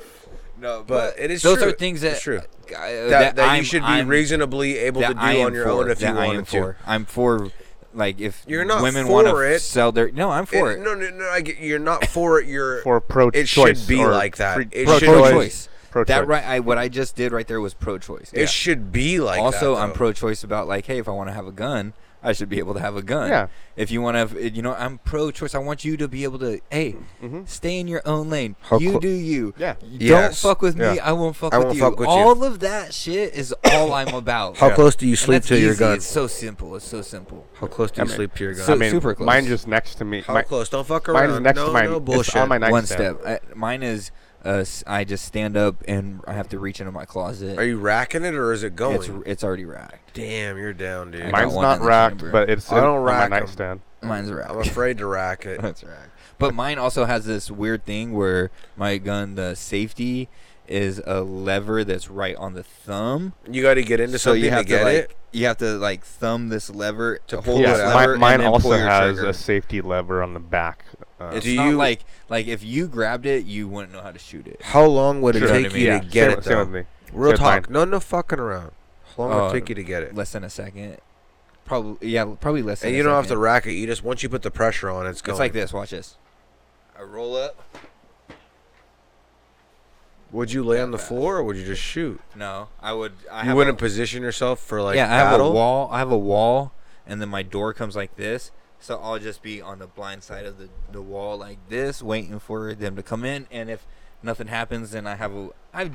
No, but, it is
those
true.
are things that
It's true.
I- uh,
That, that,
I'm-
you should be
I'm-
reasonably able to
that
do
I am
on your
for,
own if
that
you
I
wanted
am for.
to.
I'm for like if
You're not
women
for
want to
it.
sell their no, I'm for it.
No, no, no. I get, you're not for it. You're
For pro-choice
It should be
or
like that.
free-
It
pro-
should
pro-choice.
be-
Choice.
Pro-choice.
That right I what I just did right there was pro choice.
It should be like
also
that.
I'm
though.
pro choice about like, hey, if I want to have a gun, I should be able to have a gun.
Yeah.
If you want to, you know, I'm pro choice. I want you to be able to, hey, stay in your own lane. you
Mm-hmm. clo-
do you.
Yeah.
Don't
Yes.
fuck with me.
Yeah.
I won't fuck
I
with
won't
you.
fuck with you.
all of that shit is all I'm about.
How close do you
And
sleep
that's
to your
easy.
gun?
It's so simple. It's so simple.
How close do you sleep to your gun?
so-
I mean,
super close.
Mine just next to me.
How
my,
close? Don't fuck around.
Mine is next
no,
to my.
no
It's on
bullshit.
my nightstand.
One step. I, mine is uh, s- I just stand up and I have to reach into my closet.
Are you racking it or is it going?
It's, it's already racked.
Damn, you're down, dude.
I got
Mine's
one
not
in the
racked,
chamber.
but it's
I don't
in,
rack
on
'em.
my nightstand.
Oh,
Mine's racked.
I'm afraid to rack it.
That's right. But mine also has this weird thing where my gun, the safety is a lever that's right on the thumb.
You got to get into
so
something
you have
to get
like,
it.
You have to like thumb this lever to hold
Yeah,
this
mi-
lever. and
mine
then pull
also
your
has
trigger.
a safety lever on the back. Uh,
It's
uh, Do
not
you-
like like if you grabbed it, you wouldn't know how to shoot it.
How long would it
Sure.
take you
Yeah,
to get
same-
it
same
though?
with me.
Real
Same
talk.
mine.
No, no fucking around. How long
Oh,
would it take you to get it?
Less than a second. Probably yeah, probably less. Than
And
a
you don't have to
second.
rack it. You just once you put the pressure on, it's going.
It's like this. Watch this.
I roll up.
Would you lay on the floor or would you just shoot?
No, I would. I
You
have a-
wouldn't position yourself for like
yeah, I have
battle.
a wall. I have a wall, and then my door comes like this. So I'll just be on the blind side of the, the wall like this, waiting for them to come in. And if nothing happens, then I have a I.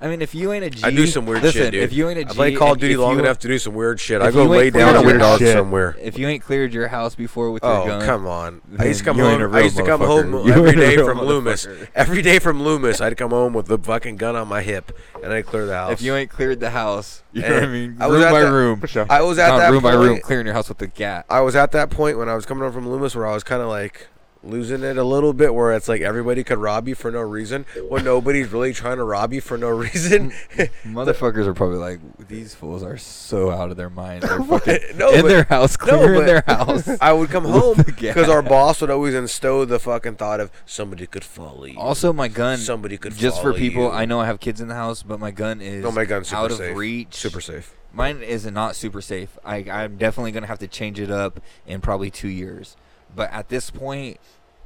I mean, if you ain't a G,
I do some weird
listen,
shit, dude.
If you ain't a G,
I play Call of
and
Duty
if
long
you-
enough to do some weird shit.
if
I go
you ain't
lay
cleared
down
your
your dog
shit-
somewhere.
If you ain't cleared your house before with your
Oh
gun,
come on! I used to
Then
come
you ain't a
home. I
real
used to come home
motherfucker. You
every
ain't a
day
real
from Loomis.
motherfucker.
Every day from Loomis, I'd come home with the fucking gun on my hip, and I'd clear the house.
If you ain't cleared the house, you know
And
what I mean?
I was
room
at
by
that-
room.
For sure.
I was at
Not
that
room by
point-
room, clearing your house with the gat.
I was at that point when I was coming home from Loomis where I was kind of like losing it a little bit where it's like everybody could rob you for no reason when nobody's really trying to rob you for no reason.
Motherfuckers are probably like, these fools are so out of their mind. They're fucking
No,
in
but-
their house,
No,
clearing
but
their house.
I would come
with
home
the gat.
because our boss would always instow the fucking thought of somebody could follow you.
Also, my gun.
Somebody could
just for
follow
people.
you.
I know I have kids in the house, but my gun is
no, my gun's super
out of
safe.
reach.
Super safe.
Mine is not super safe. I, I'm definitely gonna have to change it up in probably two years. But at this point,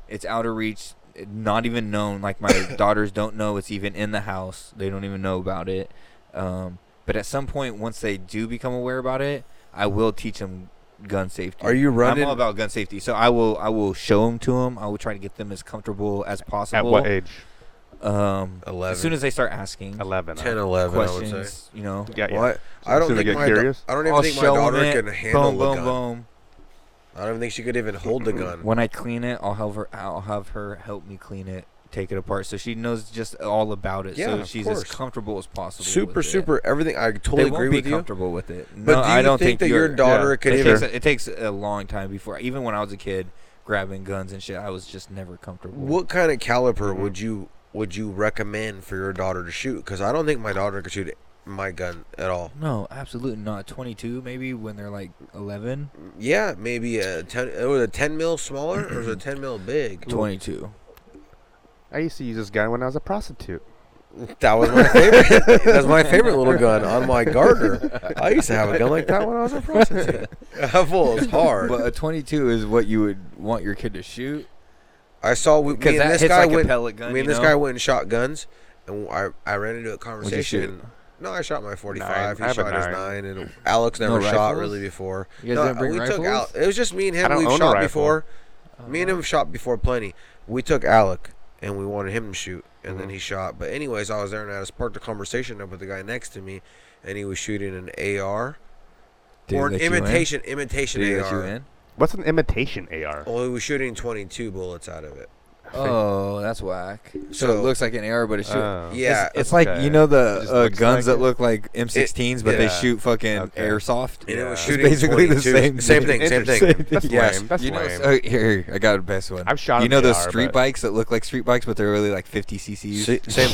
it's out of reach. Not even known. Like my daughters don't know it's even in the house. They don't even know about it. Um, but at some point, once they do become aware about it, I will teach them gun safety.
Are you running-
I'm all about gun safety, so I will. I will show them to them. I will try to get them as comfortable as possible.
At what age?
Um,
11.
as soon as they start asking
11. I-
10, 11, I would say.
questions, you know,
Yeah, yeah.
Well, I, I don't
Soon they
think
get
my da-
curious?
I don't even
I'll
think my
show 'em
daughter
it.
can handle
boom,
a
boom,
gun.
boom.
I don't even think she could even hold a gun.
When I clean it, I'll have her. I'll have her help me clean it, take it apart, so she knows just all about it.
Yeah,
so
of
she's as
course.
comfortable as possible. with
Super,
it.
super everything. I totally
They
agree
won't be
with you.
comfortable with it. No,
But do you
I don't
think, that your
you're-
daughter
Yeah.
could
It
even
takes, a, it takes a long time before. Even when I was a kid, grabbing guns and shit, I was just never comfortable.
What kind of caliper
Mm-hmm.
would you would you recommend for your daughter to shoot? Because I don't think my daughter could shoot my gun at all.
No, absolutely not. Twenty-two, maybe when they're like eleven.
Yeah, maybe a ten. It was a ten mil smaller, or was it a ten mil big?
Twenty-two.
I used to use this gun when I was a prostitute.
That was my favorite. That's my favorite little gun on my garter. I used to have a gun like that when I was a prostitute. That was hard.
But a twenty-two is what you would want your kid to shoot.
I saw we, me
'Cause that
and this
hits
guy
like a
went.
pellet gun,
me and
you
this
know?
guy went and shot guns, and I I ran into a conversation.
shoot?
and- No, I shot my 45.
Nine.
He
I have a
shot his
nine.
nine, and Alex never
No
shot
rifles?
really before.
You guys
no,
didn't bring
we took
rifles?
Al- It was just me and
I
him.
don't
We've
own a
shot
rifle.
before.
Oh,
Me and him shot before plenty. We took Alec, and we wanted him to shoot, and
Mm-hmm.
then he shot. But anyways, I was there, and I sparked a conversation up with the guy next to me, and he was shooting an AR
Did he
or an
let you in?
imitation imitation
Did he let you
AR.
in?
What's an imitation AR?
Well, he was shooting 22 bullets out of it.
Oh, that's whack. So,
So-
it looks like an arrow, but it's shoot.
Oh.
Yeah,
it's, it's like you know
It
the
just
uh,
looks
guns
like
that
it.
look like M16s, but they
Yeah.
shoot fucking
Okay.
airsoft.
And it was
Yeah.
shooting
it's basically the
22.
same
Same thing, same thing.
Interesting. That's
Yes.
lame. That's
you know,
lame.
uh, here, here, I got the best one.
I've shot
You
an
know those
AR,
street
but-
bikes that look like street bikes, but they're really like 50 cc's.
Sa- Same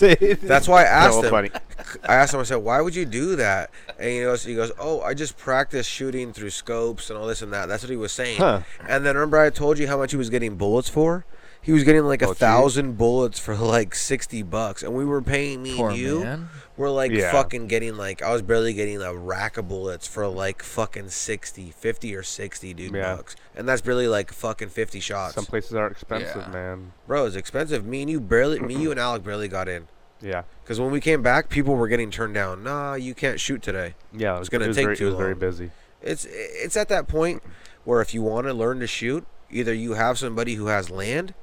thing. That's why I asked him. I asked him. I said, "Why would you do that?" And he goes, "He goes, oh, I just practiced shooting through scopes and all this and that." That's what he was saying.
Huh.
And then remember, I told you how much he was getting bullets for. He was getting like a thousand bullets for like sixty bucks, and we were paying me
Poor
and you.
man.
We're like
Yeah.
fucking getting like I was barely getting a rack of bullets for like fucking 60, 50 or sixty dude
Yeah.
bucks, and that's really like fucking fifty shots.
Some places are expensive,
Yeah.
man.
Bro, it's expensive. Me and you barely, me you and Alec barely got in.
Yeah.
Because when we came back, people were getting turned down. Nah, you can't shoot today.
Yeah, it was,
gonna
it was
take
very,
too
it was very
long.
busy.
It's it's at that point where if you want to learn to shoot, either you have somebody who has land,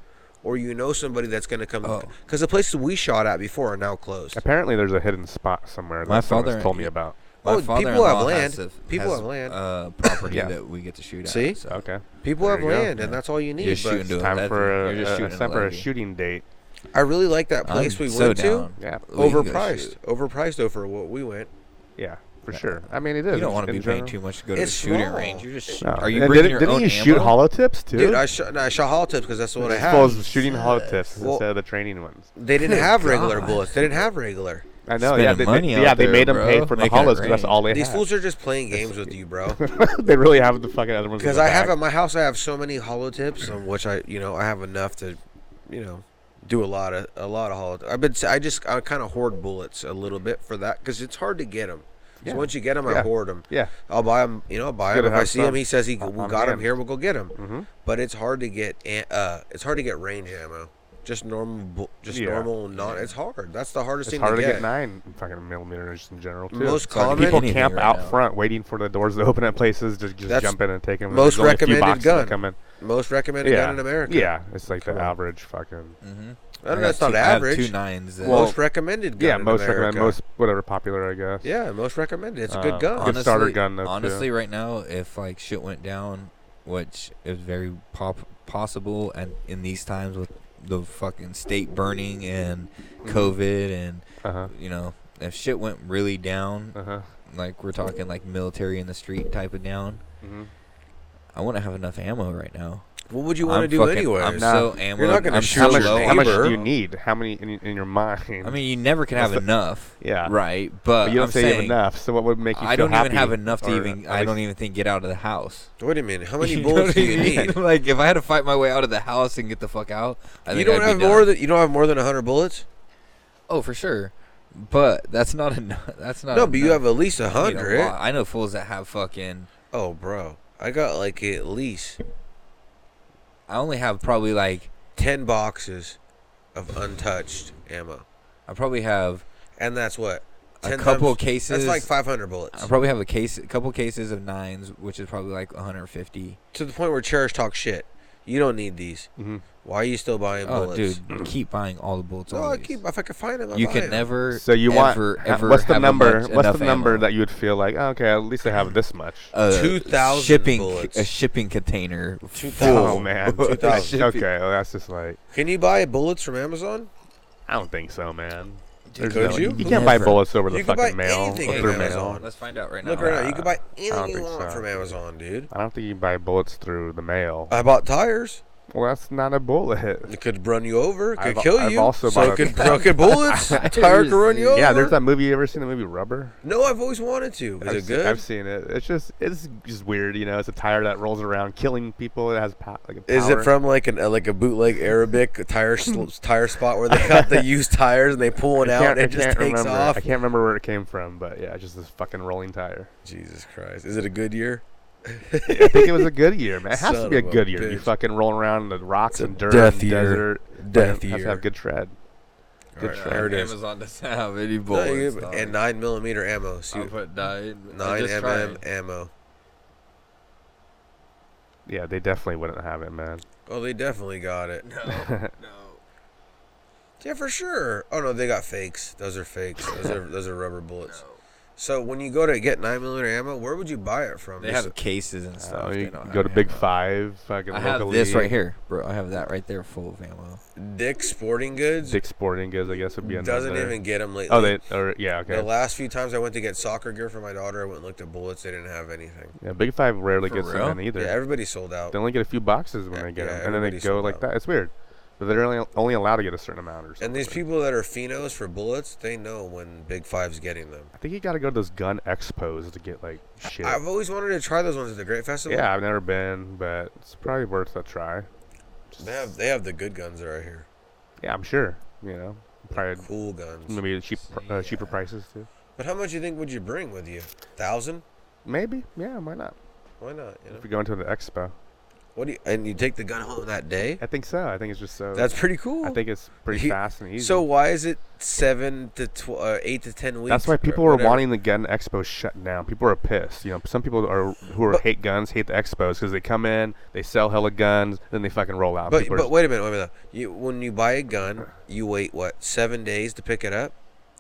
or you know somebody that's going to come.
Oh.
Because the places we shot at before are now closed.
Apparently, there's a hidden spot somewhere
My
that someone's
father-
told me about.
My
Oh, people have
father-in-law
land.
has a-
People
has,
have land.
Uh, property
Yeah.
that we get to shoot at.
See?
so
uh,
Okay.
People
There
have
you go.
land, and that's all you need.
You're
but
shooting to
Time
11.
for a,
You're just
a-
shooting
it's time for a
11.
shooting date.
I really like that place
I'm
we
so
went
down.
to.
Yeah. We can go
Overpriced. Overpriced over what we went.
Yeah, for sure. I mean, it is.
You don't want to
in
be paying
general.
too much to go to
It's
the shooting
small.
range. You're just.
No.
Are you
And
bringing
didn't,
your
didn't
own
you shoot
ammo?
hollow tips too?
Dude, I, shot, no, I shot hollow tips because that's what I
It's
had.
full of shooting hollow tips
Well-
instead of the training ones.
They didn't
Good
have regular
God.
bullets. They didn't have regular.
I know.
Spending
Yeah, they, they-
money out
yeah, they
there,
made them pay
bro.
for the
Making it
hollows because that's
rain.
all they
These
had.
fools are just playing games with you, bro.
they really have the fucking other ones. in
Because
the
I have
back.
at my house, I have so many hollow tips, on which I, you know, I have enough to, you know, do a lot of a lot of hollow. I've been, I just, I kind of hoard bullets a little bit for that because it's hard to get them.
Yeah.
So once you get them,
Yeah.
I hoard them.
Yeah.
I'll buy them. You know, I'll buy
Good
them. If
to
I
have
see him,
some.
he says he g-
Uh,
we
on
got him
hand.
here. We'll go get him.
Mhm.
But it's hard to get. an- Uh, it's hard to get range ammo. Just normal, bu- just
Yeah.
normal. Not. It's hard. That's the hardest
It's
thing
harder
to get.
nine fucking millimeters in general too.
Most
It's hard to-
common-
people
Anything
camp
right
out
now.
front waiting for the doors to open at places to just
That's
jump in and take them.
most
There's only a few
recommended
boxes that
gun.
Come in.
Most recommended
Yeah.
gun in America.
Yeah, it's like
Come
the
on.
average fucking.
I don't
I
know.
got
It's not
two- I have
average.
Two nines. that-
most recommended gun.
yeah,
in
most recommend
America.
most whatever popular I guess.
Yeah, most recommended. It's a good
Um,
gun.
Good starter gun, though, too.
honestly, right now, if like shit went down, which is very pop- possible, and in these times with the fucking state burning and COVID, and
Uh Mm-hmm. huh.
you know, if shit went really down,
Uh huh.
like we're talking like military in the street type of down,
Mhm.
I wouldn't have enough ammo right now.
What would you
I'm
want to do
fucking-
anyway?
I'm
Nah.
so ammo.
You're not gonna
I'm
shoot
so
How much?
low.
your
How much
neighbor.
do you need? How many in, in your mind?
I mean, you never can
What's
have
Mm. the-
enough.
yeah.
Right, but,
But you don't
I'm
say you have
saying
enough. So what would make you?
I
feel
don't even
happy
have enough to
or
even.
at
I don't
least-
even think get out of the house.
Wait a minute. How many
You know
bullets
what
do
I
you
mean?
need?
like if I had to fight my way out of the house and get the fuck out, I
You
think
don't
I'd be
have more
done.
than you don't have more than hundred bullets.
oh, for sure. But that's not enough. That's not.
No, but you
enough.
have at least a
Uh, I need a lot.
hundred.
I know fools that have fucking.
Oh, bro, I got like at least
I only have probably like.
ten boxes of untouched ammo,
I probably have.
and that's what
A
10
couple
times-
cases- Uh,
That's like five hundred
I
bullets
probably have a case, a couple cases of nines, which is probably like 150.
to the point where Cherish talks shit. You don't need these.
Mhm.
Why are you still buying
Oh,
bullets?
Hmm.
dude, keep buying all the bullets.
No, I
always.
keep if I can find them. I
You
buy
can
'em.
never.
So you want?
ever,
ha-
ever
what's the
have
number?
Much,
What's
enough
the number
ammo. Uh,
that you would feel like? "Oh, okay, at least I have this much.
a
2,000
shipping
bullets.
a shipping container. Two
Oh man,
Two thousand.
okay, well, that's just like
Can you buy bullets from Amazon?
I don't think so, man. There's
Could
no-
you?
You can't buy
Never.
bullets over the
You could buy
fucking mail or
anything
through
on
mail.
Amazon.
Let's find out right now.
Look right now. You can buy anything you
think
want
so.
from Amazon, dude.
I don't think you can buy bullets through the mail.
I bought tires.
well, that's not a bullet.
It could run you over. It could
I've-
kill
I've
you.
also
so
bought
it
a-
could rocket bullets. A tire could run you over.
Yeah, there's that movie. You ever seen the movie Rubber?
No, I've always wanted to. Is
I've
it
se-
good?
I've seen it. It's just it's just weird, you know. It's a tire that rolls around killing people. It has pow- like a power.
Is it from like an uh, like a bootleg Arabic tire sl- tire spot where they got the used tires and they pull one
I
out
can't,
and
I
it just
can't
takes
remember.
off?
I can't remember where it came from, but yeah, it's just this fucking rolling tire.
Jesus Christ! Is it a good year?
I think it was a good year, man. It has to
Son
be a
of a
good year. You
bitch.
fucking rolling around in the rocks
It's a
and dirt,
death
and
year.
desert.
Death
Fucking Has
year.
to have good tread.
All right,
try.
there it is.
Amazon doesn't have any
No, you-
bullets. dog.
and nine millimeter ammo. So
I
you,
put nine. I
nine
just
mm
tried.
ammo.
Yeah, they definitely wouldn't have it, man.
Oh, they definitely got it.
No, no.
Yeah, for sure. Oh no, they got fakes. Those are fakes. Those are those are rubber bullets. So when you go to get nine millimeter ammo, where would you buy it from?
They
Just-
have cases and
Uh,
stuff.
you
They don't
go
have
to Big
ammo.
Five. Fucking
I have
locally.
this right here, bro. I have that right there, full of ammo.
Dick's Sporting Goods
Dick Sporting Goods, I guess, would be another.
doesn't even get them lately.
Oh, they. Or, yeah, okay.
The last few times I went to get soccer gear for my daughter, I went and looked at bullets. They didn't have anything.
yeah, Big Five rarely
For
gets
real?
them in either.
Yeah, everybody sold out.
they only get a few boxes when
Yeah,
they get
yeah,
them, and then they
everybody's
go
sold
like
out.
that. It's weird, but they're only only allowed to get a certain amount or something.
And these people that are finos for bullets, they know when Big Five's getting them.
I think you got to go to those gun expos to get like shit.
I've always wanted to try those ones at the Great Festival.
yeah, I've never been, but it's probably worth a try.
They have they have the good guns that are here.
Yeah, I'm sure. You know, probably
Cool guns.
maybe cheap, uh, cheaper prices too.
But how much do you think would you bring with you? Thousand?
Maybe. Yeah, why not?
Why not? You know?
If we go into the expo,
What do you, and you take the gun home that day?
I think so. I think it's just so.
That's pretty cool.
I think it's pretty
He-
fast and easy.
So why is it seven to tw- uh, eight to ten weeks?
That's why
or
people are
whatever?
wanting the gun expo shut down. People are pissed. You know, some people are who are
But-
hate guns, hate the expos because they come in, they sell hella guns, then they fucking roll out.
But
People are
but
just-
wait a minute, wait a minute. You, when you buy a gun, you wait what seven days to pick it up?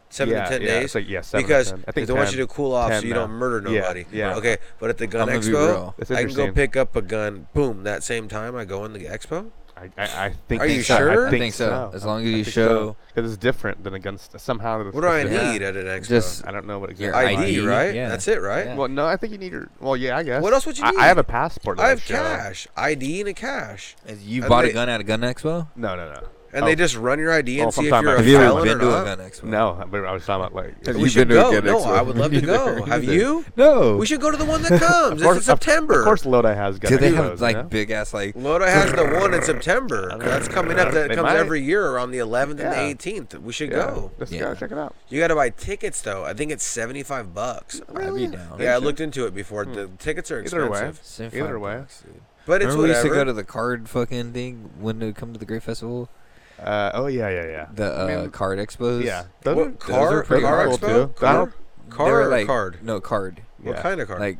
Seven
Yeah,
to ten
yeah,
days?
it's like, yeah, seven to
because
10.
they
I think
don't want
10,
you to cool off
10
so you
now.
don't murder
Yeah,
nobody.
yeah.
Okay, but at the gun
I'm gonna be real.
expo,
It's
I can go
interesting.
pick up a gun. Boom, that same time I go in the expo.
I I, I, I think.
Are
so.
you sure?
I think, so.
As long as
I
you
think
show-
because it's different than a gun. st- Somehow. they're
What do I
supposed to-
need at an expo?
Just
I don't know what
your
exactly.
ID,
ID,
right?
yeah.
That's it, right?
Yeah.
Well, no, I think you need your. Well, yeah, I guess.
What else would you
I-
need?
I, have a passport. that
I have
show.
cash, ID, and a cash,
You
And
bought
they-
a gun at a gun expo?
No, no, no.
and
Oh.
they just run your ID and
Oh,
see if
sometime
you're
I-
a
Have you ever
felon or
been to a gun
not.
expo?
No, but I was talking about like.
Have
we
you
should
been to a
go.
gun
no,
expo?
I would love to go. Have you?
No.
We should go to the one that comes.
Of course-
it's in
of-
September.
Of course, Lodi has gun
Do they
expos,
have
you
like
know?
big ass like?
Lodi has the one in September. 'cause That's coming up. That
They
comes
might.
every year around the 11th and
Yeah.
the 18th. We should
Yeah,
go.
Let's
Yeah.
go check it out.
You got to buy tickets though. I think it's 75 bucks.
I'd be down.
Yeah, I looked into it before. The tickets are
Either way.
expensive,
Either way.
but it's
Remember we used to go
whatever.
to the card fucking thing when we come to the Great Festival,
Uh, oh yeah, yeah, yeah.
the uh, card expos.
yeah. Those
What
are-
car?
pretty
car
cool,
expo?
too. I
Car?
don't-
They
Car
were
or
like-
card?
No card.
What
yeah.
kind of card?
Like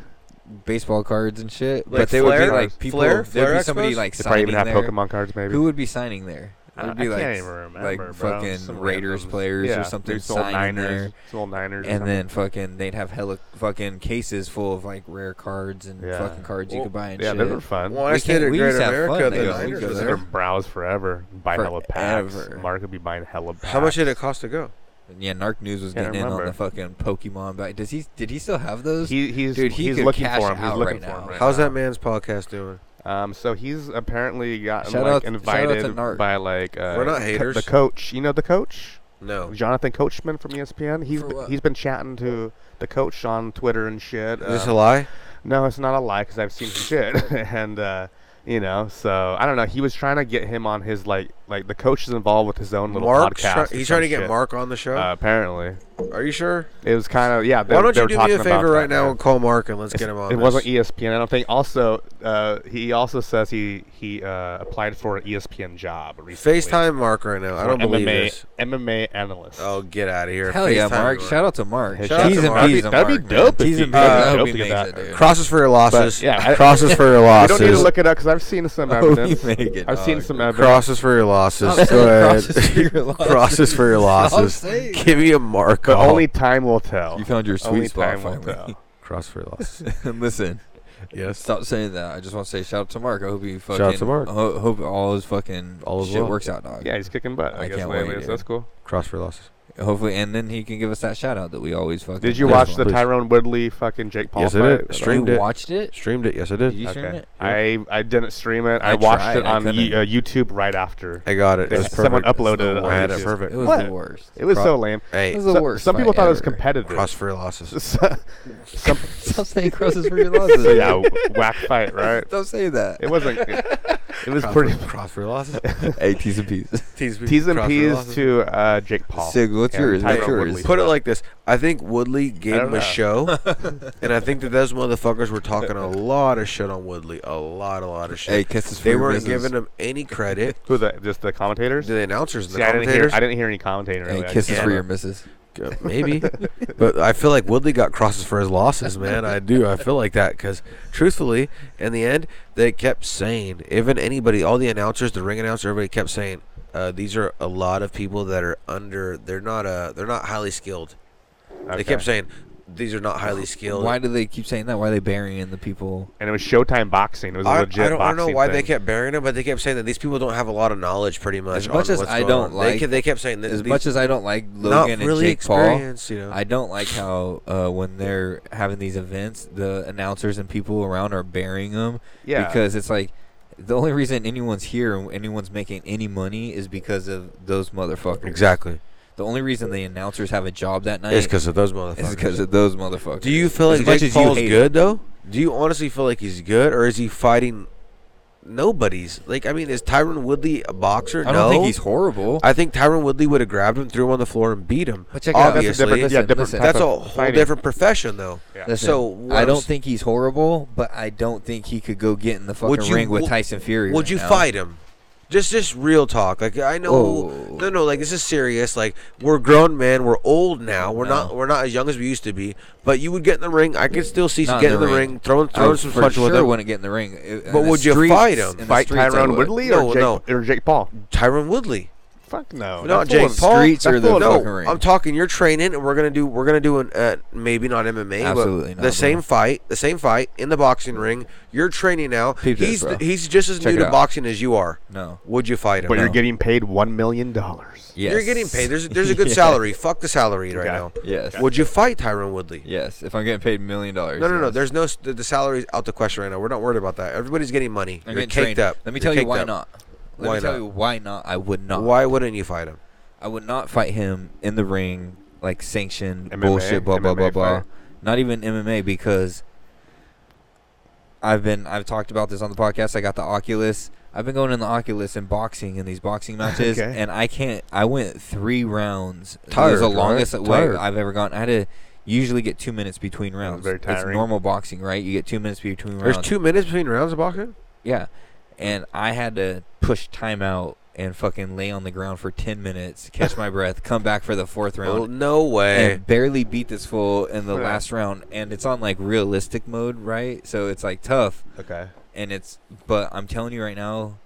baseball cards and shit.
Like
but they would
Flair?
be like people.
Flair-
there'd
Flair
be somebody
expos?
like
They
signing
probably even have
there.
Pokemon cards, maybe.
Who would be signing there?
I
It
don't-
would be
I
like
can't
s-
even remember,
like
bro.
fucking
Some
Raiders
random-
players
yeah,
or something
maybe some old
signing
Niners,
there.
some old Niners, or
And
something.
then fucking, they'd have hella fucking cases full of like rare cards and
Yeah.
fucking cards you
Well,
could buy and
yeah,
shit.
those are fun.
Well, I
we
stayed
can't-
at
we
Great
used to have
America.
fun.
The
They go- we
Niners
go
was
Sit
there.
there and browse forever. Buy hella packs.
Forever.
Mark would be buying hella packs.
How much did it cost to go?
Yeah, Narc News was
Can't
getting in on
remember.
the fucking Pokemon. Back. Does he? Did he still have those?
He, he's
Dude, he
he's
could
looking
cash
for him. He's
out
looking
right
for him.
now.
Right
How's
now.
that man's podcast doing?
Um, so he's apparently gotten
Shout
like
out- shout out to
invited
Narc.
by like uh,
We're not
co-
haters.
the coach. You know the coach,
No.
Jonathan Coachman from E ESPN. He's
For
b-
what?
he's been chatting to the coach on Twitter and shit.
Is this
um,
a lie?
No, it's not a lie because I've seen some shit, and uh, you know, so I don't know. He was trying to get him on his like, like the coach is involved with his own little
Mark,
podcast. or
he's
some
trying to get
shit.
Mark on the show.
Uh, apparently,
Are you sure?
it was kind of yeah. They,
Why don't
they
you
were
do me
talking
a
about
favor
that,
right now
man.
and call Mark and let's get him on.
It E
this.
wasn't ESPN. I don't think. Also, uh, he also says he he uh, applied for an ESPN job recently.
FaceTime Mark right now. I
for
don't believe
MMA,
this.
MMA analyst.
Oh, get out of here.
Hell yeah,
FaceTime
Mark! Shout out to Mark.
Hey,
He's
shout out
T's
to
and
Mark.
P's
That'd
on
be-
Mark,
that'd be
man.
dope if
T's
he-
and P's.
that'd be
I hope
dope
he
to
makes
get
it,
that.
dude.
Crosses for your losses.
yeah, I-
crosses for your
you
losses.
don't need to look it up because I've seen some
I hope
evidence.
he make it,
I've seen
dog.
some evidence.
Crosses for your losses.
Stop
Go
saying
ahead.
crosses for your losses.
Crosses for your
Stop
losses.
saying
Give me a mark.
But
call.
only time will tell.
You found your sweet
only
spot
time will
finally.
tell.
cross for your losses.
Listen,
yes.
stop saying that. I just want to say shout out to Mark. I hope he fucking.
out to Mark.
I ho- hope all his fucking
All is
shit
well.
works out, dog.
Yeah, he's kicking butt. I,
I
guess
can't
lately,
wait,
so that's
dude.
cool.
Cross for your losses.
Hopefully, and then he can give us that shout out that we always fucking.
Did you
This
watch
one.
the
please.
Tyrone Woodley fucking Jake Paul
Yes, I
fight?
did.
That's
Streamed
You
it.
watched it?
Streamed it. Yes, I
Did
did.
you stream
okay.
it?
I I didn't stream it. I,
I
watched
tried,
it
I
on
couldn't.
Yo- uh, YouTube right after.
I got it.
They-
It was
someone
perfect.
uploaded it. on
I had it
YouTube.
perfect.
It was
What?
the worst.
It was
Pro-
so lame.
It
Hey,
was the
So-
worst.
Some people
fight
thought it was
ever.
competitive.
cross for your losses.
So- some,
Stop saying crosses for your losses.
so yeah, w- whack fight, right?
Stop saying that.
It wasn't. It, it was pretty.
Cross for your losses.
Hey, T's and P's.
T's
T's and
cross for your
P's
losses.
to uh, Jake Paul.
Sig, what's
and
yours? What's
Tyrone
yours?
Woodley.
Put it like this. I think Woodley
I
gave
don't
him a
know.
show, and I think that those motherfuckers were talking a lot of shit on Woodley. A lot, a lot of shit.
Hey, kisses for
they
your
weren't
business.
giving him any credit.
Who the just the commentators?
The announcers, and the
See, I didn't hear.
commentators.
I didn't hear any commentator.
Hey,
really. I
kisses
just-
for your missus.
Uh, Maybe, but I feel like Woodley got crosses for his losses, man. I do. I feel like that because, truthfully, in the end, they kept saying, even anybody, all the announcers, the ring announcer, everybody kept saying, uh, these are a lot of people that are under. They're not. Uh, they're not highly skilled. They
Okay.
kept saying, these are not highly skilled.
Why do they keep saying that? Why are they burying the people?
And it was Showtime boxing. It was a
I, I
legit
don't, I don't know
boxing
why they
thing.
kept burying them, but they kept saying that these people don't have a lot of knowledge, pretty much.
As much
on
as
what's
I
going
don't
on. they
like-
kept, they kept saying that
As
these-
much as I don't like
not
Logan
really
and Jake Paul,
experienced, you know.
I don't like how uh, when they're having these events, the announcers and people around are burying them.
Yeah.
Because it's like the only reason anyone's here and anyone's making any money is because of those motherfuckers.
exactly.
The only reason the announcers have a job that night
It's
is
because of those
because
motherfuckers.
of those motherfuckers.
Do you feel
As
like
much
Jake
as you
Paul's
hate
good though? Do you honestly feel like he's good, or is he fighting nobody's? Like, I mean, is Tyron Woodley a boxer?
I don't
no.
think he's horrible.
I think Tyron Woodley would have grabbed him, threw him on the floor, and beat him.
But check it out.
That's a
Obviously,
different. yeah,
listen,
different
listen.
type
that's a
of
whole
fighting.
different profession, though.
Yeah.
Listen,
So what
I
I'm
don't
s-
think he's horrible, but I don't think he could go get in the fucking ring with
wo-
Tyson Fury.
Would
right
you
now.
fight him? Just just real talk. Like I know
Oh.
no no like this is serious. Like we're grown men, we're old now. We're not
No.
we're not as young as we used to be. But you would get in the ring. I could still see you
Not
get in the ring, throwing
I
throwing some
for
punch
sure
with him.
wouldn't get in the ring. I- in
But
the
would you
streets-
fight him?
in the
Fight
streets, I
Tyrone
would.
Woodley
No,
or Jake
no.
or Jake Paul?
Tyron Woodley.
Fuck no.
No,
That's
Jake
full of-
Paul.
that's full of-
no,
no,
I'm talking. You're training, and we're gonna do. We're gonna do an uh, maybe not MMA,
Absolutely
but
not,
the
bro.
same fight, the same fight in the boxing ring. You're training now.
Peep this,
he's
bro.
he's just as
Check
new
it
to
out.
boxing as you are.
No.
Would you fight him?
But you're getting paid one million dollars.
You're getting paid. There's there's a good salary. Fuck the salary right
Okay.
now.
Yes.
Would you fight Tyron Woodley?
Yes, if I'm getting paid a million dollars.
No, no, no.
yes.
There's no the, the salary's out the question right now. We're not worried about that. Everybody's getting money.
I'm
you're
getting
caked
trained.
up.
Let me
You're
tell you
caked
why
up.
not. Let
Why
me tell
not?
you why not. I would not.
Why wouldn't you fight him?
I would not fight him in the ring, like sanctioned
MMA?
bullshit, blah blah blah
MMA
blah.
fight?
Not even MMA because I've been I've talked about this on the podcast. I got the Oculus. I've been going in the Oculus and boxing in these boxing matches,
Okay.
and I can't. I went three rounds. it
Tired,
was the
right?
longest
Tired.
way I've ever gone. I had to usually get two minutes between rounds.
very
it's
tiring.
normal boxing, right? You get two minutes between rounds.
There's two minutes between rounds of boxing.
Yeah. And I had to push timeout and fucking lay on the ground for 10 minutes, catch my breath, come back for the fourth
Well,
round,
no way.
and barely beat this fool in the
Right.
last round. And it's on like realistic mode, right? So it's like tough.
Okay.
And it's, but I'm telling you right now,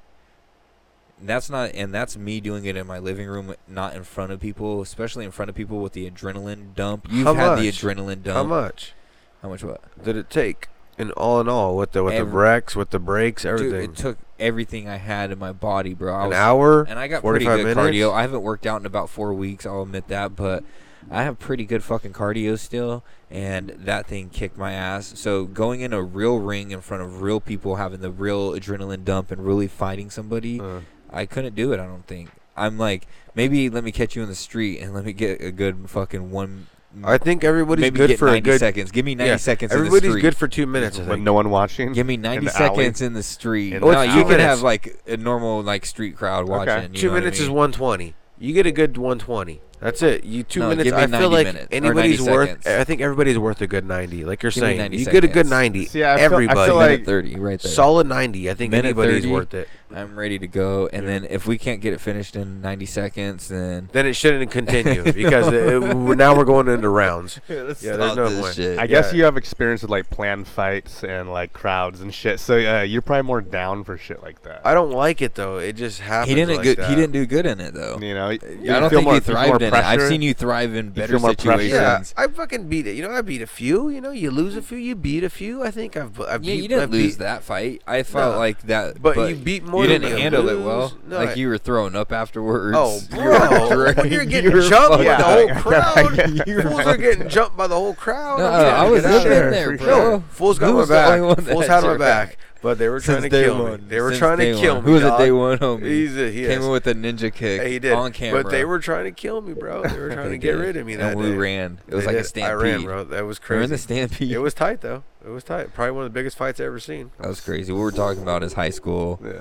that's not, and that's me doing it in my living room, not in front of people, especially in front of people with the adrenaline dump. You've
How
had the
much?
adrenaline dump.
How much
How much what?
did it take? And all in all, with the with
Every-
the wrecks, with the breaks, everything.
Dude, it took everything I had in my body, bro. I
an
was
hour
and I got pretty
45
good
minutes?
cardio. I haven't worked out in about four weeks. I'll admit that, but I have pretty good fucking cardio still, and that thing kicked my ass. So going in a real ring in front of real people, having the real adrenaline dump, and really fighting somebody,
Uh.
I couldn't do it. I don't think. I'm like, maybe let me catch you in the street and let me get a good fucking one.
I think everybody's
maybe
good
get
for
90
a good
seconds. Give me 90
yeah,
seconds. in the
Everybody's
street.
good for two minutes. I
With
think.
no one watching.
Give me 90
an alley.
seconds in the street.
In
no,
the
you
alley.
could have like a normal like street crowd watching. you
two
know what I
minutes is
mean?
120. You get a good 120. That's it. You two
No,
minutes.
give me
I feel
90
like
minutes, or
anybody's
90
worth.
seconds.
I think everybody's worth a good 90. Like you're
Give me
saying,
90
you get a good
seconds.
90.
See, I feel- I feel
Everybody.
like-
30 right there.
solid 90. I think
Minute
anybody's
30.
worth it.
I'm ready to go. And then if we can't get it finished in 90 seconds, then
Then it shouldn't continue because it, we're- now we're going into rounds. Yeah, there's no point.
I guess you have experience with like planned fights and like crowds and shit. So uh, you're probably more down for shit like that.
I don't like it though. It just happens.
he didn't
like
good.
That.
He didn't do good in it though.
you know, I
I don't think you thrived in it. I've seen you thrive in better
feel more pressure.
situations.
Yeah, I fucking beat it. You know, I beat a few. You know, you lose a few, you beat a few. I think I've. I've
Yeah,
beat,
you didn't
I've
lose
beat-
that fight. I felt
No.
like that,
But you beat more
You
than
didn't
you
handle it
lose.
well.
No, I-
like you were throwing up afterwards.
Oh,
You were
bro!
dragged.
You're
You were
getting jumped
fucked
by
up.
the whole crowd. Fools are getting jumped by the whole crowd.
No,
I'm trying
I
to
was
get out
living
of
there,
No,
bro.
Fools got
Who
my
was the only one
back. Fools
that
had my
survived?
back, but they were trying
Since
to
day
kill me.
one.
They were
Since
trying
day
to kill
one.
me.
Who was a
dog.
day one homie?
He's a, he
Came
is.
in with a ninja kick.
Yeah, he did
on camera.
But they were trying to kill me, bro. They were trying to
They
get
did.
rid of me.
And
That
we
day.
ran. It was
They
like a
did. I ran,
stampede.
bro. That was
We
crazy.
were in the stampede.
It was tight though. It was tight. Probably one of the biggest fights I ever seen.
That was crazy. What we're talking about is high school.
Yeah.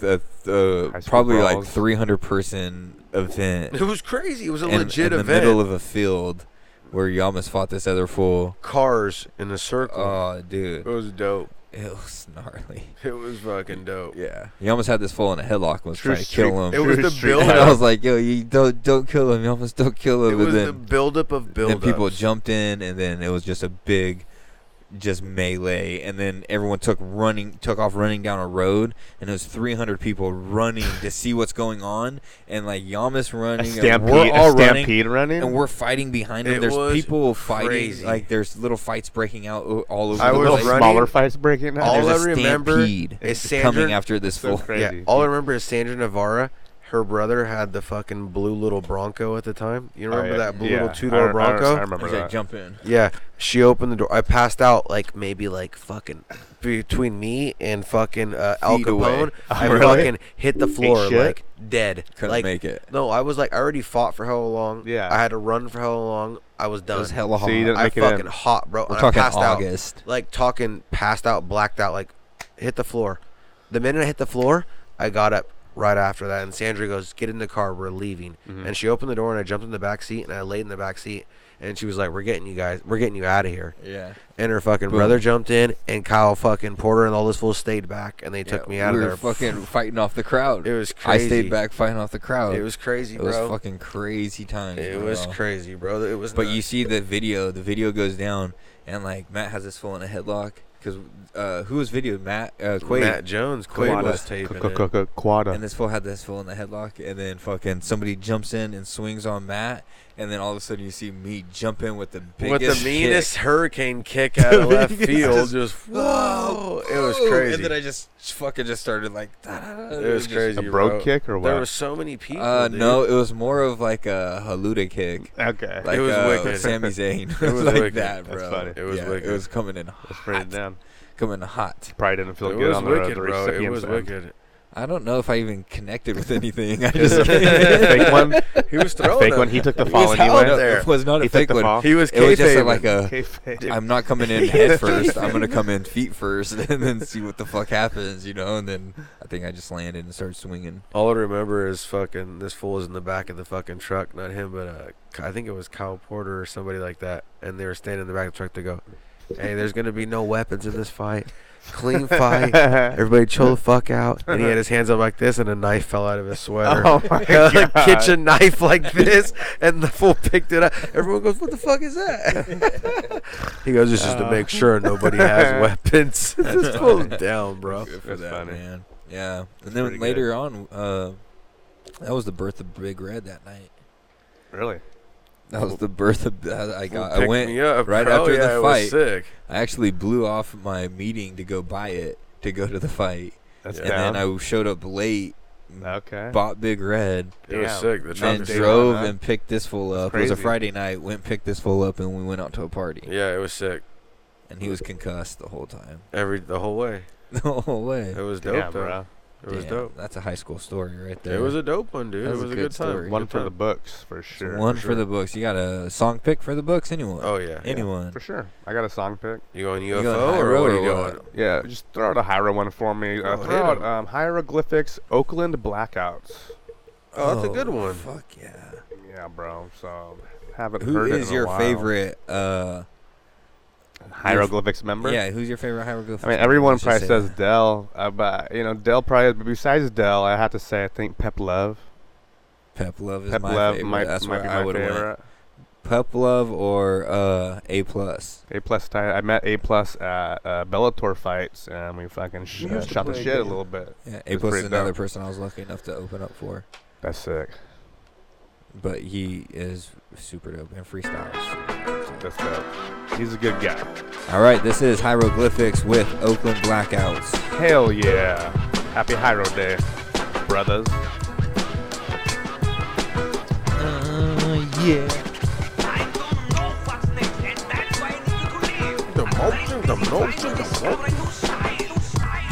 The, the- uh,
High school
probably like
brawls.
300 person event.
It was crazy. It was a
in,
legit
in the
event.
middle of a field where you almost fought this other fool.
Cars in a circle.
Oh,
it
dude.
was dope.
It was gnarly.
It was fucking dope.
Yeah. You almost had this fool in a headlock and was
True
trying to kill him.
It was the
Street
build
and I
up.
was like, yo, you don't don't kill him. You almost don't kill him.
It
and
was
then,
the build up of build
then
up.
people jumped in, and then it was just a big, just melee, and then everyone took running, took off running down a road, and it was 300 people running to see what's going on, and like Yamas
A
running, and
stampede,
we're all
a stampede running.
running, and we're fighting behind them.
It
There's
was
people fighting,
crazy.
like there's little fights breaking out o- all over
I
the
was
place.
running-
smaller fights breaking out.
All
There's a
I remember
stampede
is
coming
Sandra-
after this
so
fool.
crazy.
Yeah, all I remember is Sandra Navarra. Her brother had the fucking blue little Bronco at the time. You
Oh,
remember
yeah.
that blue
Yeah,
little two
I
door
re-
Bronco?
I remember
He's
that.
like, jump in.
Yeah, she opened the door. I passed out like maybe like fucking between me and fucking uh, Al
Feet away. Oh,
Capone. I
Really?
fucking hit the floor
shit?
like dead.
Couldn't
like,
make it.
No, I was like I already fought for how long?
Yeah.
I had to run for how long? I was
It
done.
was hella hot.
See, that-
I
Make it in.
fucking hot, bro.
We're
and
talking
I passed
August.
out, like talking passed out, blacked out, like hit the floor. The minute I hit the floor, I got up right after that, and Sandra goes, "Get in the car, we're leaving."
Mm-hmm.
And she opened the door, and I jumped in the back seat, and I laid in the back seat, and she was like, "We're getting you guys, we're getting you out of here."
yeah.
And her fucking brother jumped in, and Kyle fucking Porter and all those fools stayed back, and they took
Yeah,
me out
we
of
were
there.
Fucking fighting off the crowd.
It was
I
crazy.
stayed back fighting off the crowd.
It was crazy,
It
bro.
was fucking crazy times.
it
bro.
was crazy, bro. It was.
But you
nuts.
see the video. The video goes down, and like Matt has this fool in a headlock, Because uh, who was videoed? Matt uh, Quaid.
Matt Jones. Quaid
Quada.
was taping it.
Quada.
And this fool had this fool in the headlock, and then fucking somebody jumps in and swings on Matt, and then all of a sudden you see me jump in with the
with
biggest,
the meanest
kick.
hurricane kick out of left field. Just
whoa,
whoa, it was
whoa.
crazy.
And then I just fucking just started like. It
It was crazy.
a broke
bro.
kick or what?
There were so many people.
Uh,
dude.
no, it was more of like a haluda kick.
Okay.
Like,
It was
uh,
wicked.
Sami Zayn.
It was
like
wicked.
that, bro.
That's funny.
It was
Yeah,
wicked.
It was coming in
Bring it
hot.
down.
Coming hot.
Probably didn't feel
It
good
was
on the,
wicked,
the
bro. It was
recipient's end.
wicked.
I don't know if I even connected with anything. I
Is
just
it a fake one?
He was
A
throwing
fake
them.
one. He took the
He
fall
was
and he
out
went.
there.
It was not a
He took
fake
the
one.
fall?
He was
It was just a,
kayfabing.
like a.
Kayfabe.
I'm not coming in head first. I'm gonna come in feet first, and then see what the fuck happens, you know. And then I think I just landed and started swinging.
All I remember is fucking this fool is in the back of the fucking truck. Not him, but uh, I think it was Kyle Porter or somebody like that. And they were standing in the back of the truck to go, "Hey, there's gonna be no weapons in this fight. Clean fight. Everybody chill the fuck out." And he had his hands up like this, and a knife fell out of his sweater.
Oh my
a
God.
kitchen knife like this, and the fool picked it up. Everyone goes, "What the fuck is that?" he goes, "This is to
Uh.
make sure nobody has weapons." this fool's down, bro.
Good for
That's
that,
funny.
man. Yeah, and
pretty
then
good.
later on, uh, that was the birth of Big Red that night.
Really?
That was the birth of. I I got. I
Picked
went
me up,
right
bro.
after
Yeah, it
the
was
fight.
sick.
I actually blew off my meeting to go buy it to go to the fight,
That's
and
down.
then I showed up late,
okay.
bought Big Red,
It was
Damn.
sick. The
and
truck
day
drove
one, huh?
and picked this fool up. It was a
crazy.
Friday night. Went and picked this fool up, and we went out to a party.
Yeah, it was sick.
And he was concussed the whole time,
Every the whole way.
the whole way.
It was dope
Damn,
though.
bro.
It was
Damn,
dope.
That's a high school story right there.
It was a dope one, dude.
That
It
was
was
a
a
good
good
story.
time.
One
Good
for the
time.
books for sure.
one for,
sure.
the books. You got a song pick for the books? Anyone?
Oh yeah.
anyone?
For sure. I got a song pick.
You going
You
UFO
going high
or what
road
are
or
you
what?
going?
Yeah, just throw out a Hyro one for me. Uh,
Oh,
throw
hit
out
'em.
um, hieroglyphics, Oakland blackouts.
Oh, that's a good one.
Fuck yeah.
Yeah, bro. So haven't
Who
heard it
is
in a
your
while.
favorite? Uh,
hieroglyphics member?
yeah, who's your favorite hieroglyphic?
I mean, everyone
Let's just
probably
say
says Dell, uh, but you know, Dell probably. But besides Dell, I have to say, I think Pep Love.
that. Pep Love is
Pep
my
Love
favorite.
might,
That's
might
where
be
I
my
would have went.
favorite.
Pep Love or uh, A plus.
A plus tie. I met A plus at uh, Bellator fights, and we fucking sh- uh, shot the shit a little bit.
Yeah, A
That's
plus is
pretty
another
dope.
person I was lucky enough to open up for,
That's sick.
but he is super dope and freestyles.
That's dope. He's a good guy.
All right, this is hieroglyphics with Oakland Blackouts.
Hell yeah! Happy Hyro Day, brothers.
Uh, yeah.
The motion, the motion, the motion.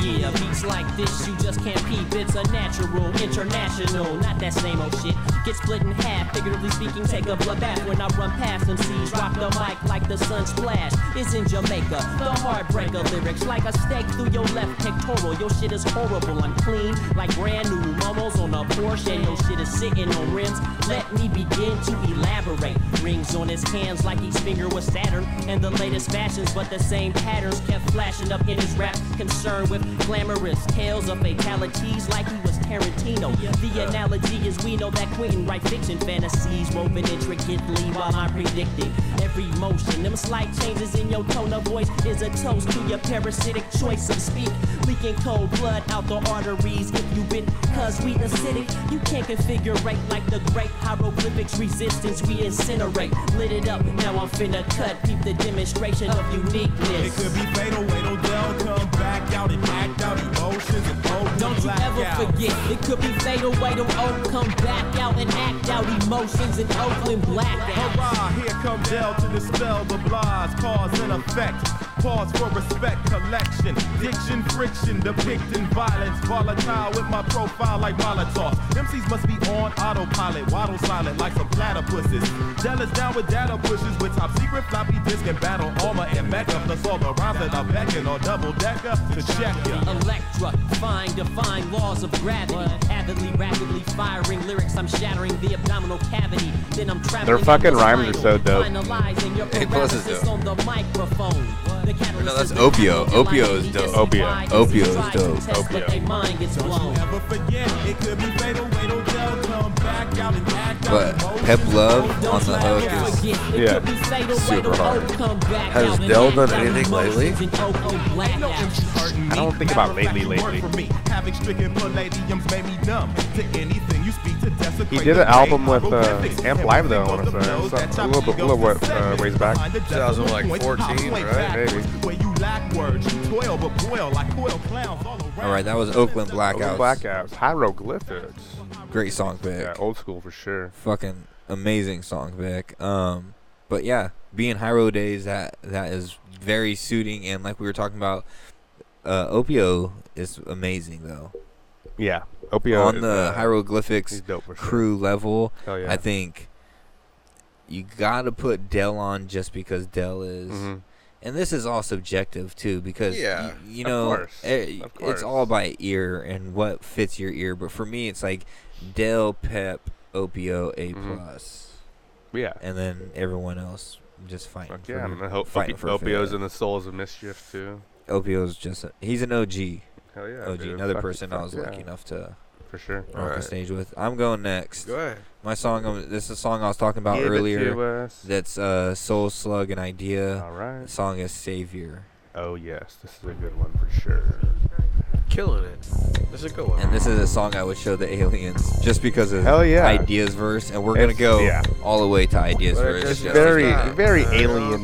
Yeah, beats like this, you just can't peep. It's a natural, international, not that same old shit. Get split in half, figuratively speaking, take a blood bath when I run past them seas. Drop the mic like the sun splash. Is in Jamaica, the heartbreaker lyrics like a stake through your left pectoral. Your shit is horrible, I'm clean like brand new mumbles on a Porsche. And your shit is sitting on rims. Let me begin to elaborate. Rings on his hands like each finger was Saturn, and the latest fashions, but the same patterns kept flashing up in his rap. Concerned with glamorous tales of fatalities, like he was Tarantino. The analogy is we know that Quentin write fiction fantasies woven intricately while I'm predicting every motion. Them slight changes in your tone of voice is a toast to your parasitic choice of speak. Leaking cold blood out the arteries if you been cause we acidic. You can't configure like the great hieroglyphics resistance we incinerate. Lit it up, now I'm finna cut. Peep the demonstration of uniqueness.
It could be fatal, wait Odell come back out and act out emotions and both
Don't you ever forget, it could be fatal. Wait till Oak come back out and act out emotions in Oakland blackout.
Hurrah, here comes Dell to dispel the blahs, cause and effect. Pause for respect, collection, diction, friction, depicting violence, volatile with my profile like Molotov. MCs must be on autopilot, waddle silent like some platypuses. Jealous down with data pushes with top secret floppy disk and battle armor and mecha. Plus all the rhymes that I beckon on double decker to check ya.
Electra, fine, define laws of gravity. Avidly, rapidly firing lyrics, I'm shattering the abdominal cavity. Then I'm traveling.
Their fucking
in the
rhymes are so
spinal,
dope.
Finalizing your
A plus is
paralysis
dope.
on the microphone. The catalyst
that's
is the
Opio.
capital,
Opio
like
is dope.
ADSY,
Opio.
it's
Opio is
tried to
dope.
test, but
Opio.
they mind gets blown.
Ever forget it could be fatal, wait Odell come back out and act
But Pep Love on the hook is yeah. super hard.
Has Dell done anything lately?
I don't think about lately lately. He did an album with uh, Amp Live though, I want to say. So, a little bit, a little bit, uh, ways back.
2014, right?
Maybe.
All right, that was Oakland Blackouts.
Blackouts. Hieroglyphics.
Great song, Vic.
Yeah, old school for sure.
Fucking amazing song, Vic. Um, but yeah, being high road days, that that is very suiting. And like we were talking about, uh, Opio is amazing though.
Yeah, Opio
on
is,
the
uh,
hieroglyphics
he's dope for sure.
crew level.
Hell yeah.
I think you gotta put Dell on just because Dell is,
Mhm.
and this is all subjective too because
Yeah,
y- you
of
know
course,
eh,
of
it's all by ear and what fits your ear. But for me, it's like Dell, Pep, Opio, A
Mhm.
plus,
Yeah.
and then everyone else just fighting.
Fuck yeah,
for,
and I hope
fighting for
Opio's
fame.
in the Souls of Mischief too.
Opio's just a, he's an OG.
Hell yeah,
OG,
dude.
Oh, another
Fuck-
person I
fuck
was
yeah.
lucky enough to
For sure.
rock the
Alright.
stage with. I'm going next.
Go ahead.
My song, I'm, this is a song I was talking about
Give it to
earlier.
us.
That's uh, Soul Slug and Idea.
All right.
The song is Savior,
Oh yes, this is a good one for sure.
Killing it. That's a good one.
and this is a song I would show the aliens just because of
Hell yeah.
Ideas verse, and we're gonna
It's-
go
yeah.
all the way to Ideas
But it
verse.
just
just
very-
because-
doesn't
very
stop.
alien-ish.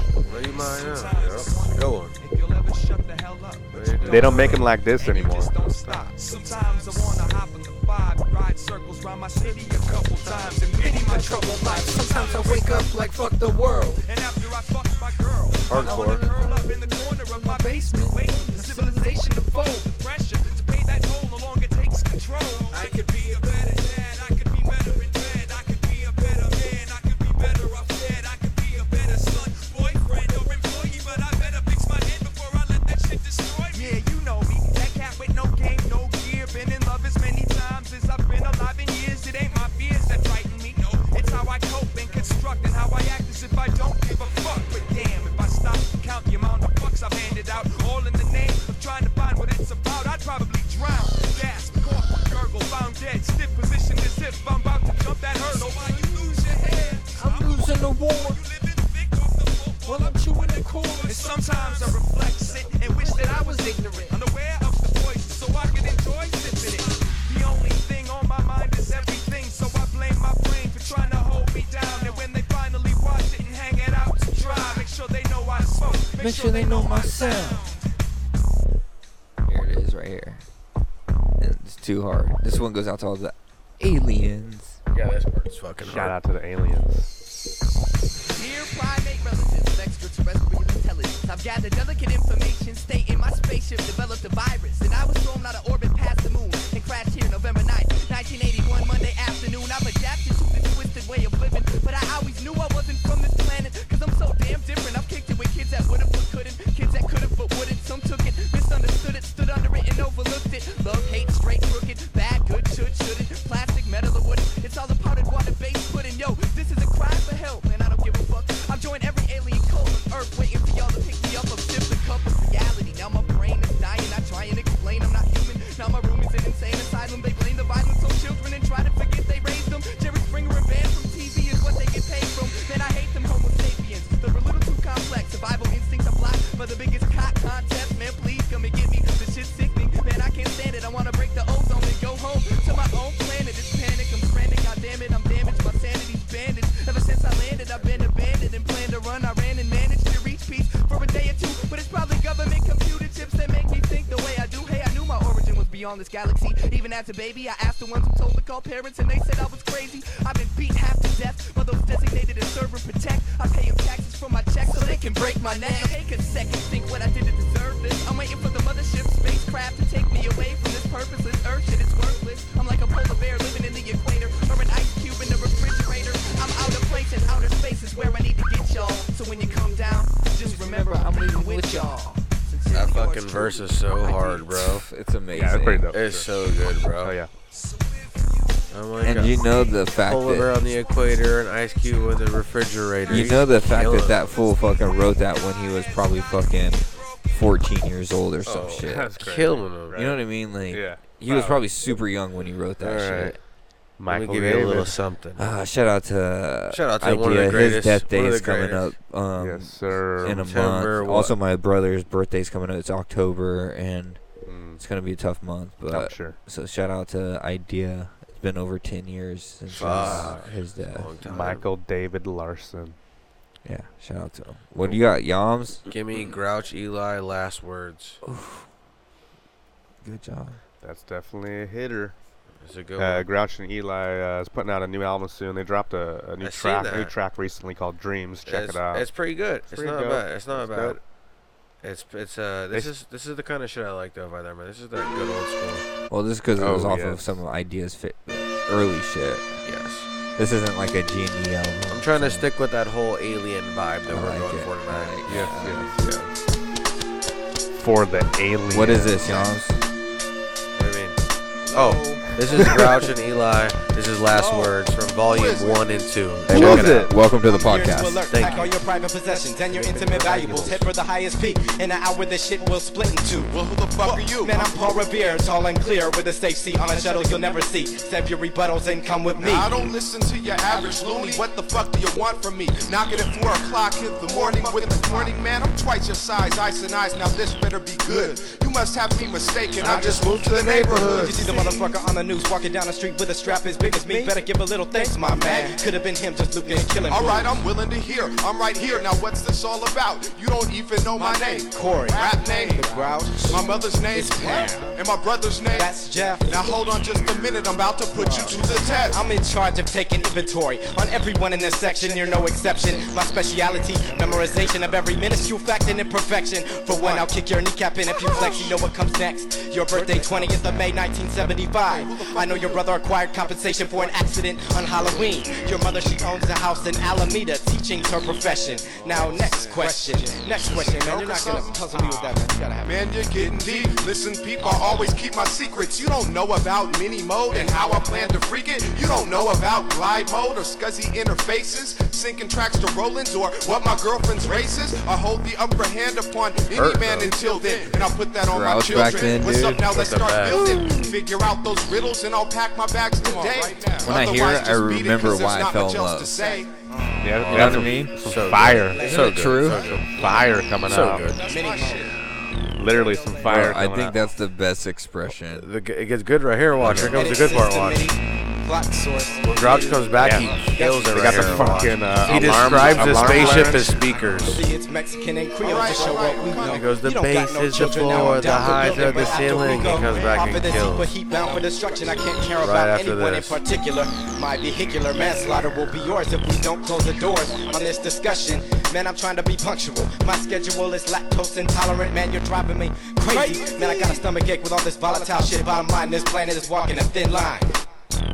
Quit. What do you mind now? Yeah. Go on. What you
They don't make them like this anymore.
Sometimes I wanna hop in the vibe, ride circles round my city a couple times and pity my troubled life. Sometimes I wake up like fuck the world, and after I fuck my girl, I wanna
Hardcore.
curl up in the corner of my basement, waiting for civilization to fold. The pressure to pay that toll no longer takes control. I could be a better dad, I could be better in bed, I could be a better man, I could be better off dead, I could be a better son, boyfriend or employee, but I better fix my head before I let that shit destroy me. Yeah, you know me, that cat with no game, no gear, been in love as many times as I've been alive in years. It ain't my fears that frighten me, no, it's how I cope and construct and how I act as if I don't give a fuck. But damn, if I stop to count the amount of fucks I've handed out, all in the name of trying to find what it's about, I'd probably drown. Gasp, cough, gurgle, found dead, stiff position as if I'm about to jump that hurdle. Why you lose your head? I'm losing the war. Well, I'm chewing the cord. And sometimes I reflect, sit, and wish that I was ignorant. Unaware of the poison, so I could enjoy sipping it. The only thing on my mind is everything, so I blame my brain for trying to hold me down. And when they finally watch it and hang it out to dry, make sure they know I smoke. Make, sure they know my sound.
Here it is, right here. And it's too hard. This one goes out to all the aliens.
Yeah, this part's fucking
Shout
hard.
out to the aliens.
Dear primate relatives of extraterrestrial intelligence, I've gathered delicate information stating my spaceship developed a virus, and I was thrown out of orbit past the moon and crashed here November 9th, 1981, Monday afternoon. I've adapted to this twisted way of living, but I always knew I wasn't from this planet, cause I'm so damn different. I've kicked it with kids that would've but couldn't, kids that could've but wouldn't. Some took it, misunderstood it, stood under it, and overlooked it. Love, hate, straight, crooked, bad, good, should, shouldn't, plastic, metal, or wood. It's all the powdered water base pudding. Yo, this is a cry for help, man. I don't give a fuck. I've joined every alien cult on Earth, waiting for y'all to pick me up. I'm sipped the cup of reality. Now my brain is dying. I try and explain I'm not human. Now my room is an insane asylum. They blame the violence on children and try to forget they raised them. Jerry Springer and Van from TV is what they get paid from. Man, I hate them Homo sapiens. They're a little too complex. Survival instincts are blocked by the biggest cock concepts. Man, please come and get me. This shit's sickening. Man, I can't stand it. I wanna break the ozone and go home to my own planet. It's panic. I'm frantic. God damn it. I'm damaged. My sanity's bandaged. Ever since I landed, I've been abandoned and planned to run. I ran and managed to reach peace for a day or two. But it's probably government computer chips that make me think the way I do. Hey, I knew my origin was beyond this galaxy. Even as a baby, I asked the ones who told to call parents, and they said I was crazy. I've been beat half to death by those designated to serve and protect. I pay them taxes for my checks so they can break my neck. Now Take a second, think what I did to deserve this. I'm waiting for the mothership spacecraft to take me away from this purposeless earth shit. It's worthless. I'm like a polar bear living in the equator or an ice cube in the refrigerator. I'm out of place and outer space is where I need to get y'all. So when you come down, just remember I'm leaving with y'all.
That fucking verse is so hard, bro.
It's amazing.
Yeah, that's pretty dope.
It's so good, bro.
Oh yeah.
Oh my
And
God.
you know the fact
Polar
that
bear on the equator, an ice cube with a refrigerator.
You know the fact
Killing
that
it.
that fool fucking wrote that when he was probably fucking 14 years old or some
Oh,
shit.
Killing him.
You know what I mean? Like,
Yeah,
he was
wow.
probably super young when he wrote that
All right.
shit. Ah.
Michael
give you a
Davis.
little something.
Uh, shout out to
Shout out to
Idea.
one of the
His
greatest-
death day
one of the
is coming
greatest.
up. Um,
Yes, sir.
In a
September,
month.
what?
Also, my brother's birthday's coming up. It's October, and it's gonna be a tough month. But
I'm Mm. sure.
So shout out to Idea. It's been over ten years since
Fuck.
his, his death.
Long time.
Michael David Larson.
Yeah. Shout out to him. What do you got, Yams?
Give me Grouch Eli last words.
Oh.
Good job.
That's definitely a hitter.
It's a good
Uh,
one.
Grouch and Eli uh, is putting out a new album soon. They dropped a, a new
I seen
track, a new
that.
track recently called Dreams. Check
it's,
it out.
It's pretty good. It's,
pretty
not
dope.
bad. It's not
It's
bad.
dope.
It's it's uh this
They-
is this is the kind of shit I like though by them. This is that good old school.
Well, this is because it
Oh,
was off
yes.
of some of Idea's fit early shit.
Yes.
This isn't like a G and E album.
I'm trying to stick with that whole alien vibe that
I
we're
like
going
it.
for
I
tonight.
like it.
yes, yes, yes. For the alien.
What is this, Yams?
What do you mean? Oh, this is Grouch and Eli. This is last words from volume one and two.
Hey,
Check it
welcome,
out.
welcome to the
Here's
podcast.
to alert.
Thank
Pack
you.
all your private possessions and your intimate valuables. Hit for the highest peak. In an hour, this shit will split in two. Well, who the fuck are you? Man, I'm Paul Revere, tall and clear, with a safe seat on a shuttle you'll never see. Save your rebuttals and come with me.
I don't listen to your average loony. What the fuck do you want from me? Knocking at four o'clock in the morning with the morning man. I'm twice your size, ice and ice. Now this better be good. You must have me mistaken. I just moved to the neighborhood.
You see the motherfucker on the news walking down the street with a strap as big as me. Better give a little thanks, my man. Could have been him just looking and killing.
All right, I'm willing to hear. I'm right here. Now what's this all about? You don't even know my, name.
Corey.
Rap name.
The Grouch.
My mother's name
It's Pam.
And my brother's name.
That's Jeff.
Now hold on just a minute. I'm about to put you to the test.
I'm in charge of taking inventory on everyone in this section. You're no exception. My speciality, memorization of every minuscule fact and imperfection. For one, I'll kick your kneecap in if you flex. You know what comes next. Your birthday, 20th of May, 1975. I know your brother acquired compensation for an accident on Halloween. Your mother, she owns a house in Alameda, teaching her profession. Now, next question. Next question, man. You're not gonna puzzle me with that. Man. You gotta have.
Man, you're getting deep. Listen, peep, I always keep my secrets. You don't know about mini mode and how I plan to freak it. You don't know about glide mode or scuzzy interfaces, syncing tracks to Rollins or what my girlfriend's races. I hold the upper hand upon any
Hurt,
man
though.
until then, and I'll put that on my
Grouch
children.
back then,
What's up
dude.
now?
Put
Let's
them
start
back.
building. Figure out those riddles and I'll pack my bags today.
When I
Otherwise,
hear it,
just beat
I
it 'cause
remember
there's
why I
not
fell
much
in
else
love.
to say.
Yeah,
Oh,
You know
that's
what I
some-
mean?
Some
So good.
fire.
Isn't So it good. true? So good.
Fire coming
So
out.
good.
Literally some fire.
Bro, I
coming
think
out.
that's the best expression.
The, it gets good right here. Watch. Here comes the good part. Watch.
Plot source.
When Grouch comes back,
Yeah.
he kills it
They
right
got the
here.
fucking,
watch.
uh,
he
alarm-
describes the
alarm
spaceship
blaring.
as speakers.
See, it's Mexican and Creole to show what we know.
He goes, the
You don't got
bass
no
is the
children, now
floor,
I'm
the
down for
highs are
building,
the
but after we
ceiling. He
go,
comes back
off
and
of this
kills.
heap, But he bound for destruction. I can't care
Right
about
after
anyone
this.
in particular. My vehicular manslaughter will be yours if we don't close the doors on this discussion. Man, I'm trying to be punctual. My schedule is lactose intolerant. Man, you're driving me crazy. Man, I got a stomach ache with all this volatile shit. Bottom line, this planet is walking a thin line.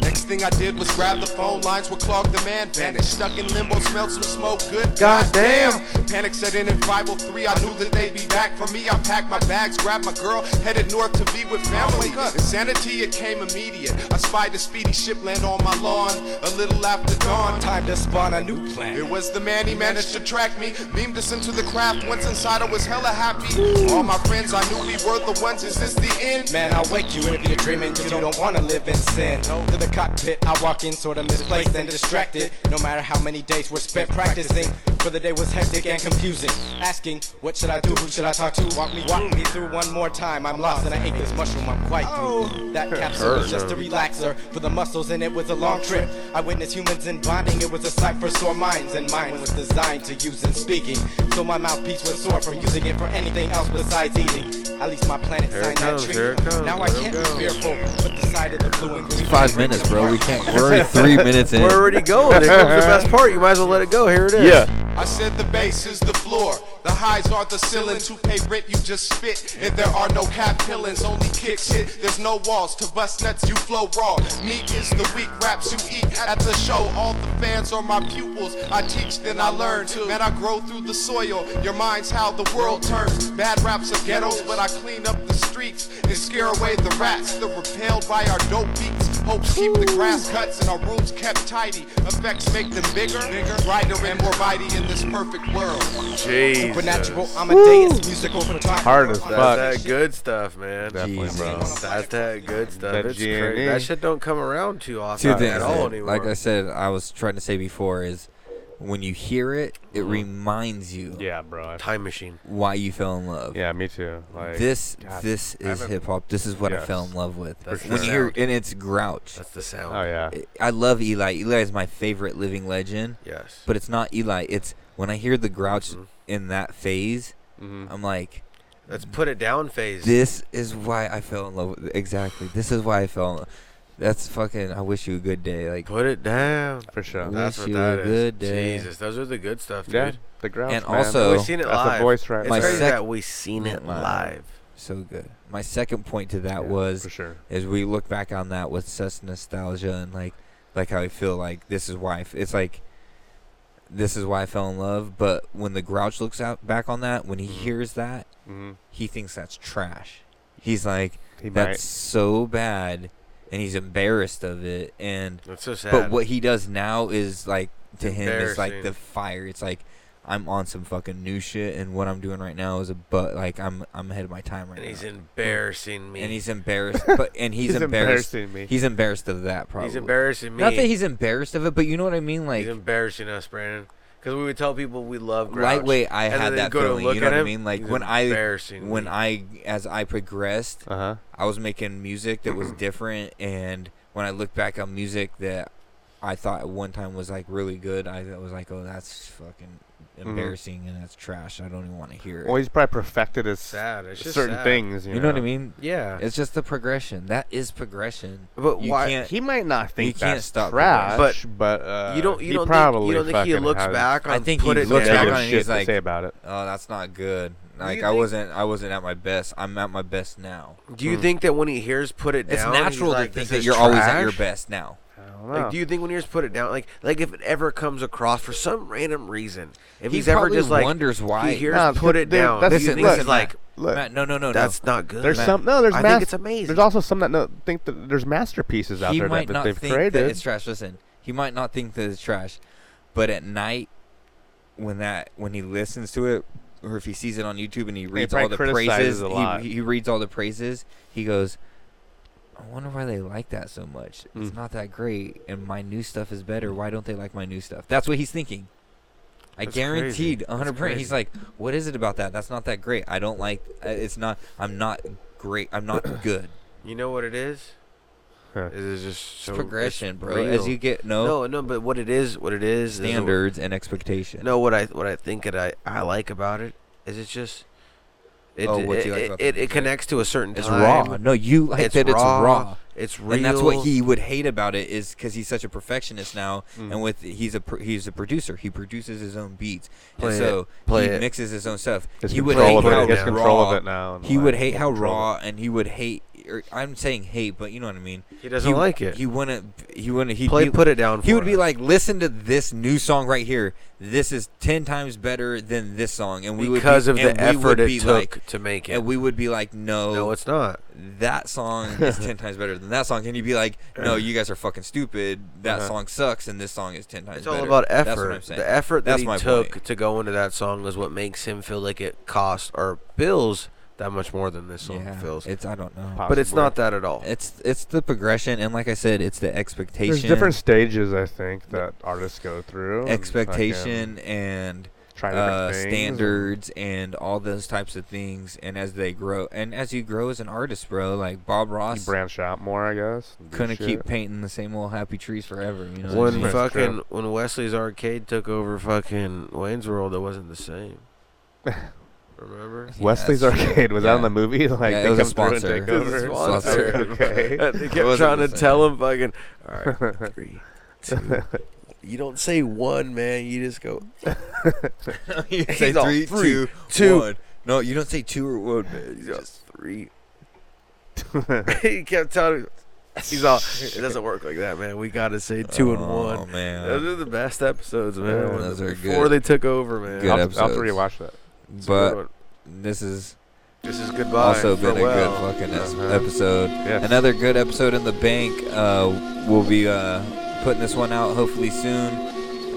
Next thing I did was grab the phone lines, what clogged the man vanished. Stuck in limbo, smelled some smoke, good.
Goddamn.
Panic set in in 503, I knew that they'd be back for me. I packed my bags, grabbed my girl, headed north to be with family. Insanity, it came immediate. I spied a speedy ship land on my lawn a little after dawn.
Time to spawn a new plan.
It was the man, he managed to track me. Beamed us into the craft, once inside I was hella happy. All my friends, I knew we were the ones, is this the end?
Man, I'll wake you if you're dreaming, cause you don't wanna live in sin. To the cockpit, I walk in sorta misplaced and distracted. No matter how many days were spent practicing, for the day was hectic and confusing. Asking, what should I do? Who should I talk to? Walk me, walk me through one more time. I'm lost and I ate this mushroom, I'm quite through. That capsule was just a relaxer for the muscles, and it was a long trip. I witnessed humans in bonding, it was a sight for sore minds, and mine was designed to use in speaking. So my mouthpiece was sore from using it for anything else besides eating. At least my planet
Here it
signed that
comes,
treaty.
here it comes,
Now I
here it
can't
goes.
be fearful, but the sight of the blue and green.
Five minutes, bro. We can't. We're already three minutes in.
We're already going. Here comes the best part. You might as well let it go. Here it is.
I said the base is the floor, the highs are the ceiling. To pay rent, you just spit, and there are no cap pillins, only kicks hit. There's no walls to bust nuts, you flow raw. Meat is the weak raps you eat at the show. All the fans are my pupils. I teach, then I learn. Man, I grow through the soil. Your mind's how the world turns. Bad raps are ghettos, but I clean up the streets and scare away the rats. They're repelled by our dope beats. Hopes keep the grass cuts and our rooms kept tidy. Effects make them bigger, bigger, brighter, and more mighty in this perfect world.
Jesus.
Supernatural, I'm a dance musical photographer.
Hard as fuck.
That's that good stuff, man.
Definitely, bro.
Jesus. That's that good stuff.
That E.
it's
G&E.
crazy. That shit don't come around too
Two
often
things.
at all
that-
anymore.
like I said, I was trying to say before is when you hear it, it reminds you
Yeah, bro.
Time machine.
why you fell in love.
Yeah, me too. Like
this
God,
this
I
is
haven't-
hip hop. This is what I
Yes.
fell in love with.
That's
when
the
you hear
sound.
and it's Grouch.
That's the sound.
Oh yeah.
I love Eli. Eli is my favorite living legend.
Yes.
But it's not Eli. It's when I hear the Grouch
Mm-hmm.
in that phase,
Mhm.
I'm like,
Let's put it down phase.
this is why I fell in love with. Exactly. This is why I fell in love. That's fucking. I wish you a good day. Like
put it down.
For sure.
That's
wish
what
you
that
a
is.
good day.
Jesus, those are the good stuff, dude.
Yeah. The ground.
And
man.
also-
We've seen it
That's
live.
the voice right
It's
My
there.
crazy
sec-
that we seen it
Live.
live.
so good. My second point to that
Yeah,
was
for sure.
is we look back on that with such nostalgia and like like how I feel like this is why I f- it's like this is why I fell in love. But when the Grouch looks out back on that, when he
Mm-hmm.
hears that,
Mhm.
he thinks that's trash. He's like,
He
that's
might.
so bad, and he's embarrassed of it. And
That's so sad.
but what he does now is like to him is like
Embarrassing.
the fire. It's like. I'm on some fucking new shit, and what I'm doing right now is a but like I'm I'm ahead of my time right
and
now
he's embarrassing me.
and he's embarrassed. But and he's,
He's
embarrassed.
embarrassing me.
He's embarrassed of that. Probably.
He's embarrassing me.
Not that he's embarrassed of it, but you know what I mean. Like
He's embarrassing us, Brandon. Because we would tell people we love Grouch.
lightweight, I
and then
had
they'd
that
go to
feeling.
look
You know
at
what I
him,
mean? Like
he's
when I,
embarrassing
when
me.
I, as I progressed,
Uh huh.
I was making music that was different, and when I look back on music that I thought at one time was like really good, I was like, oh, that's fucking
Mm-hmm.
embarrassing and that's trash. I don't even want to hear it.
Well, he's probably perfected his
Sad, it's just
certain
sad.
things. You,
you know what I mean?
yeah,
It's just the progression. That is progression.
But
you
why-
Can't,
He might not think
You can't
that's
stop
trash,
progress.
but uh,
you don't you
he
don't
probably
think, you don't think he
fucking
looks
has
back on
I think
put
he
it
looks
down.
back
negative
on it, he's
shit to
like-
say about it.
oh that's not good like
you
i
think-
wasn't i wasn't at my best i'm at my best now
Do you think that when he hears "put it
Hmm. it's
down," he's
natural
like,
to think
"This
that
is
you're always at your
trash"?
best now
I don't know.
Like, do you think when he hears "put it down," like, like if it ever comes across for some random reason, if
He
he's ever
probably
just like
wonders why.
he hears
Nah,
"put it
dude,
down,"
that's-
do you
listen,
think
look,
he's like,
Look.
Matt, no no no
"That's
no.
not good"?
There's
Matt,
some no. There's
I
mas-
think it's amazing.
There's also some that no, think that there's masterpieces out
he
there
might
that, that
not
they've
think
created.
that it's trash listen he might not think that it's trash but at night when that when he listens to it or if he sees it on youtube and he reads all
probably
the
criticizes
praises
a lot.
He, he reads all the praises he goes I wonder why they like that so much. It's
Mm.
not that great, and my new stuff is better. Why don't they like my new stuff? That's what he's thinking. I
That's crazy.
guaranteed, a hundred
That's
percent. He's
crazy.
like, "What is it about that? That's not that great. I don't like. uh, It's not. I'm not great. I'm not good.
You know what it is?
Huh.
It is just so it's
Progression, bro. As
real.
you get no,
no, no, but what it is, what it is, is what-
standards and expectation.
No, what I what I think that I, I like about it is it's just it
Oh, what
it,
you like
it-
about the
it, it
music.
connects to a certain
it's
time.
raw. No, you like
it's
that.
raw,
It's raw.
It's real.
And that's what he would hate about it is because he's such a perfectionist now,
Mm.
and with he's a pr- he's a producer. He produces his own beats, and
Play it,
so
play
he
it.
mixes his own stuff.
His
he would
control
hate
of it-
how
his
raw,
control of it now and
He
like
would hate how
control
raw, and he would hate. Or I'm saying hate, but you know what I mean.
He doesn't like it.
He wouldn't. He wouldn't. He
Play Put It Down
He
for
would be
us.
like, listen to this new song right here. This is ten times better than this song, and we
Because
would
of
be,
the
and we would
effort it
be
took
like-
to make it.
And we would be like, no,
no, it's not.
that song is 10 times better than that song. Can you be like, no, you guys are fucking stupid. That
Uh-huh.
song sucks, and this song is 10 times
It's
better.
all about effort.
That's what I'm saying.
The effort that
That's
he
my
took
point.
to go into that song is what makes him feel like it costs or bills that much more than this song
yeah,
feels.
It's, I don't know.
but it's
Possibly.
not that at all.
It's it's the progression, and like I said, it's the expectation.
There's different stages I think that artists go through. and
expectation and
fucking Try um, different
uh,
things and-
standards and all those types of things. And as they grow, and as you grow as an artist, bro, like Bob
You
Ross
branch out more, I guess. and do
couldn't
shit.
keep painting the same old happy trees forever. You know, what I
when
mean?
That's
fucking
true.
when Wesley's arcade took over fucking Wayne's World, it wasn't the same. Remember?
Yeah,
Wesley's
that's true.
Arcade was that in
Yeah.
the movie? Like
Yeah, it
they
was a
come through
sponsor.
and take
It
was a
over.
sponsor.
Okay.
they
It
kept
wasn't
Uh, trying
the
to
same.
tell him fucking. All right, three, two. You don't say one, man. You just go.
you
He's
say
all,
three,
"Three,
two,
two."
one." No, you don't say two or one. man.
He's just three. he kept telling. me, He's all. It doesn't work like that, man. We gotta say two and
Oh,
one.
man.
those are the best episodes, man.
Yeah, those are
Before
good.
they took over, man.
Good
I'll, I'll have to
episodes.
rewatch that.
It's a good
But
one.
this is
This is goodbye.
also been
farewell.
a good fucking es-
Uh-huh.
episode.
Yes.
Another good episode in the bank. Uh, we'll be uh, putting this one out hopefully soon.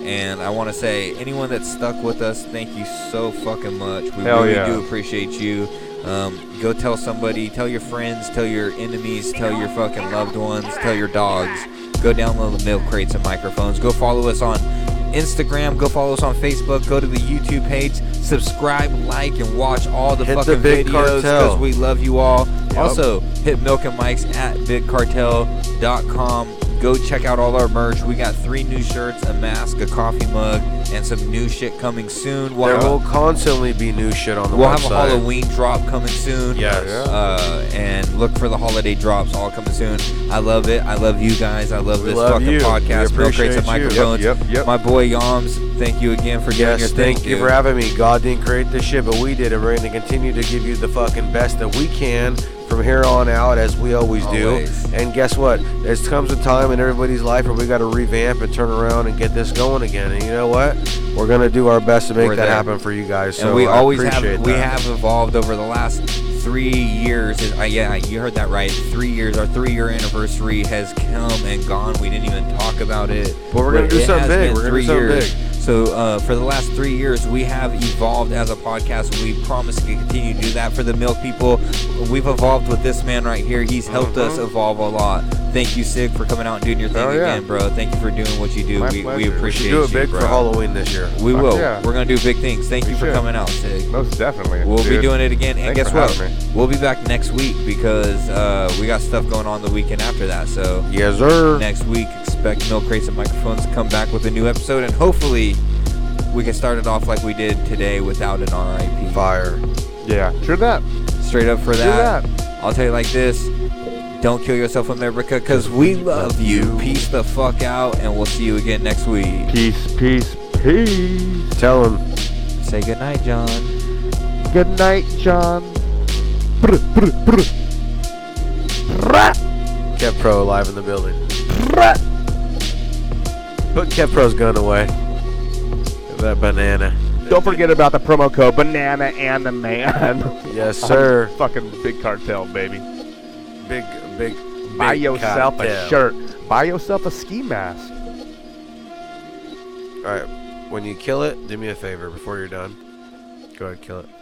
And I want to say, anyone that's stuck with us, thank you so fucking much. We
Hell
really
yeah.
do appreciate you. Um, go tell somebody, tell your friends, tell your enemies, tell your fucking loved ones, tell your dogs. Go download the milk crates and microphones. Go follow us on Instagram. Go follow us on Facebook. Go to the YouTube page. Subscribe, like, and watch all the
Hit the
fucking
Big
videos
Cartel.
we love you all. Also, hit Milk and Mike's at bigcartel.com. Go check out all our merch. We got three new shirts, a mask, a coffee mug, and some new shit coming soon. We'll,
There
have,
will
a-
constantly be new shit on the
we'll
website.
have a Halloween drop coming soon.
Yes. Yeah.
Uh, and look for the holiday drops all coming soon. I love it. I love you guys. I love
We
this
love
fucking
you.
podcast.
We
Milk Crates and
appreciate you. Yep,
Microphones.
yep, yep.
My boy Yams, thank you again for doing your
Yes,
thing.
thank you
dude.
for having me. God didn't create this shit, but we did it. We're going to continue to give you the fucking best that we can from here on out, as we always do.
Always.
And guess what? There comes a time in everybody's life where we got to revamp and turn around and get this going again. And you know what? We're going to do our best to make
We're
that
there.
happen for you guys. So
and we
I
always have
appreciate
we
that.
have evolved over the last three years. Is- Uh, yeah, you heard that right. Three years. Our three-year anniversary has come and gone. We didn't even talk about it.
But we're gonna
But
do
it has
something big.
been
We're gonna do
three
something
years.
big.
So uh, for the last three years, we have evolved as a podcast. We promise to continue to do that for the milk people. We've evolved with this man right here. He's helped us evolve a lot. Thank you, Sig, for coming out and doing your thing
Uh-huh. Oh, yeah.
again, bro. Thank you for doing what you do.
My
we,
pleasure.
we appreciate
We
you,
should do it big
bro.
for Halloween this year.
We
Fuck
will.
yeah.
We're gonna do big things. Thank you for
should.
coming out, Sig.
Most definitely.
We'll be
dude.
doing it again. And
Thanks
guess
for
what?
having me.
We'll be back next week because uh, we got stuff going on the weekend after that. So
Yes, sir.
next week, expect Milk Crates and Microphones to come back with a new episode, and hopefully, we can start it off like we did today without an RIP.
Fire.
Yeah, true that.
Straight up for that. I'll tell you like this. Don't kill yourself, America, because we love you. Peace the fuck out, and we'll see you again next week.
Peace, peace, peace.
Tell him.
Say goodnight, John.
Good night, John.
Kev Pro alive in the building. Put Kev Pro's gun away. That banana.
Don't forget about the promo code Banana and the Man.
Yes, sir.
Fucking big cartel, baby.
Big, big.
Buy
big
yourself
cocktail.
a shirt. Buy yourself a ski mask.
All right. When you kill it, do me a favor before you're done. Go ahead, kill it.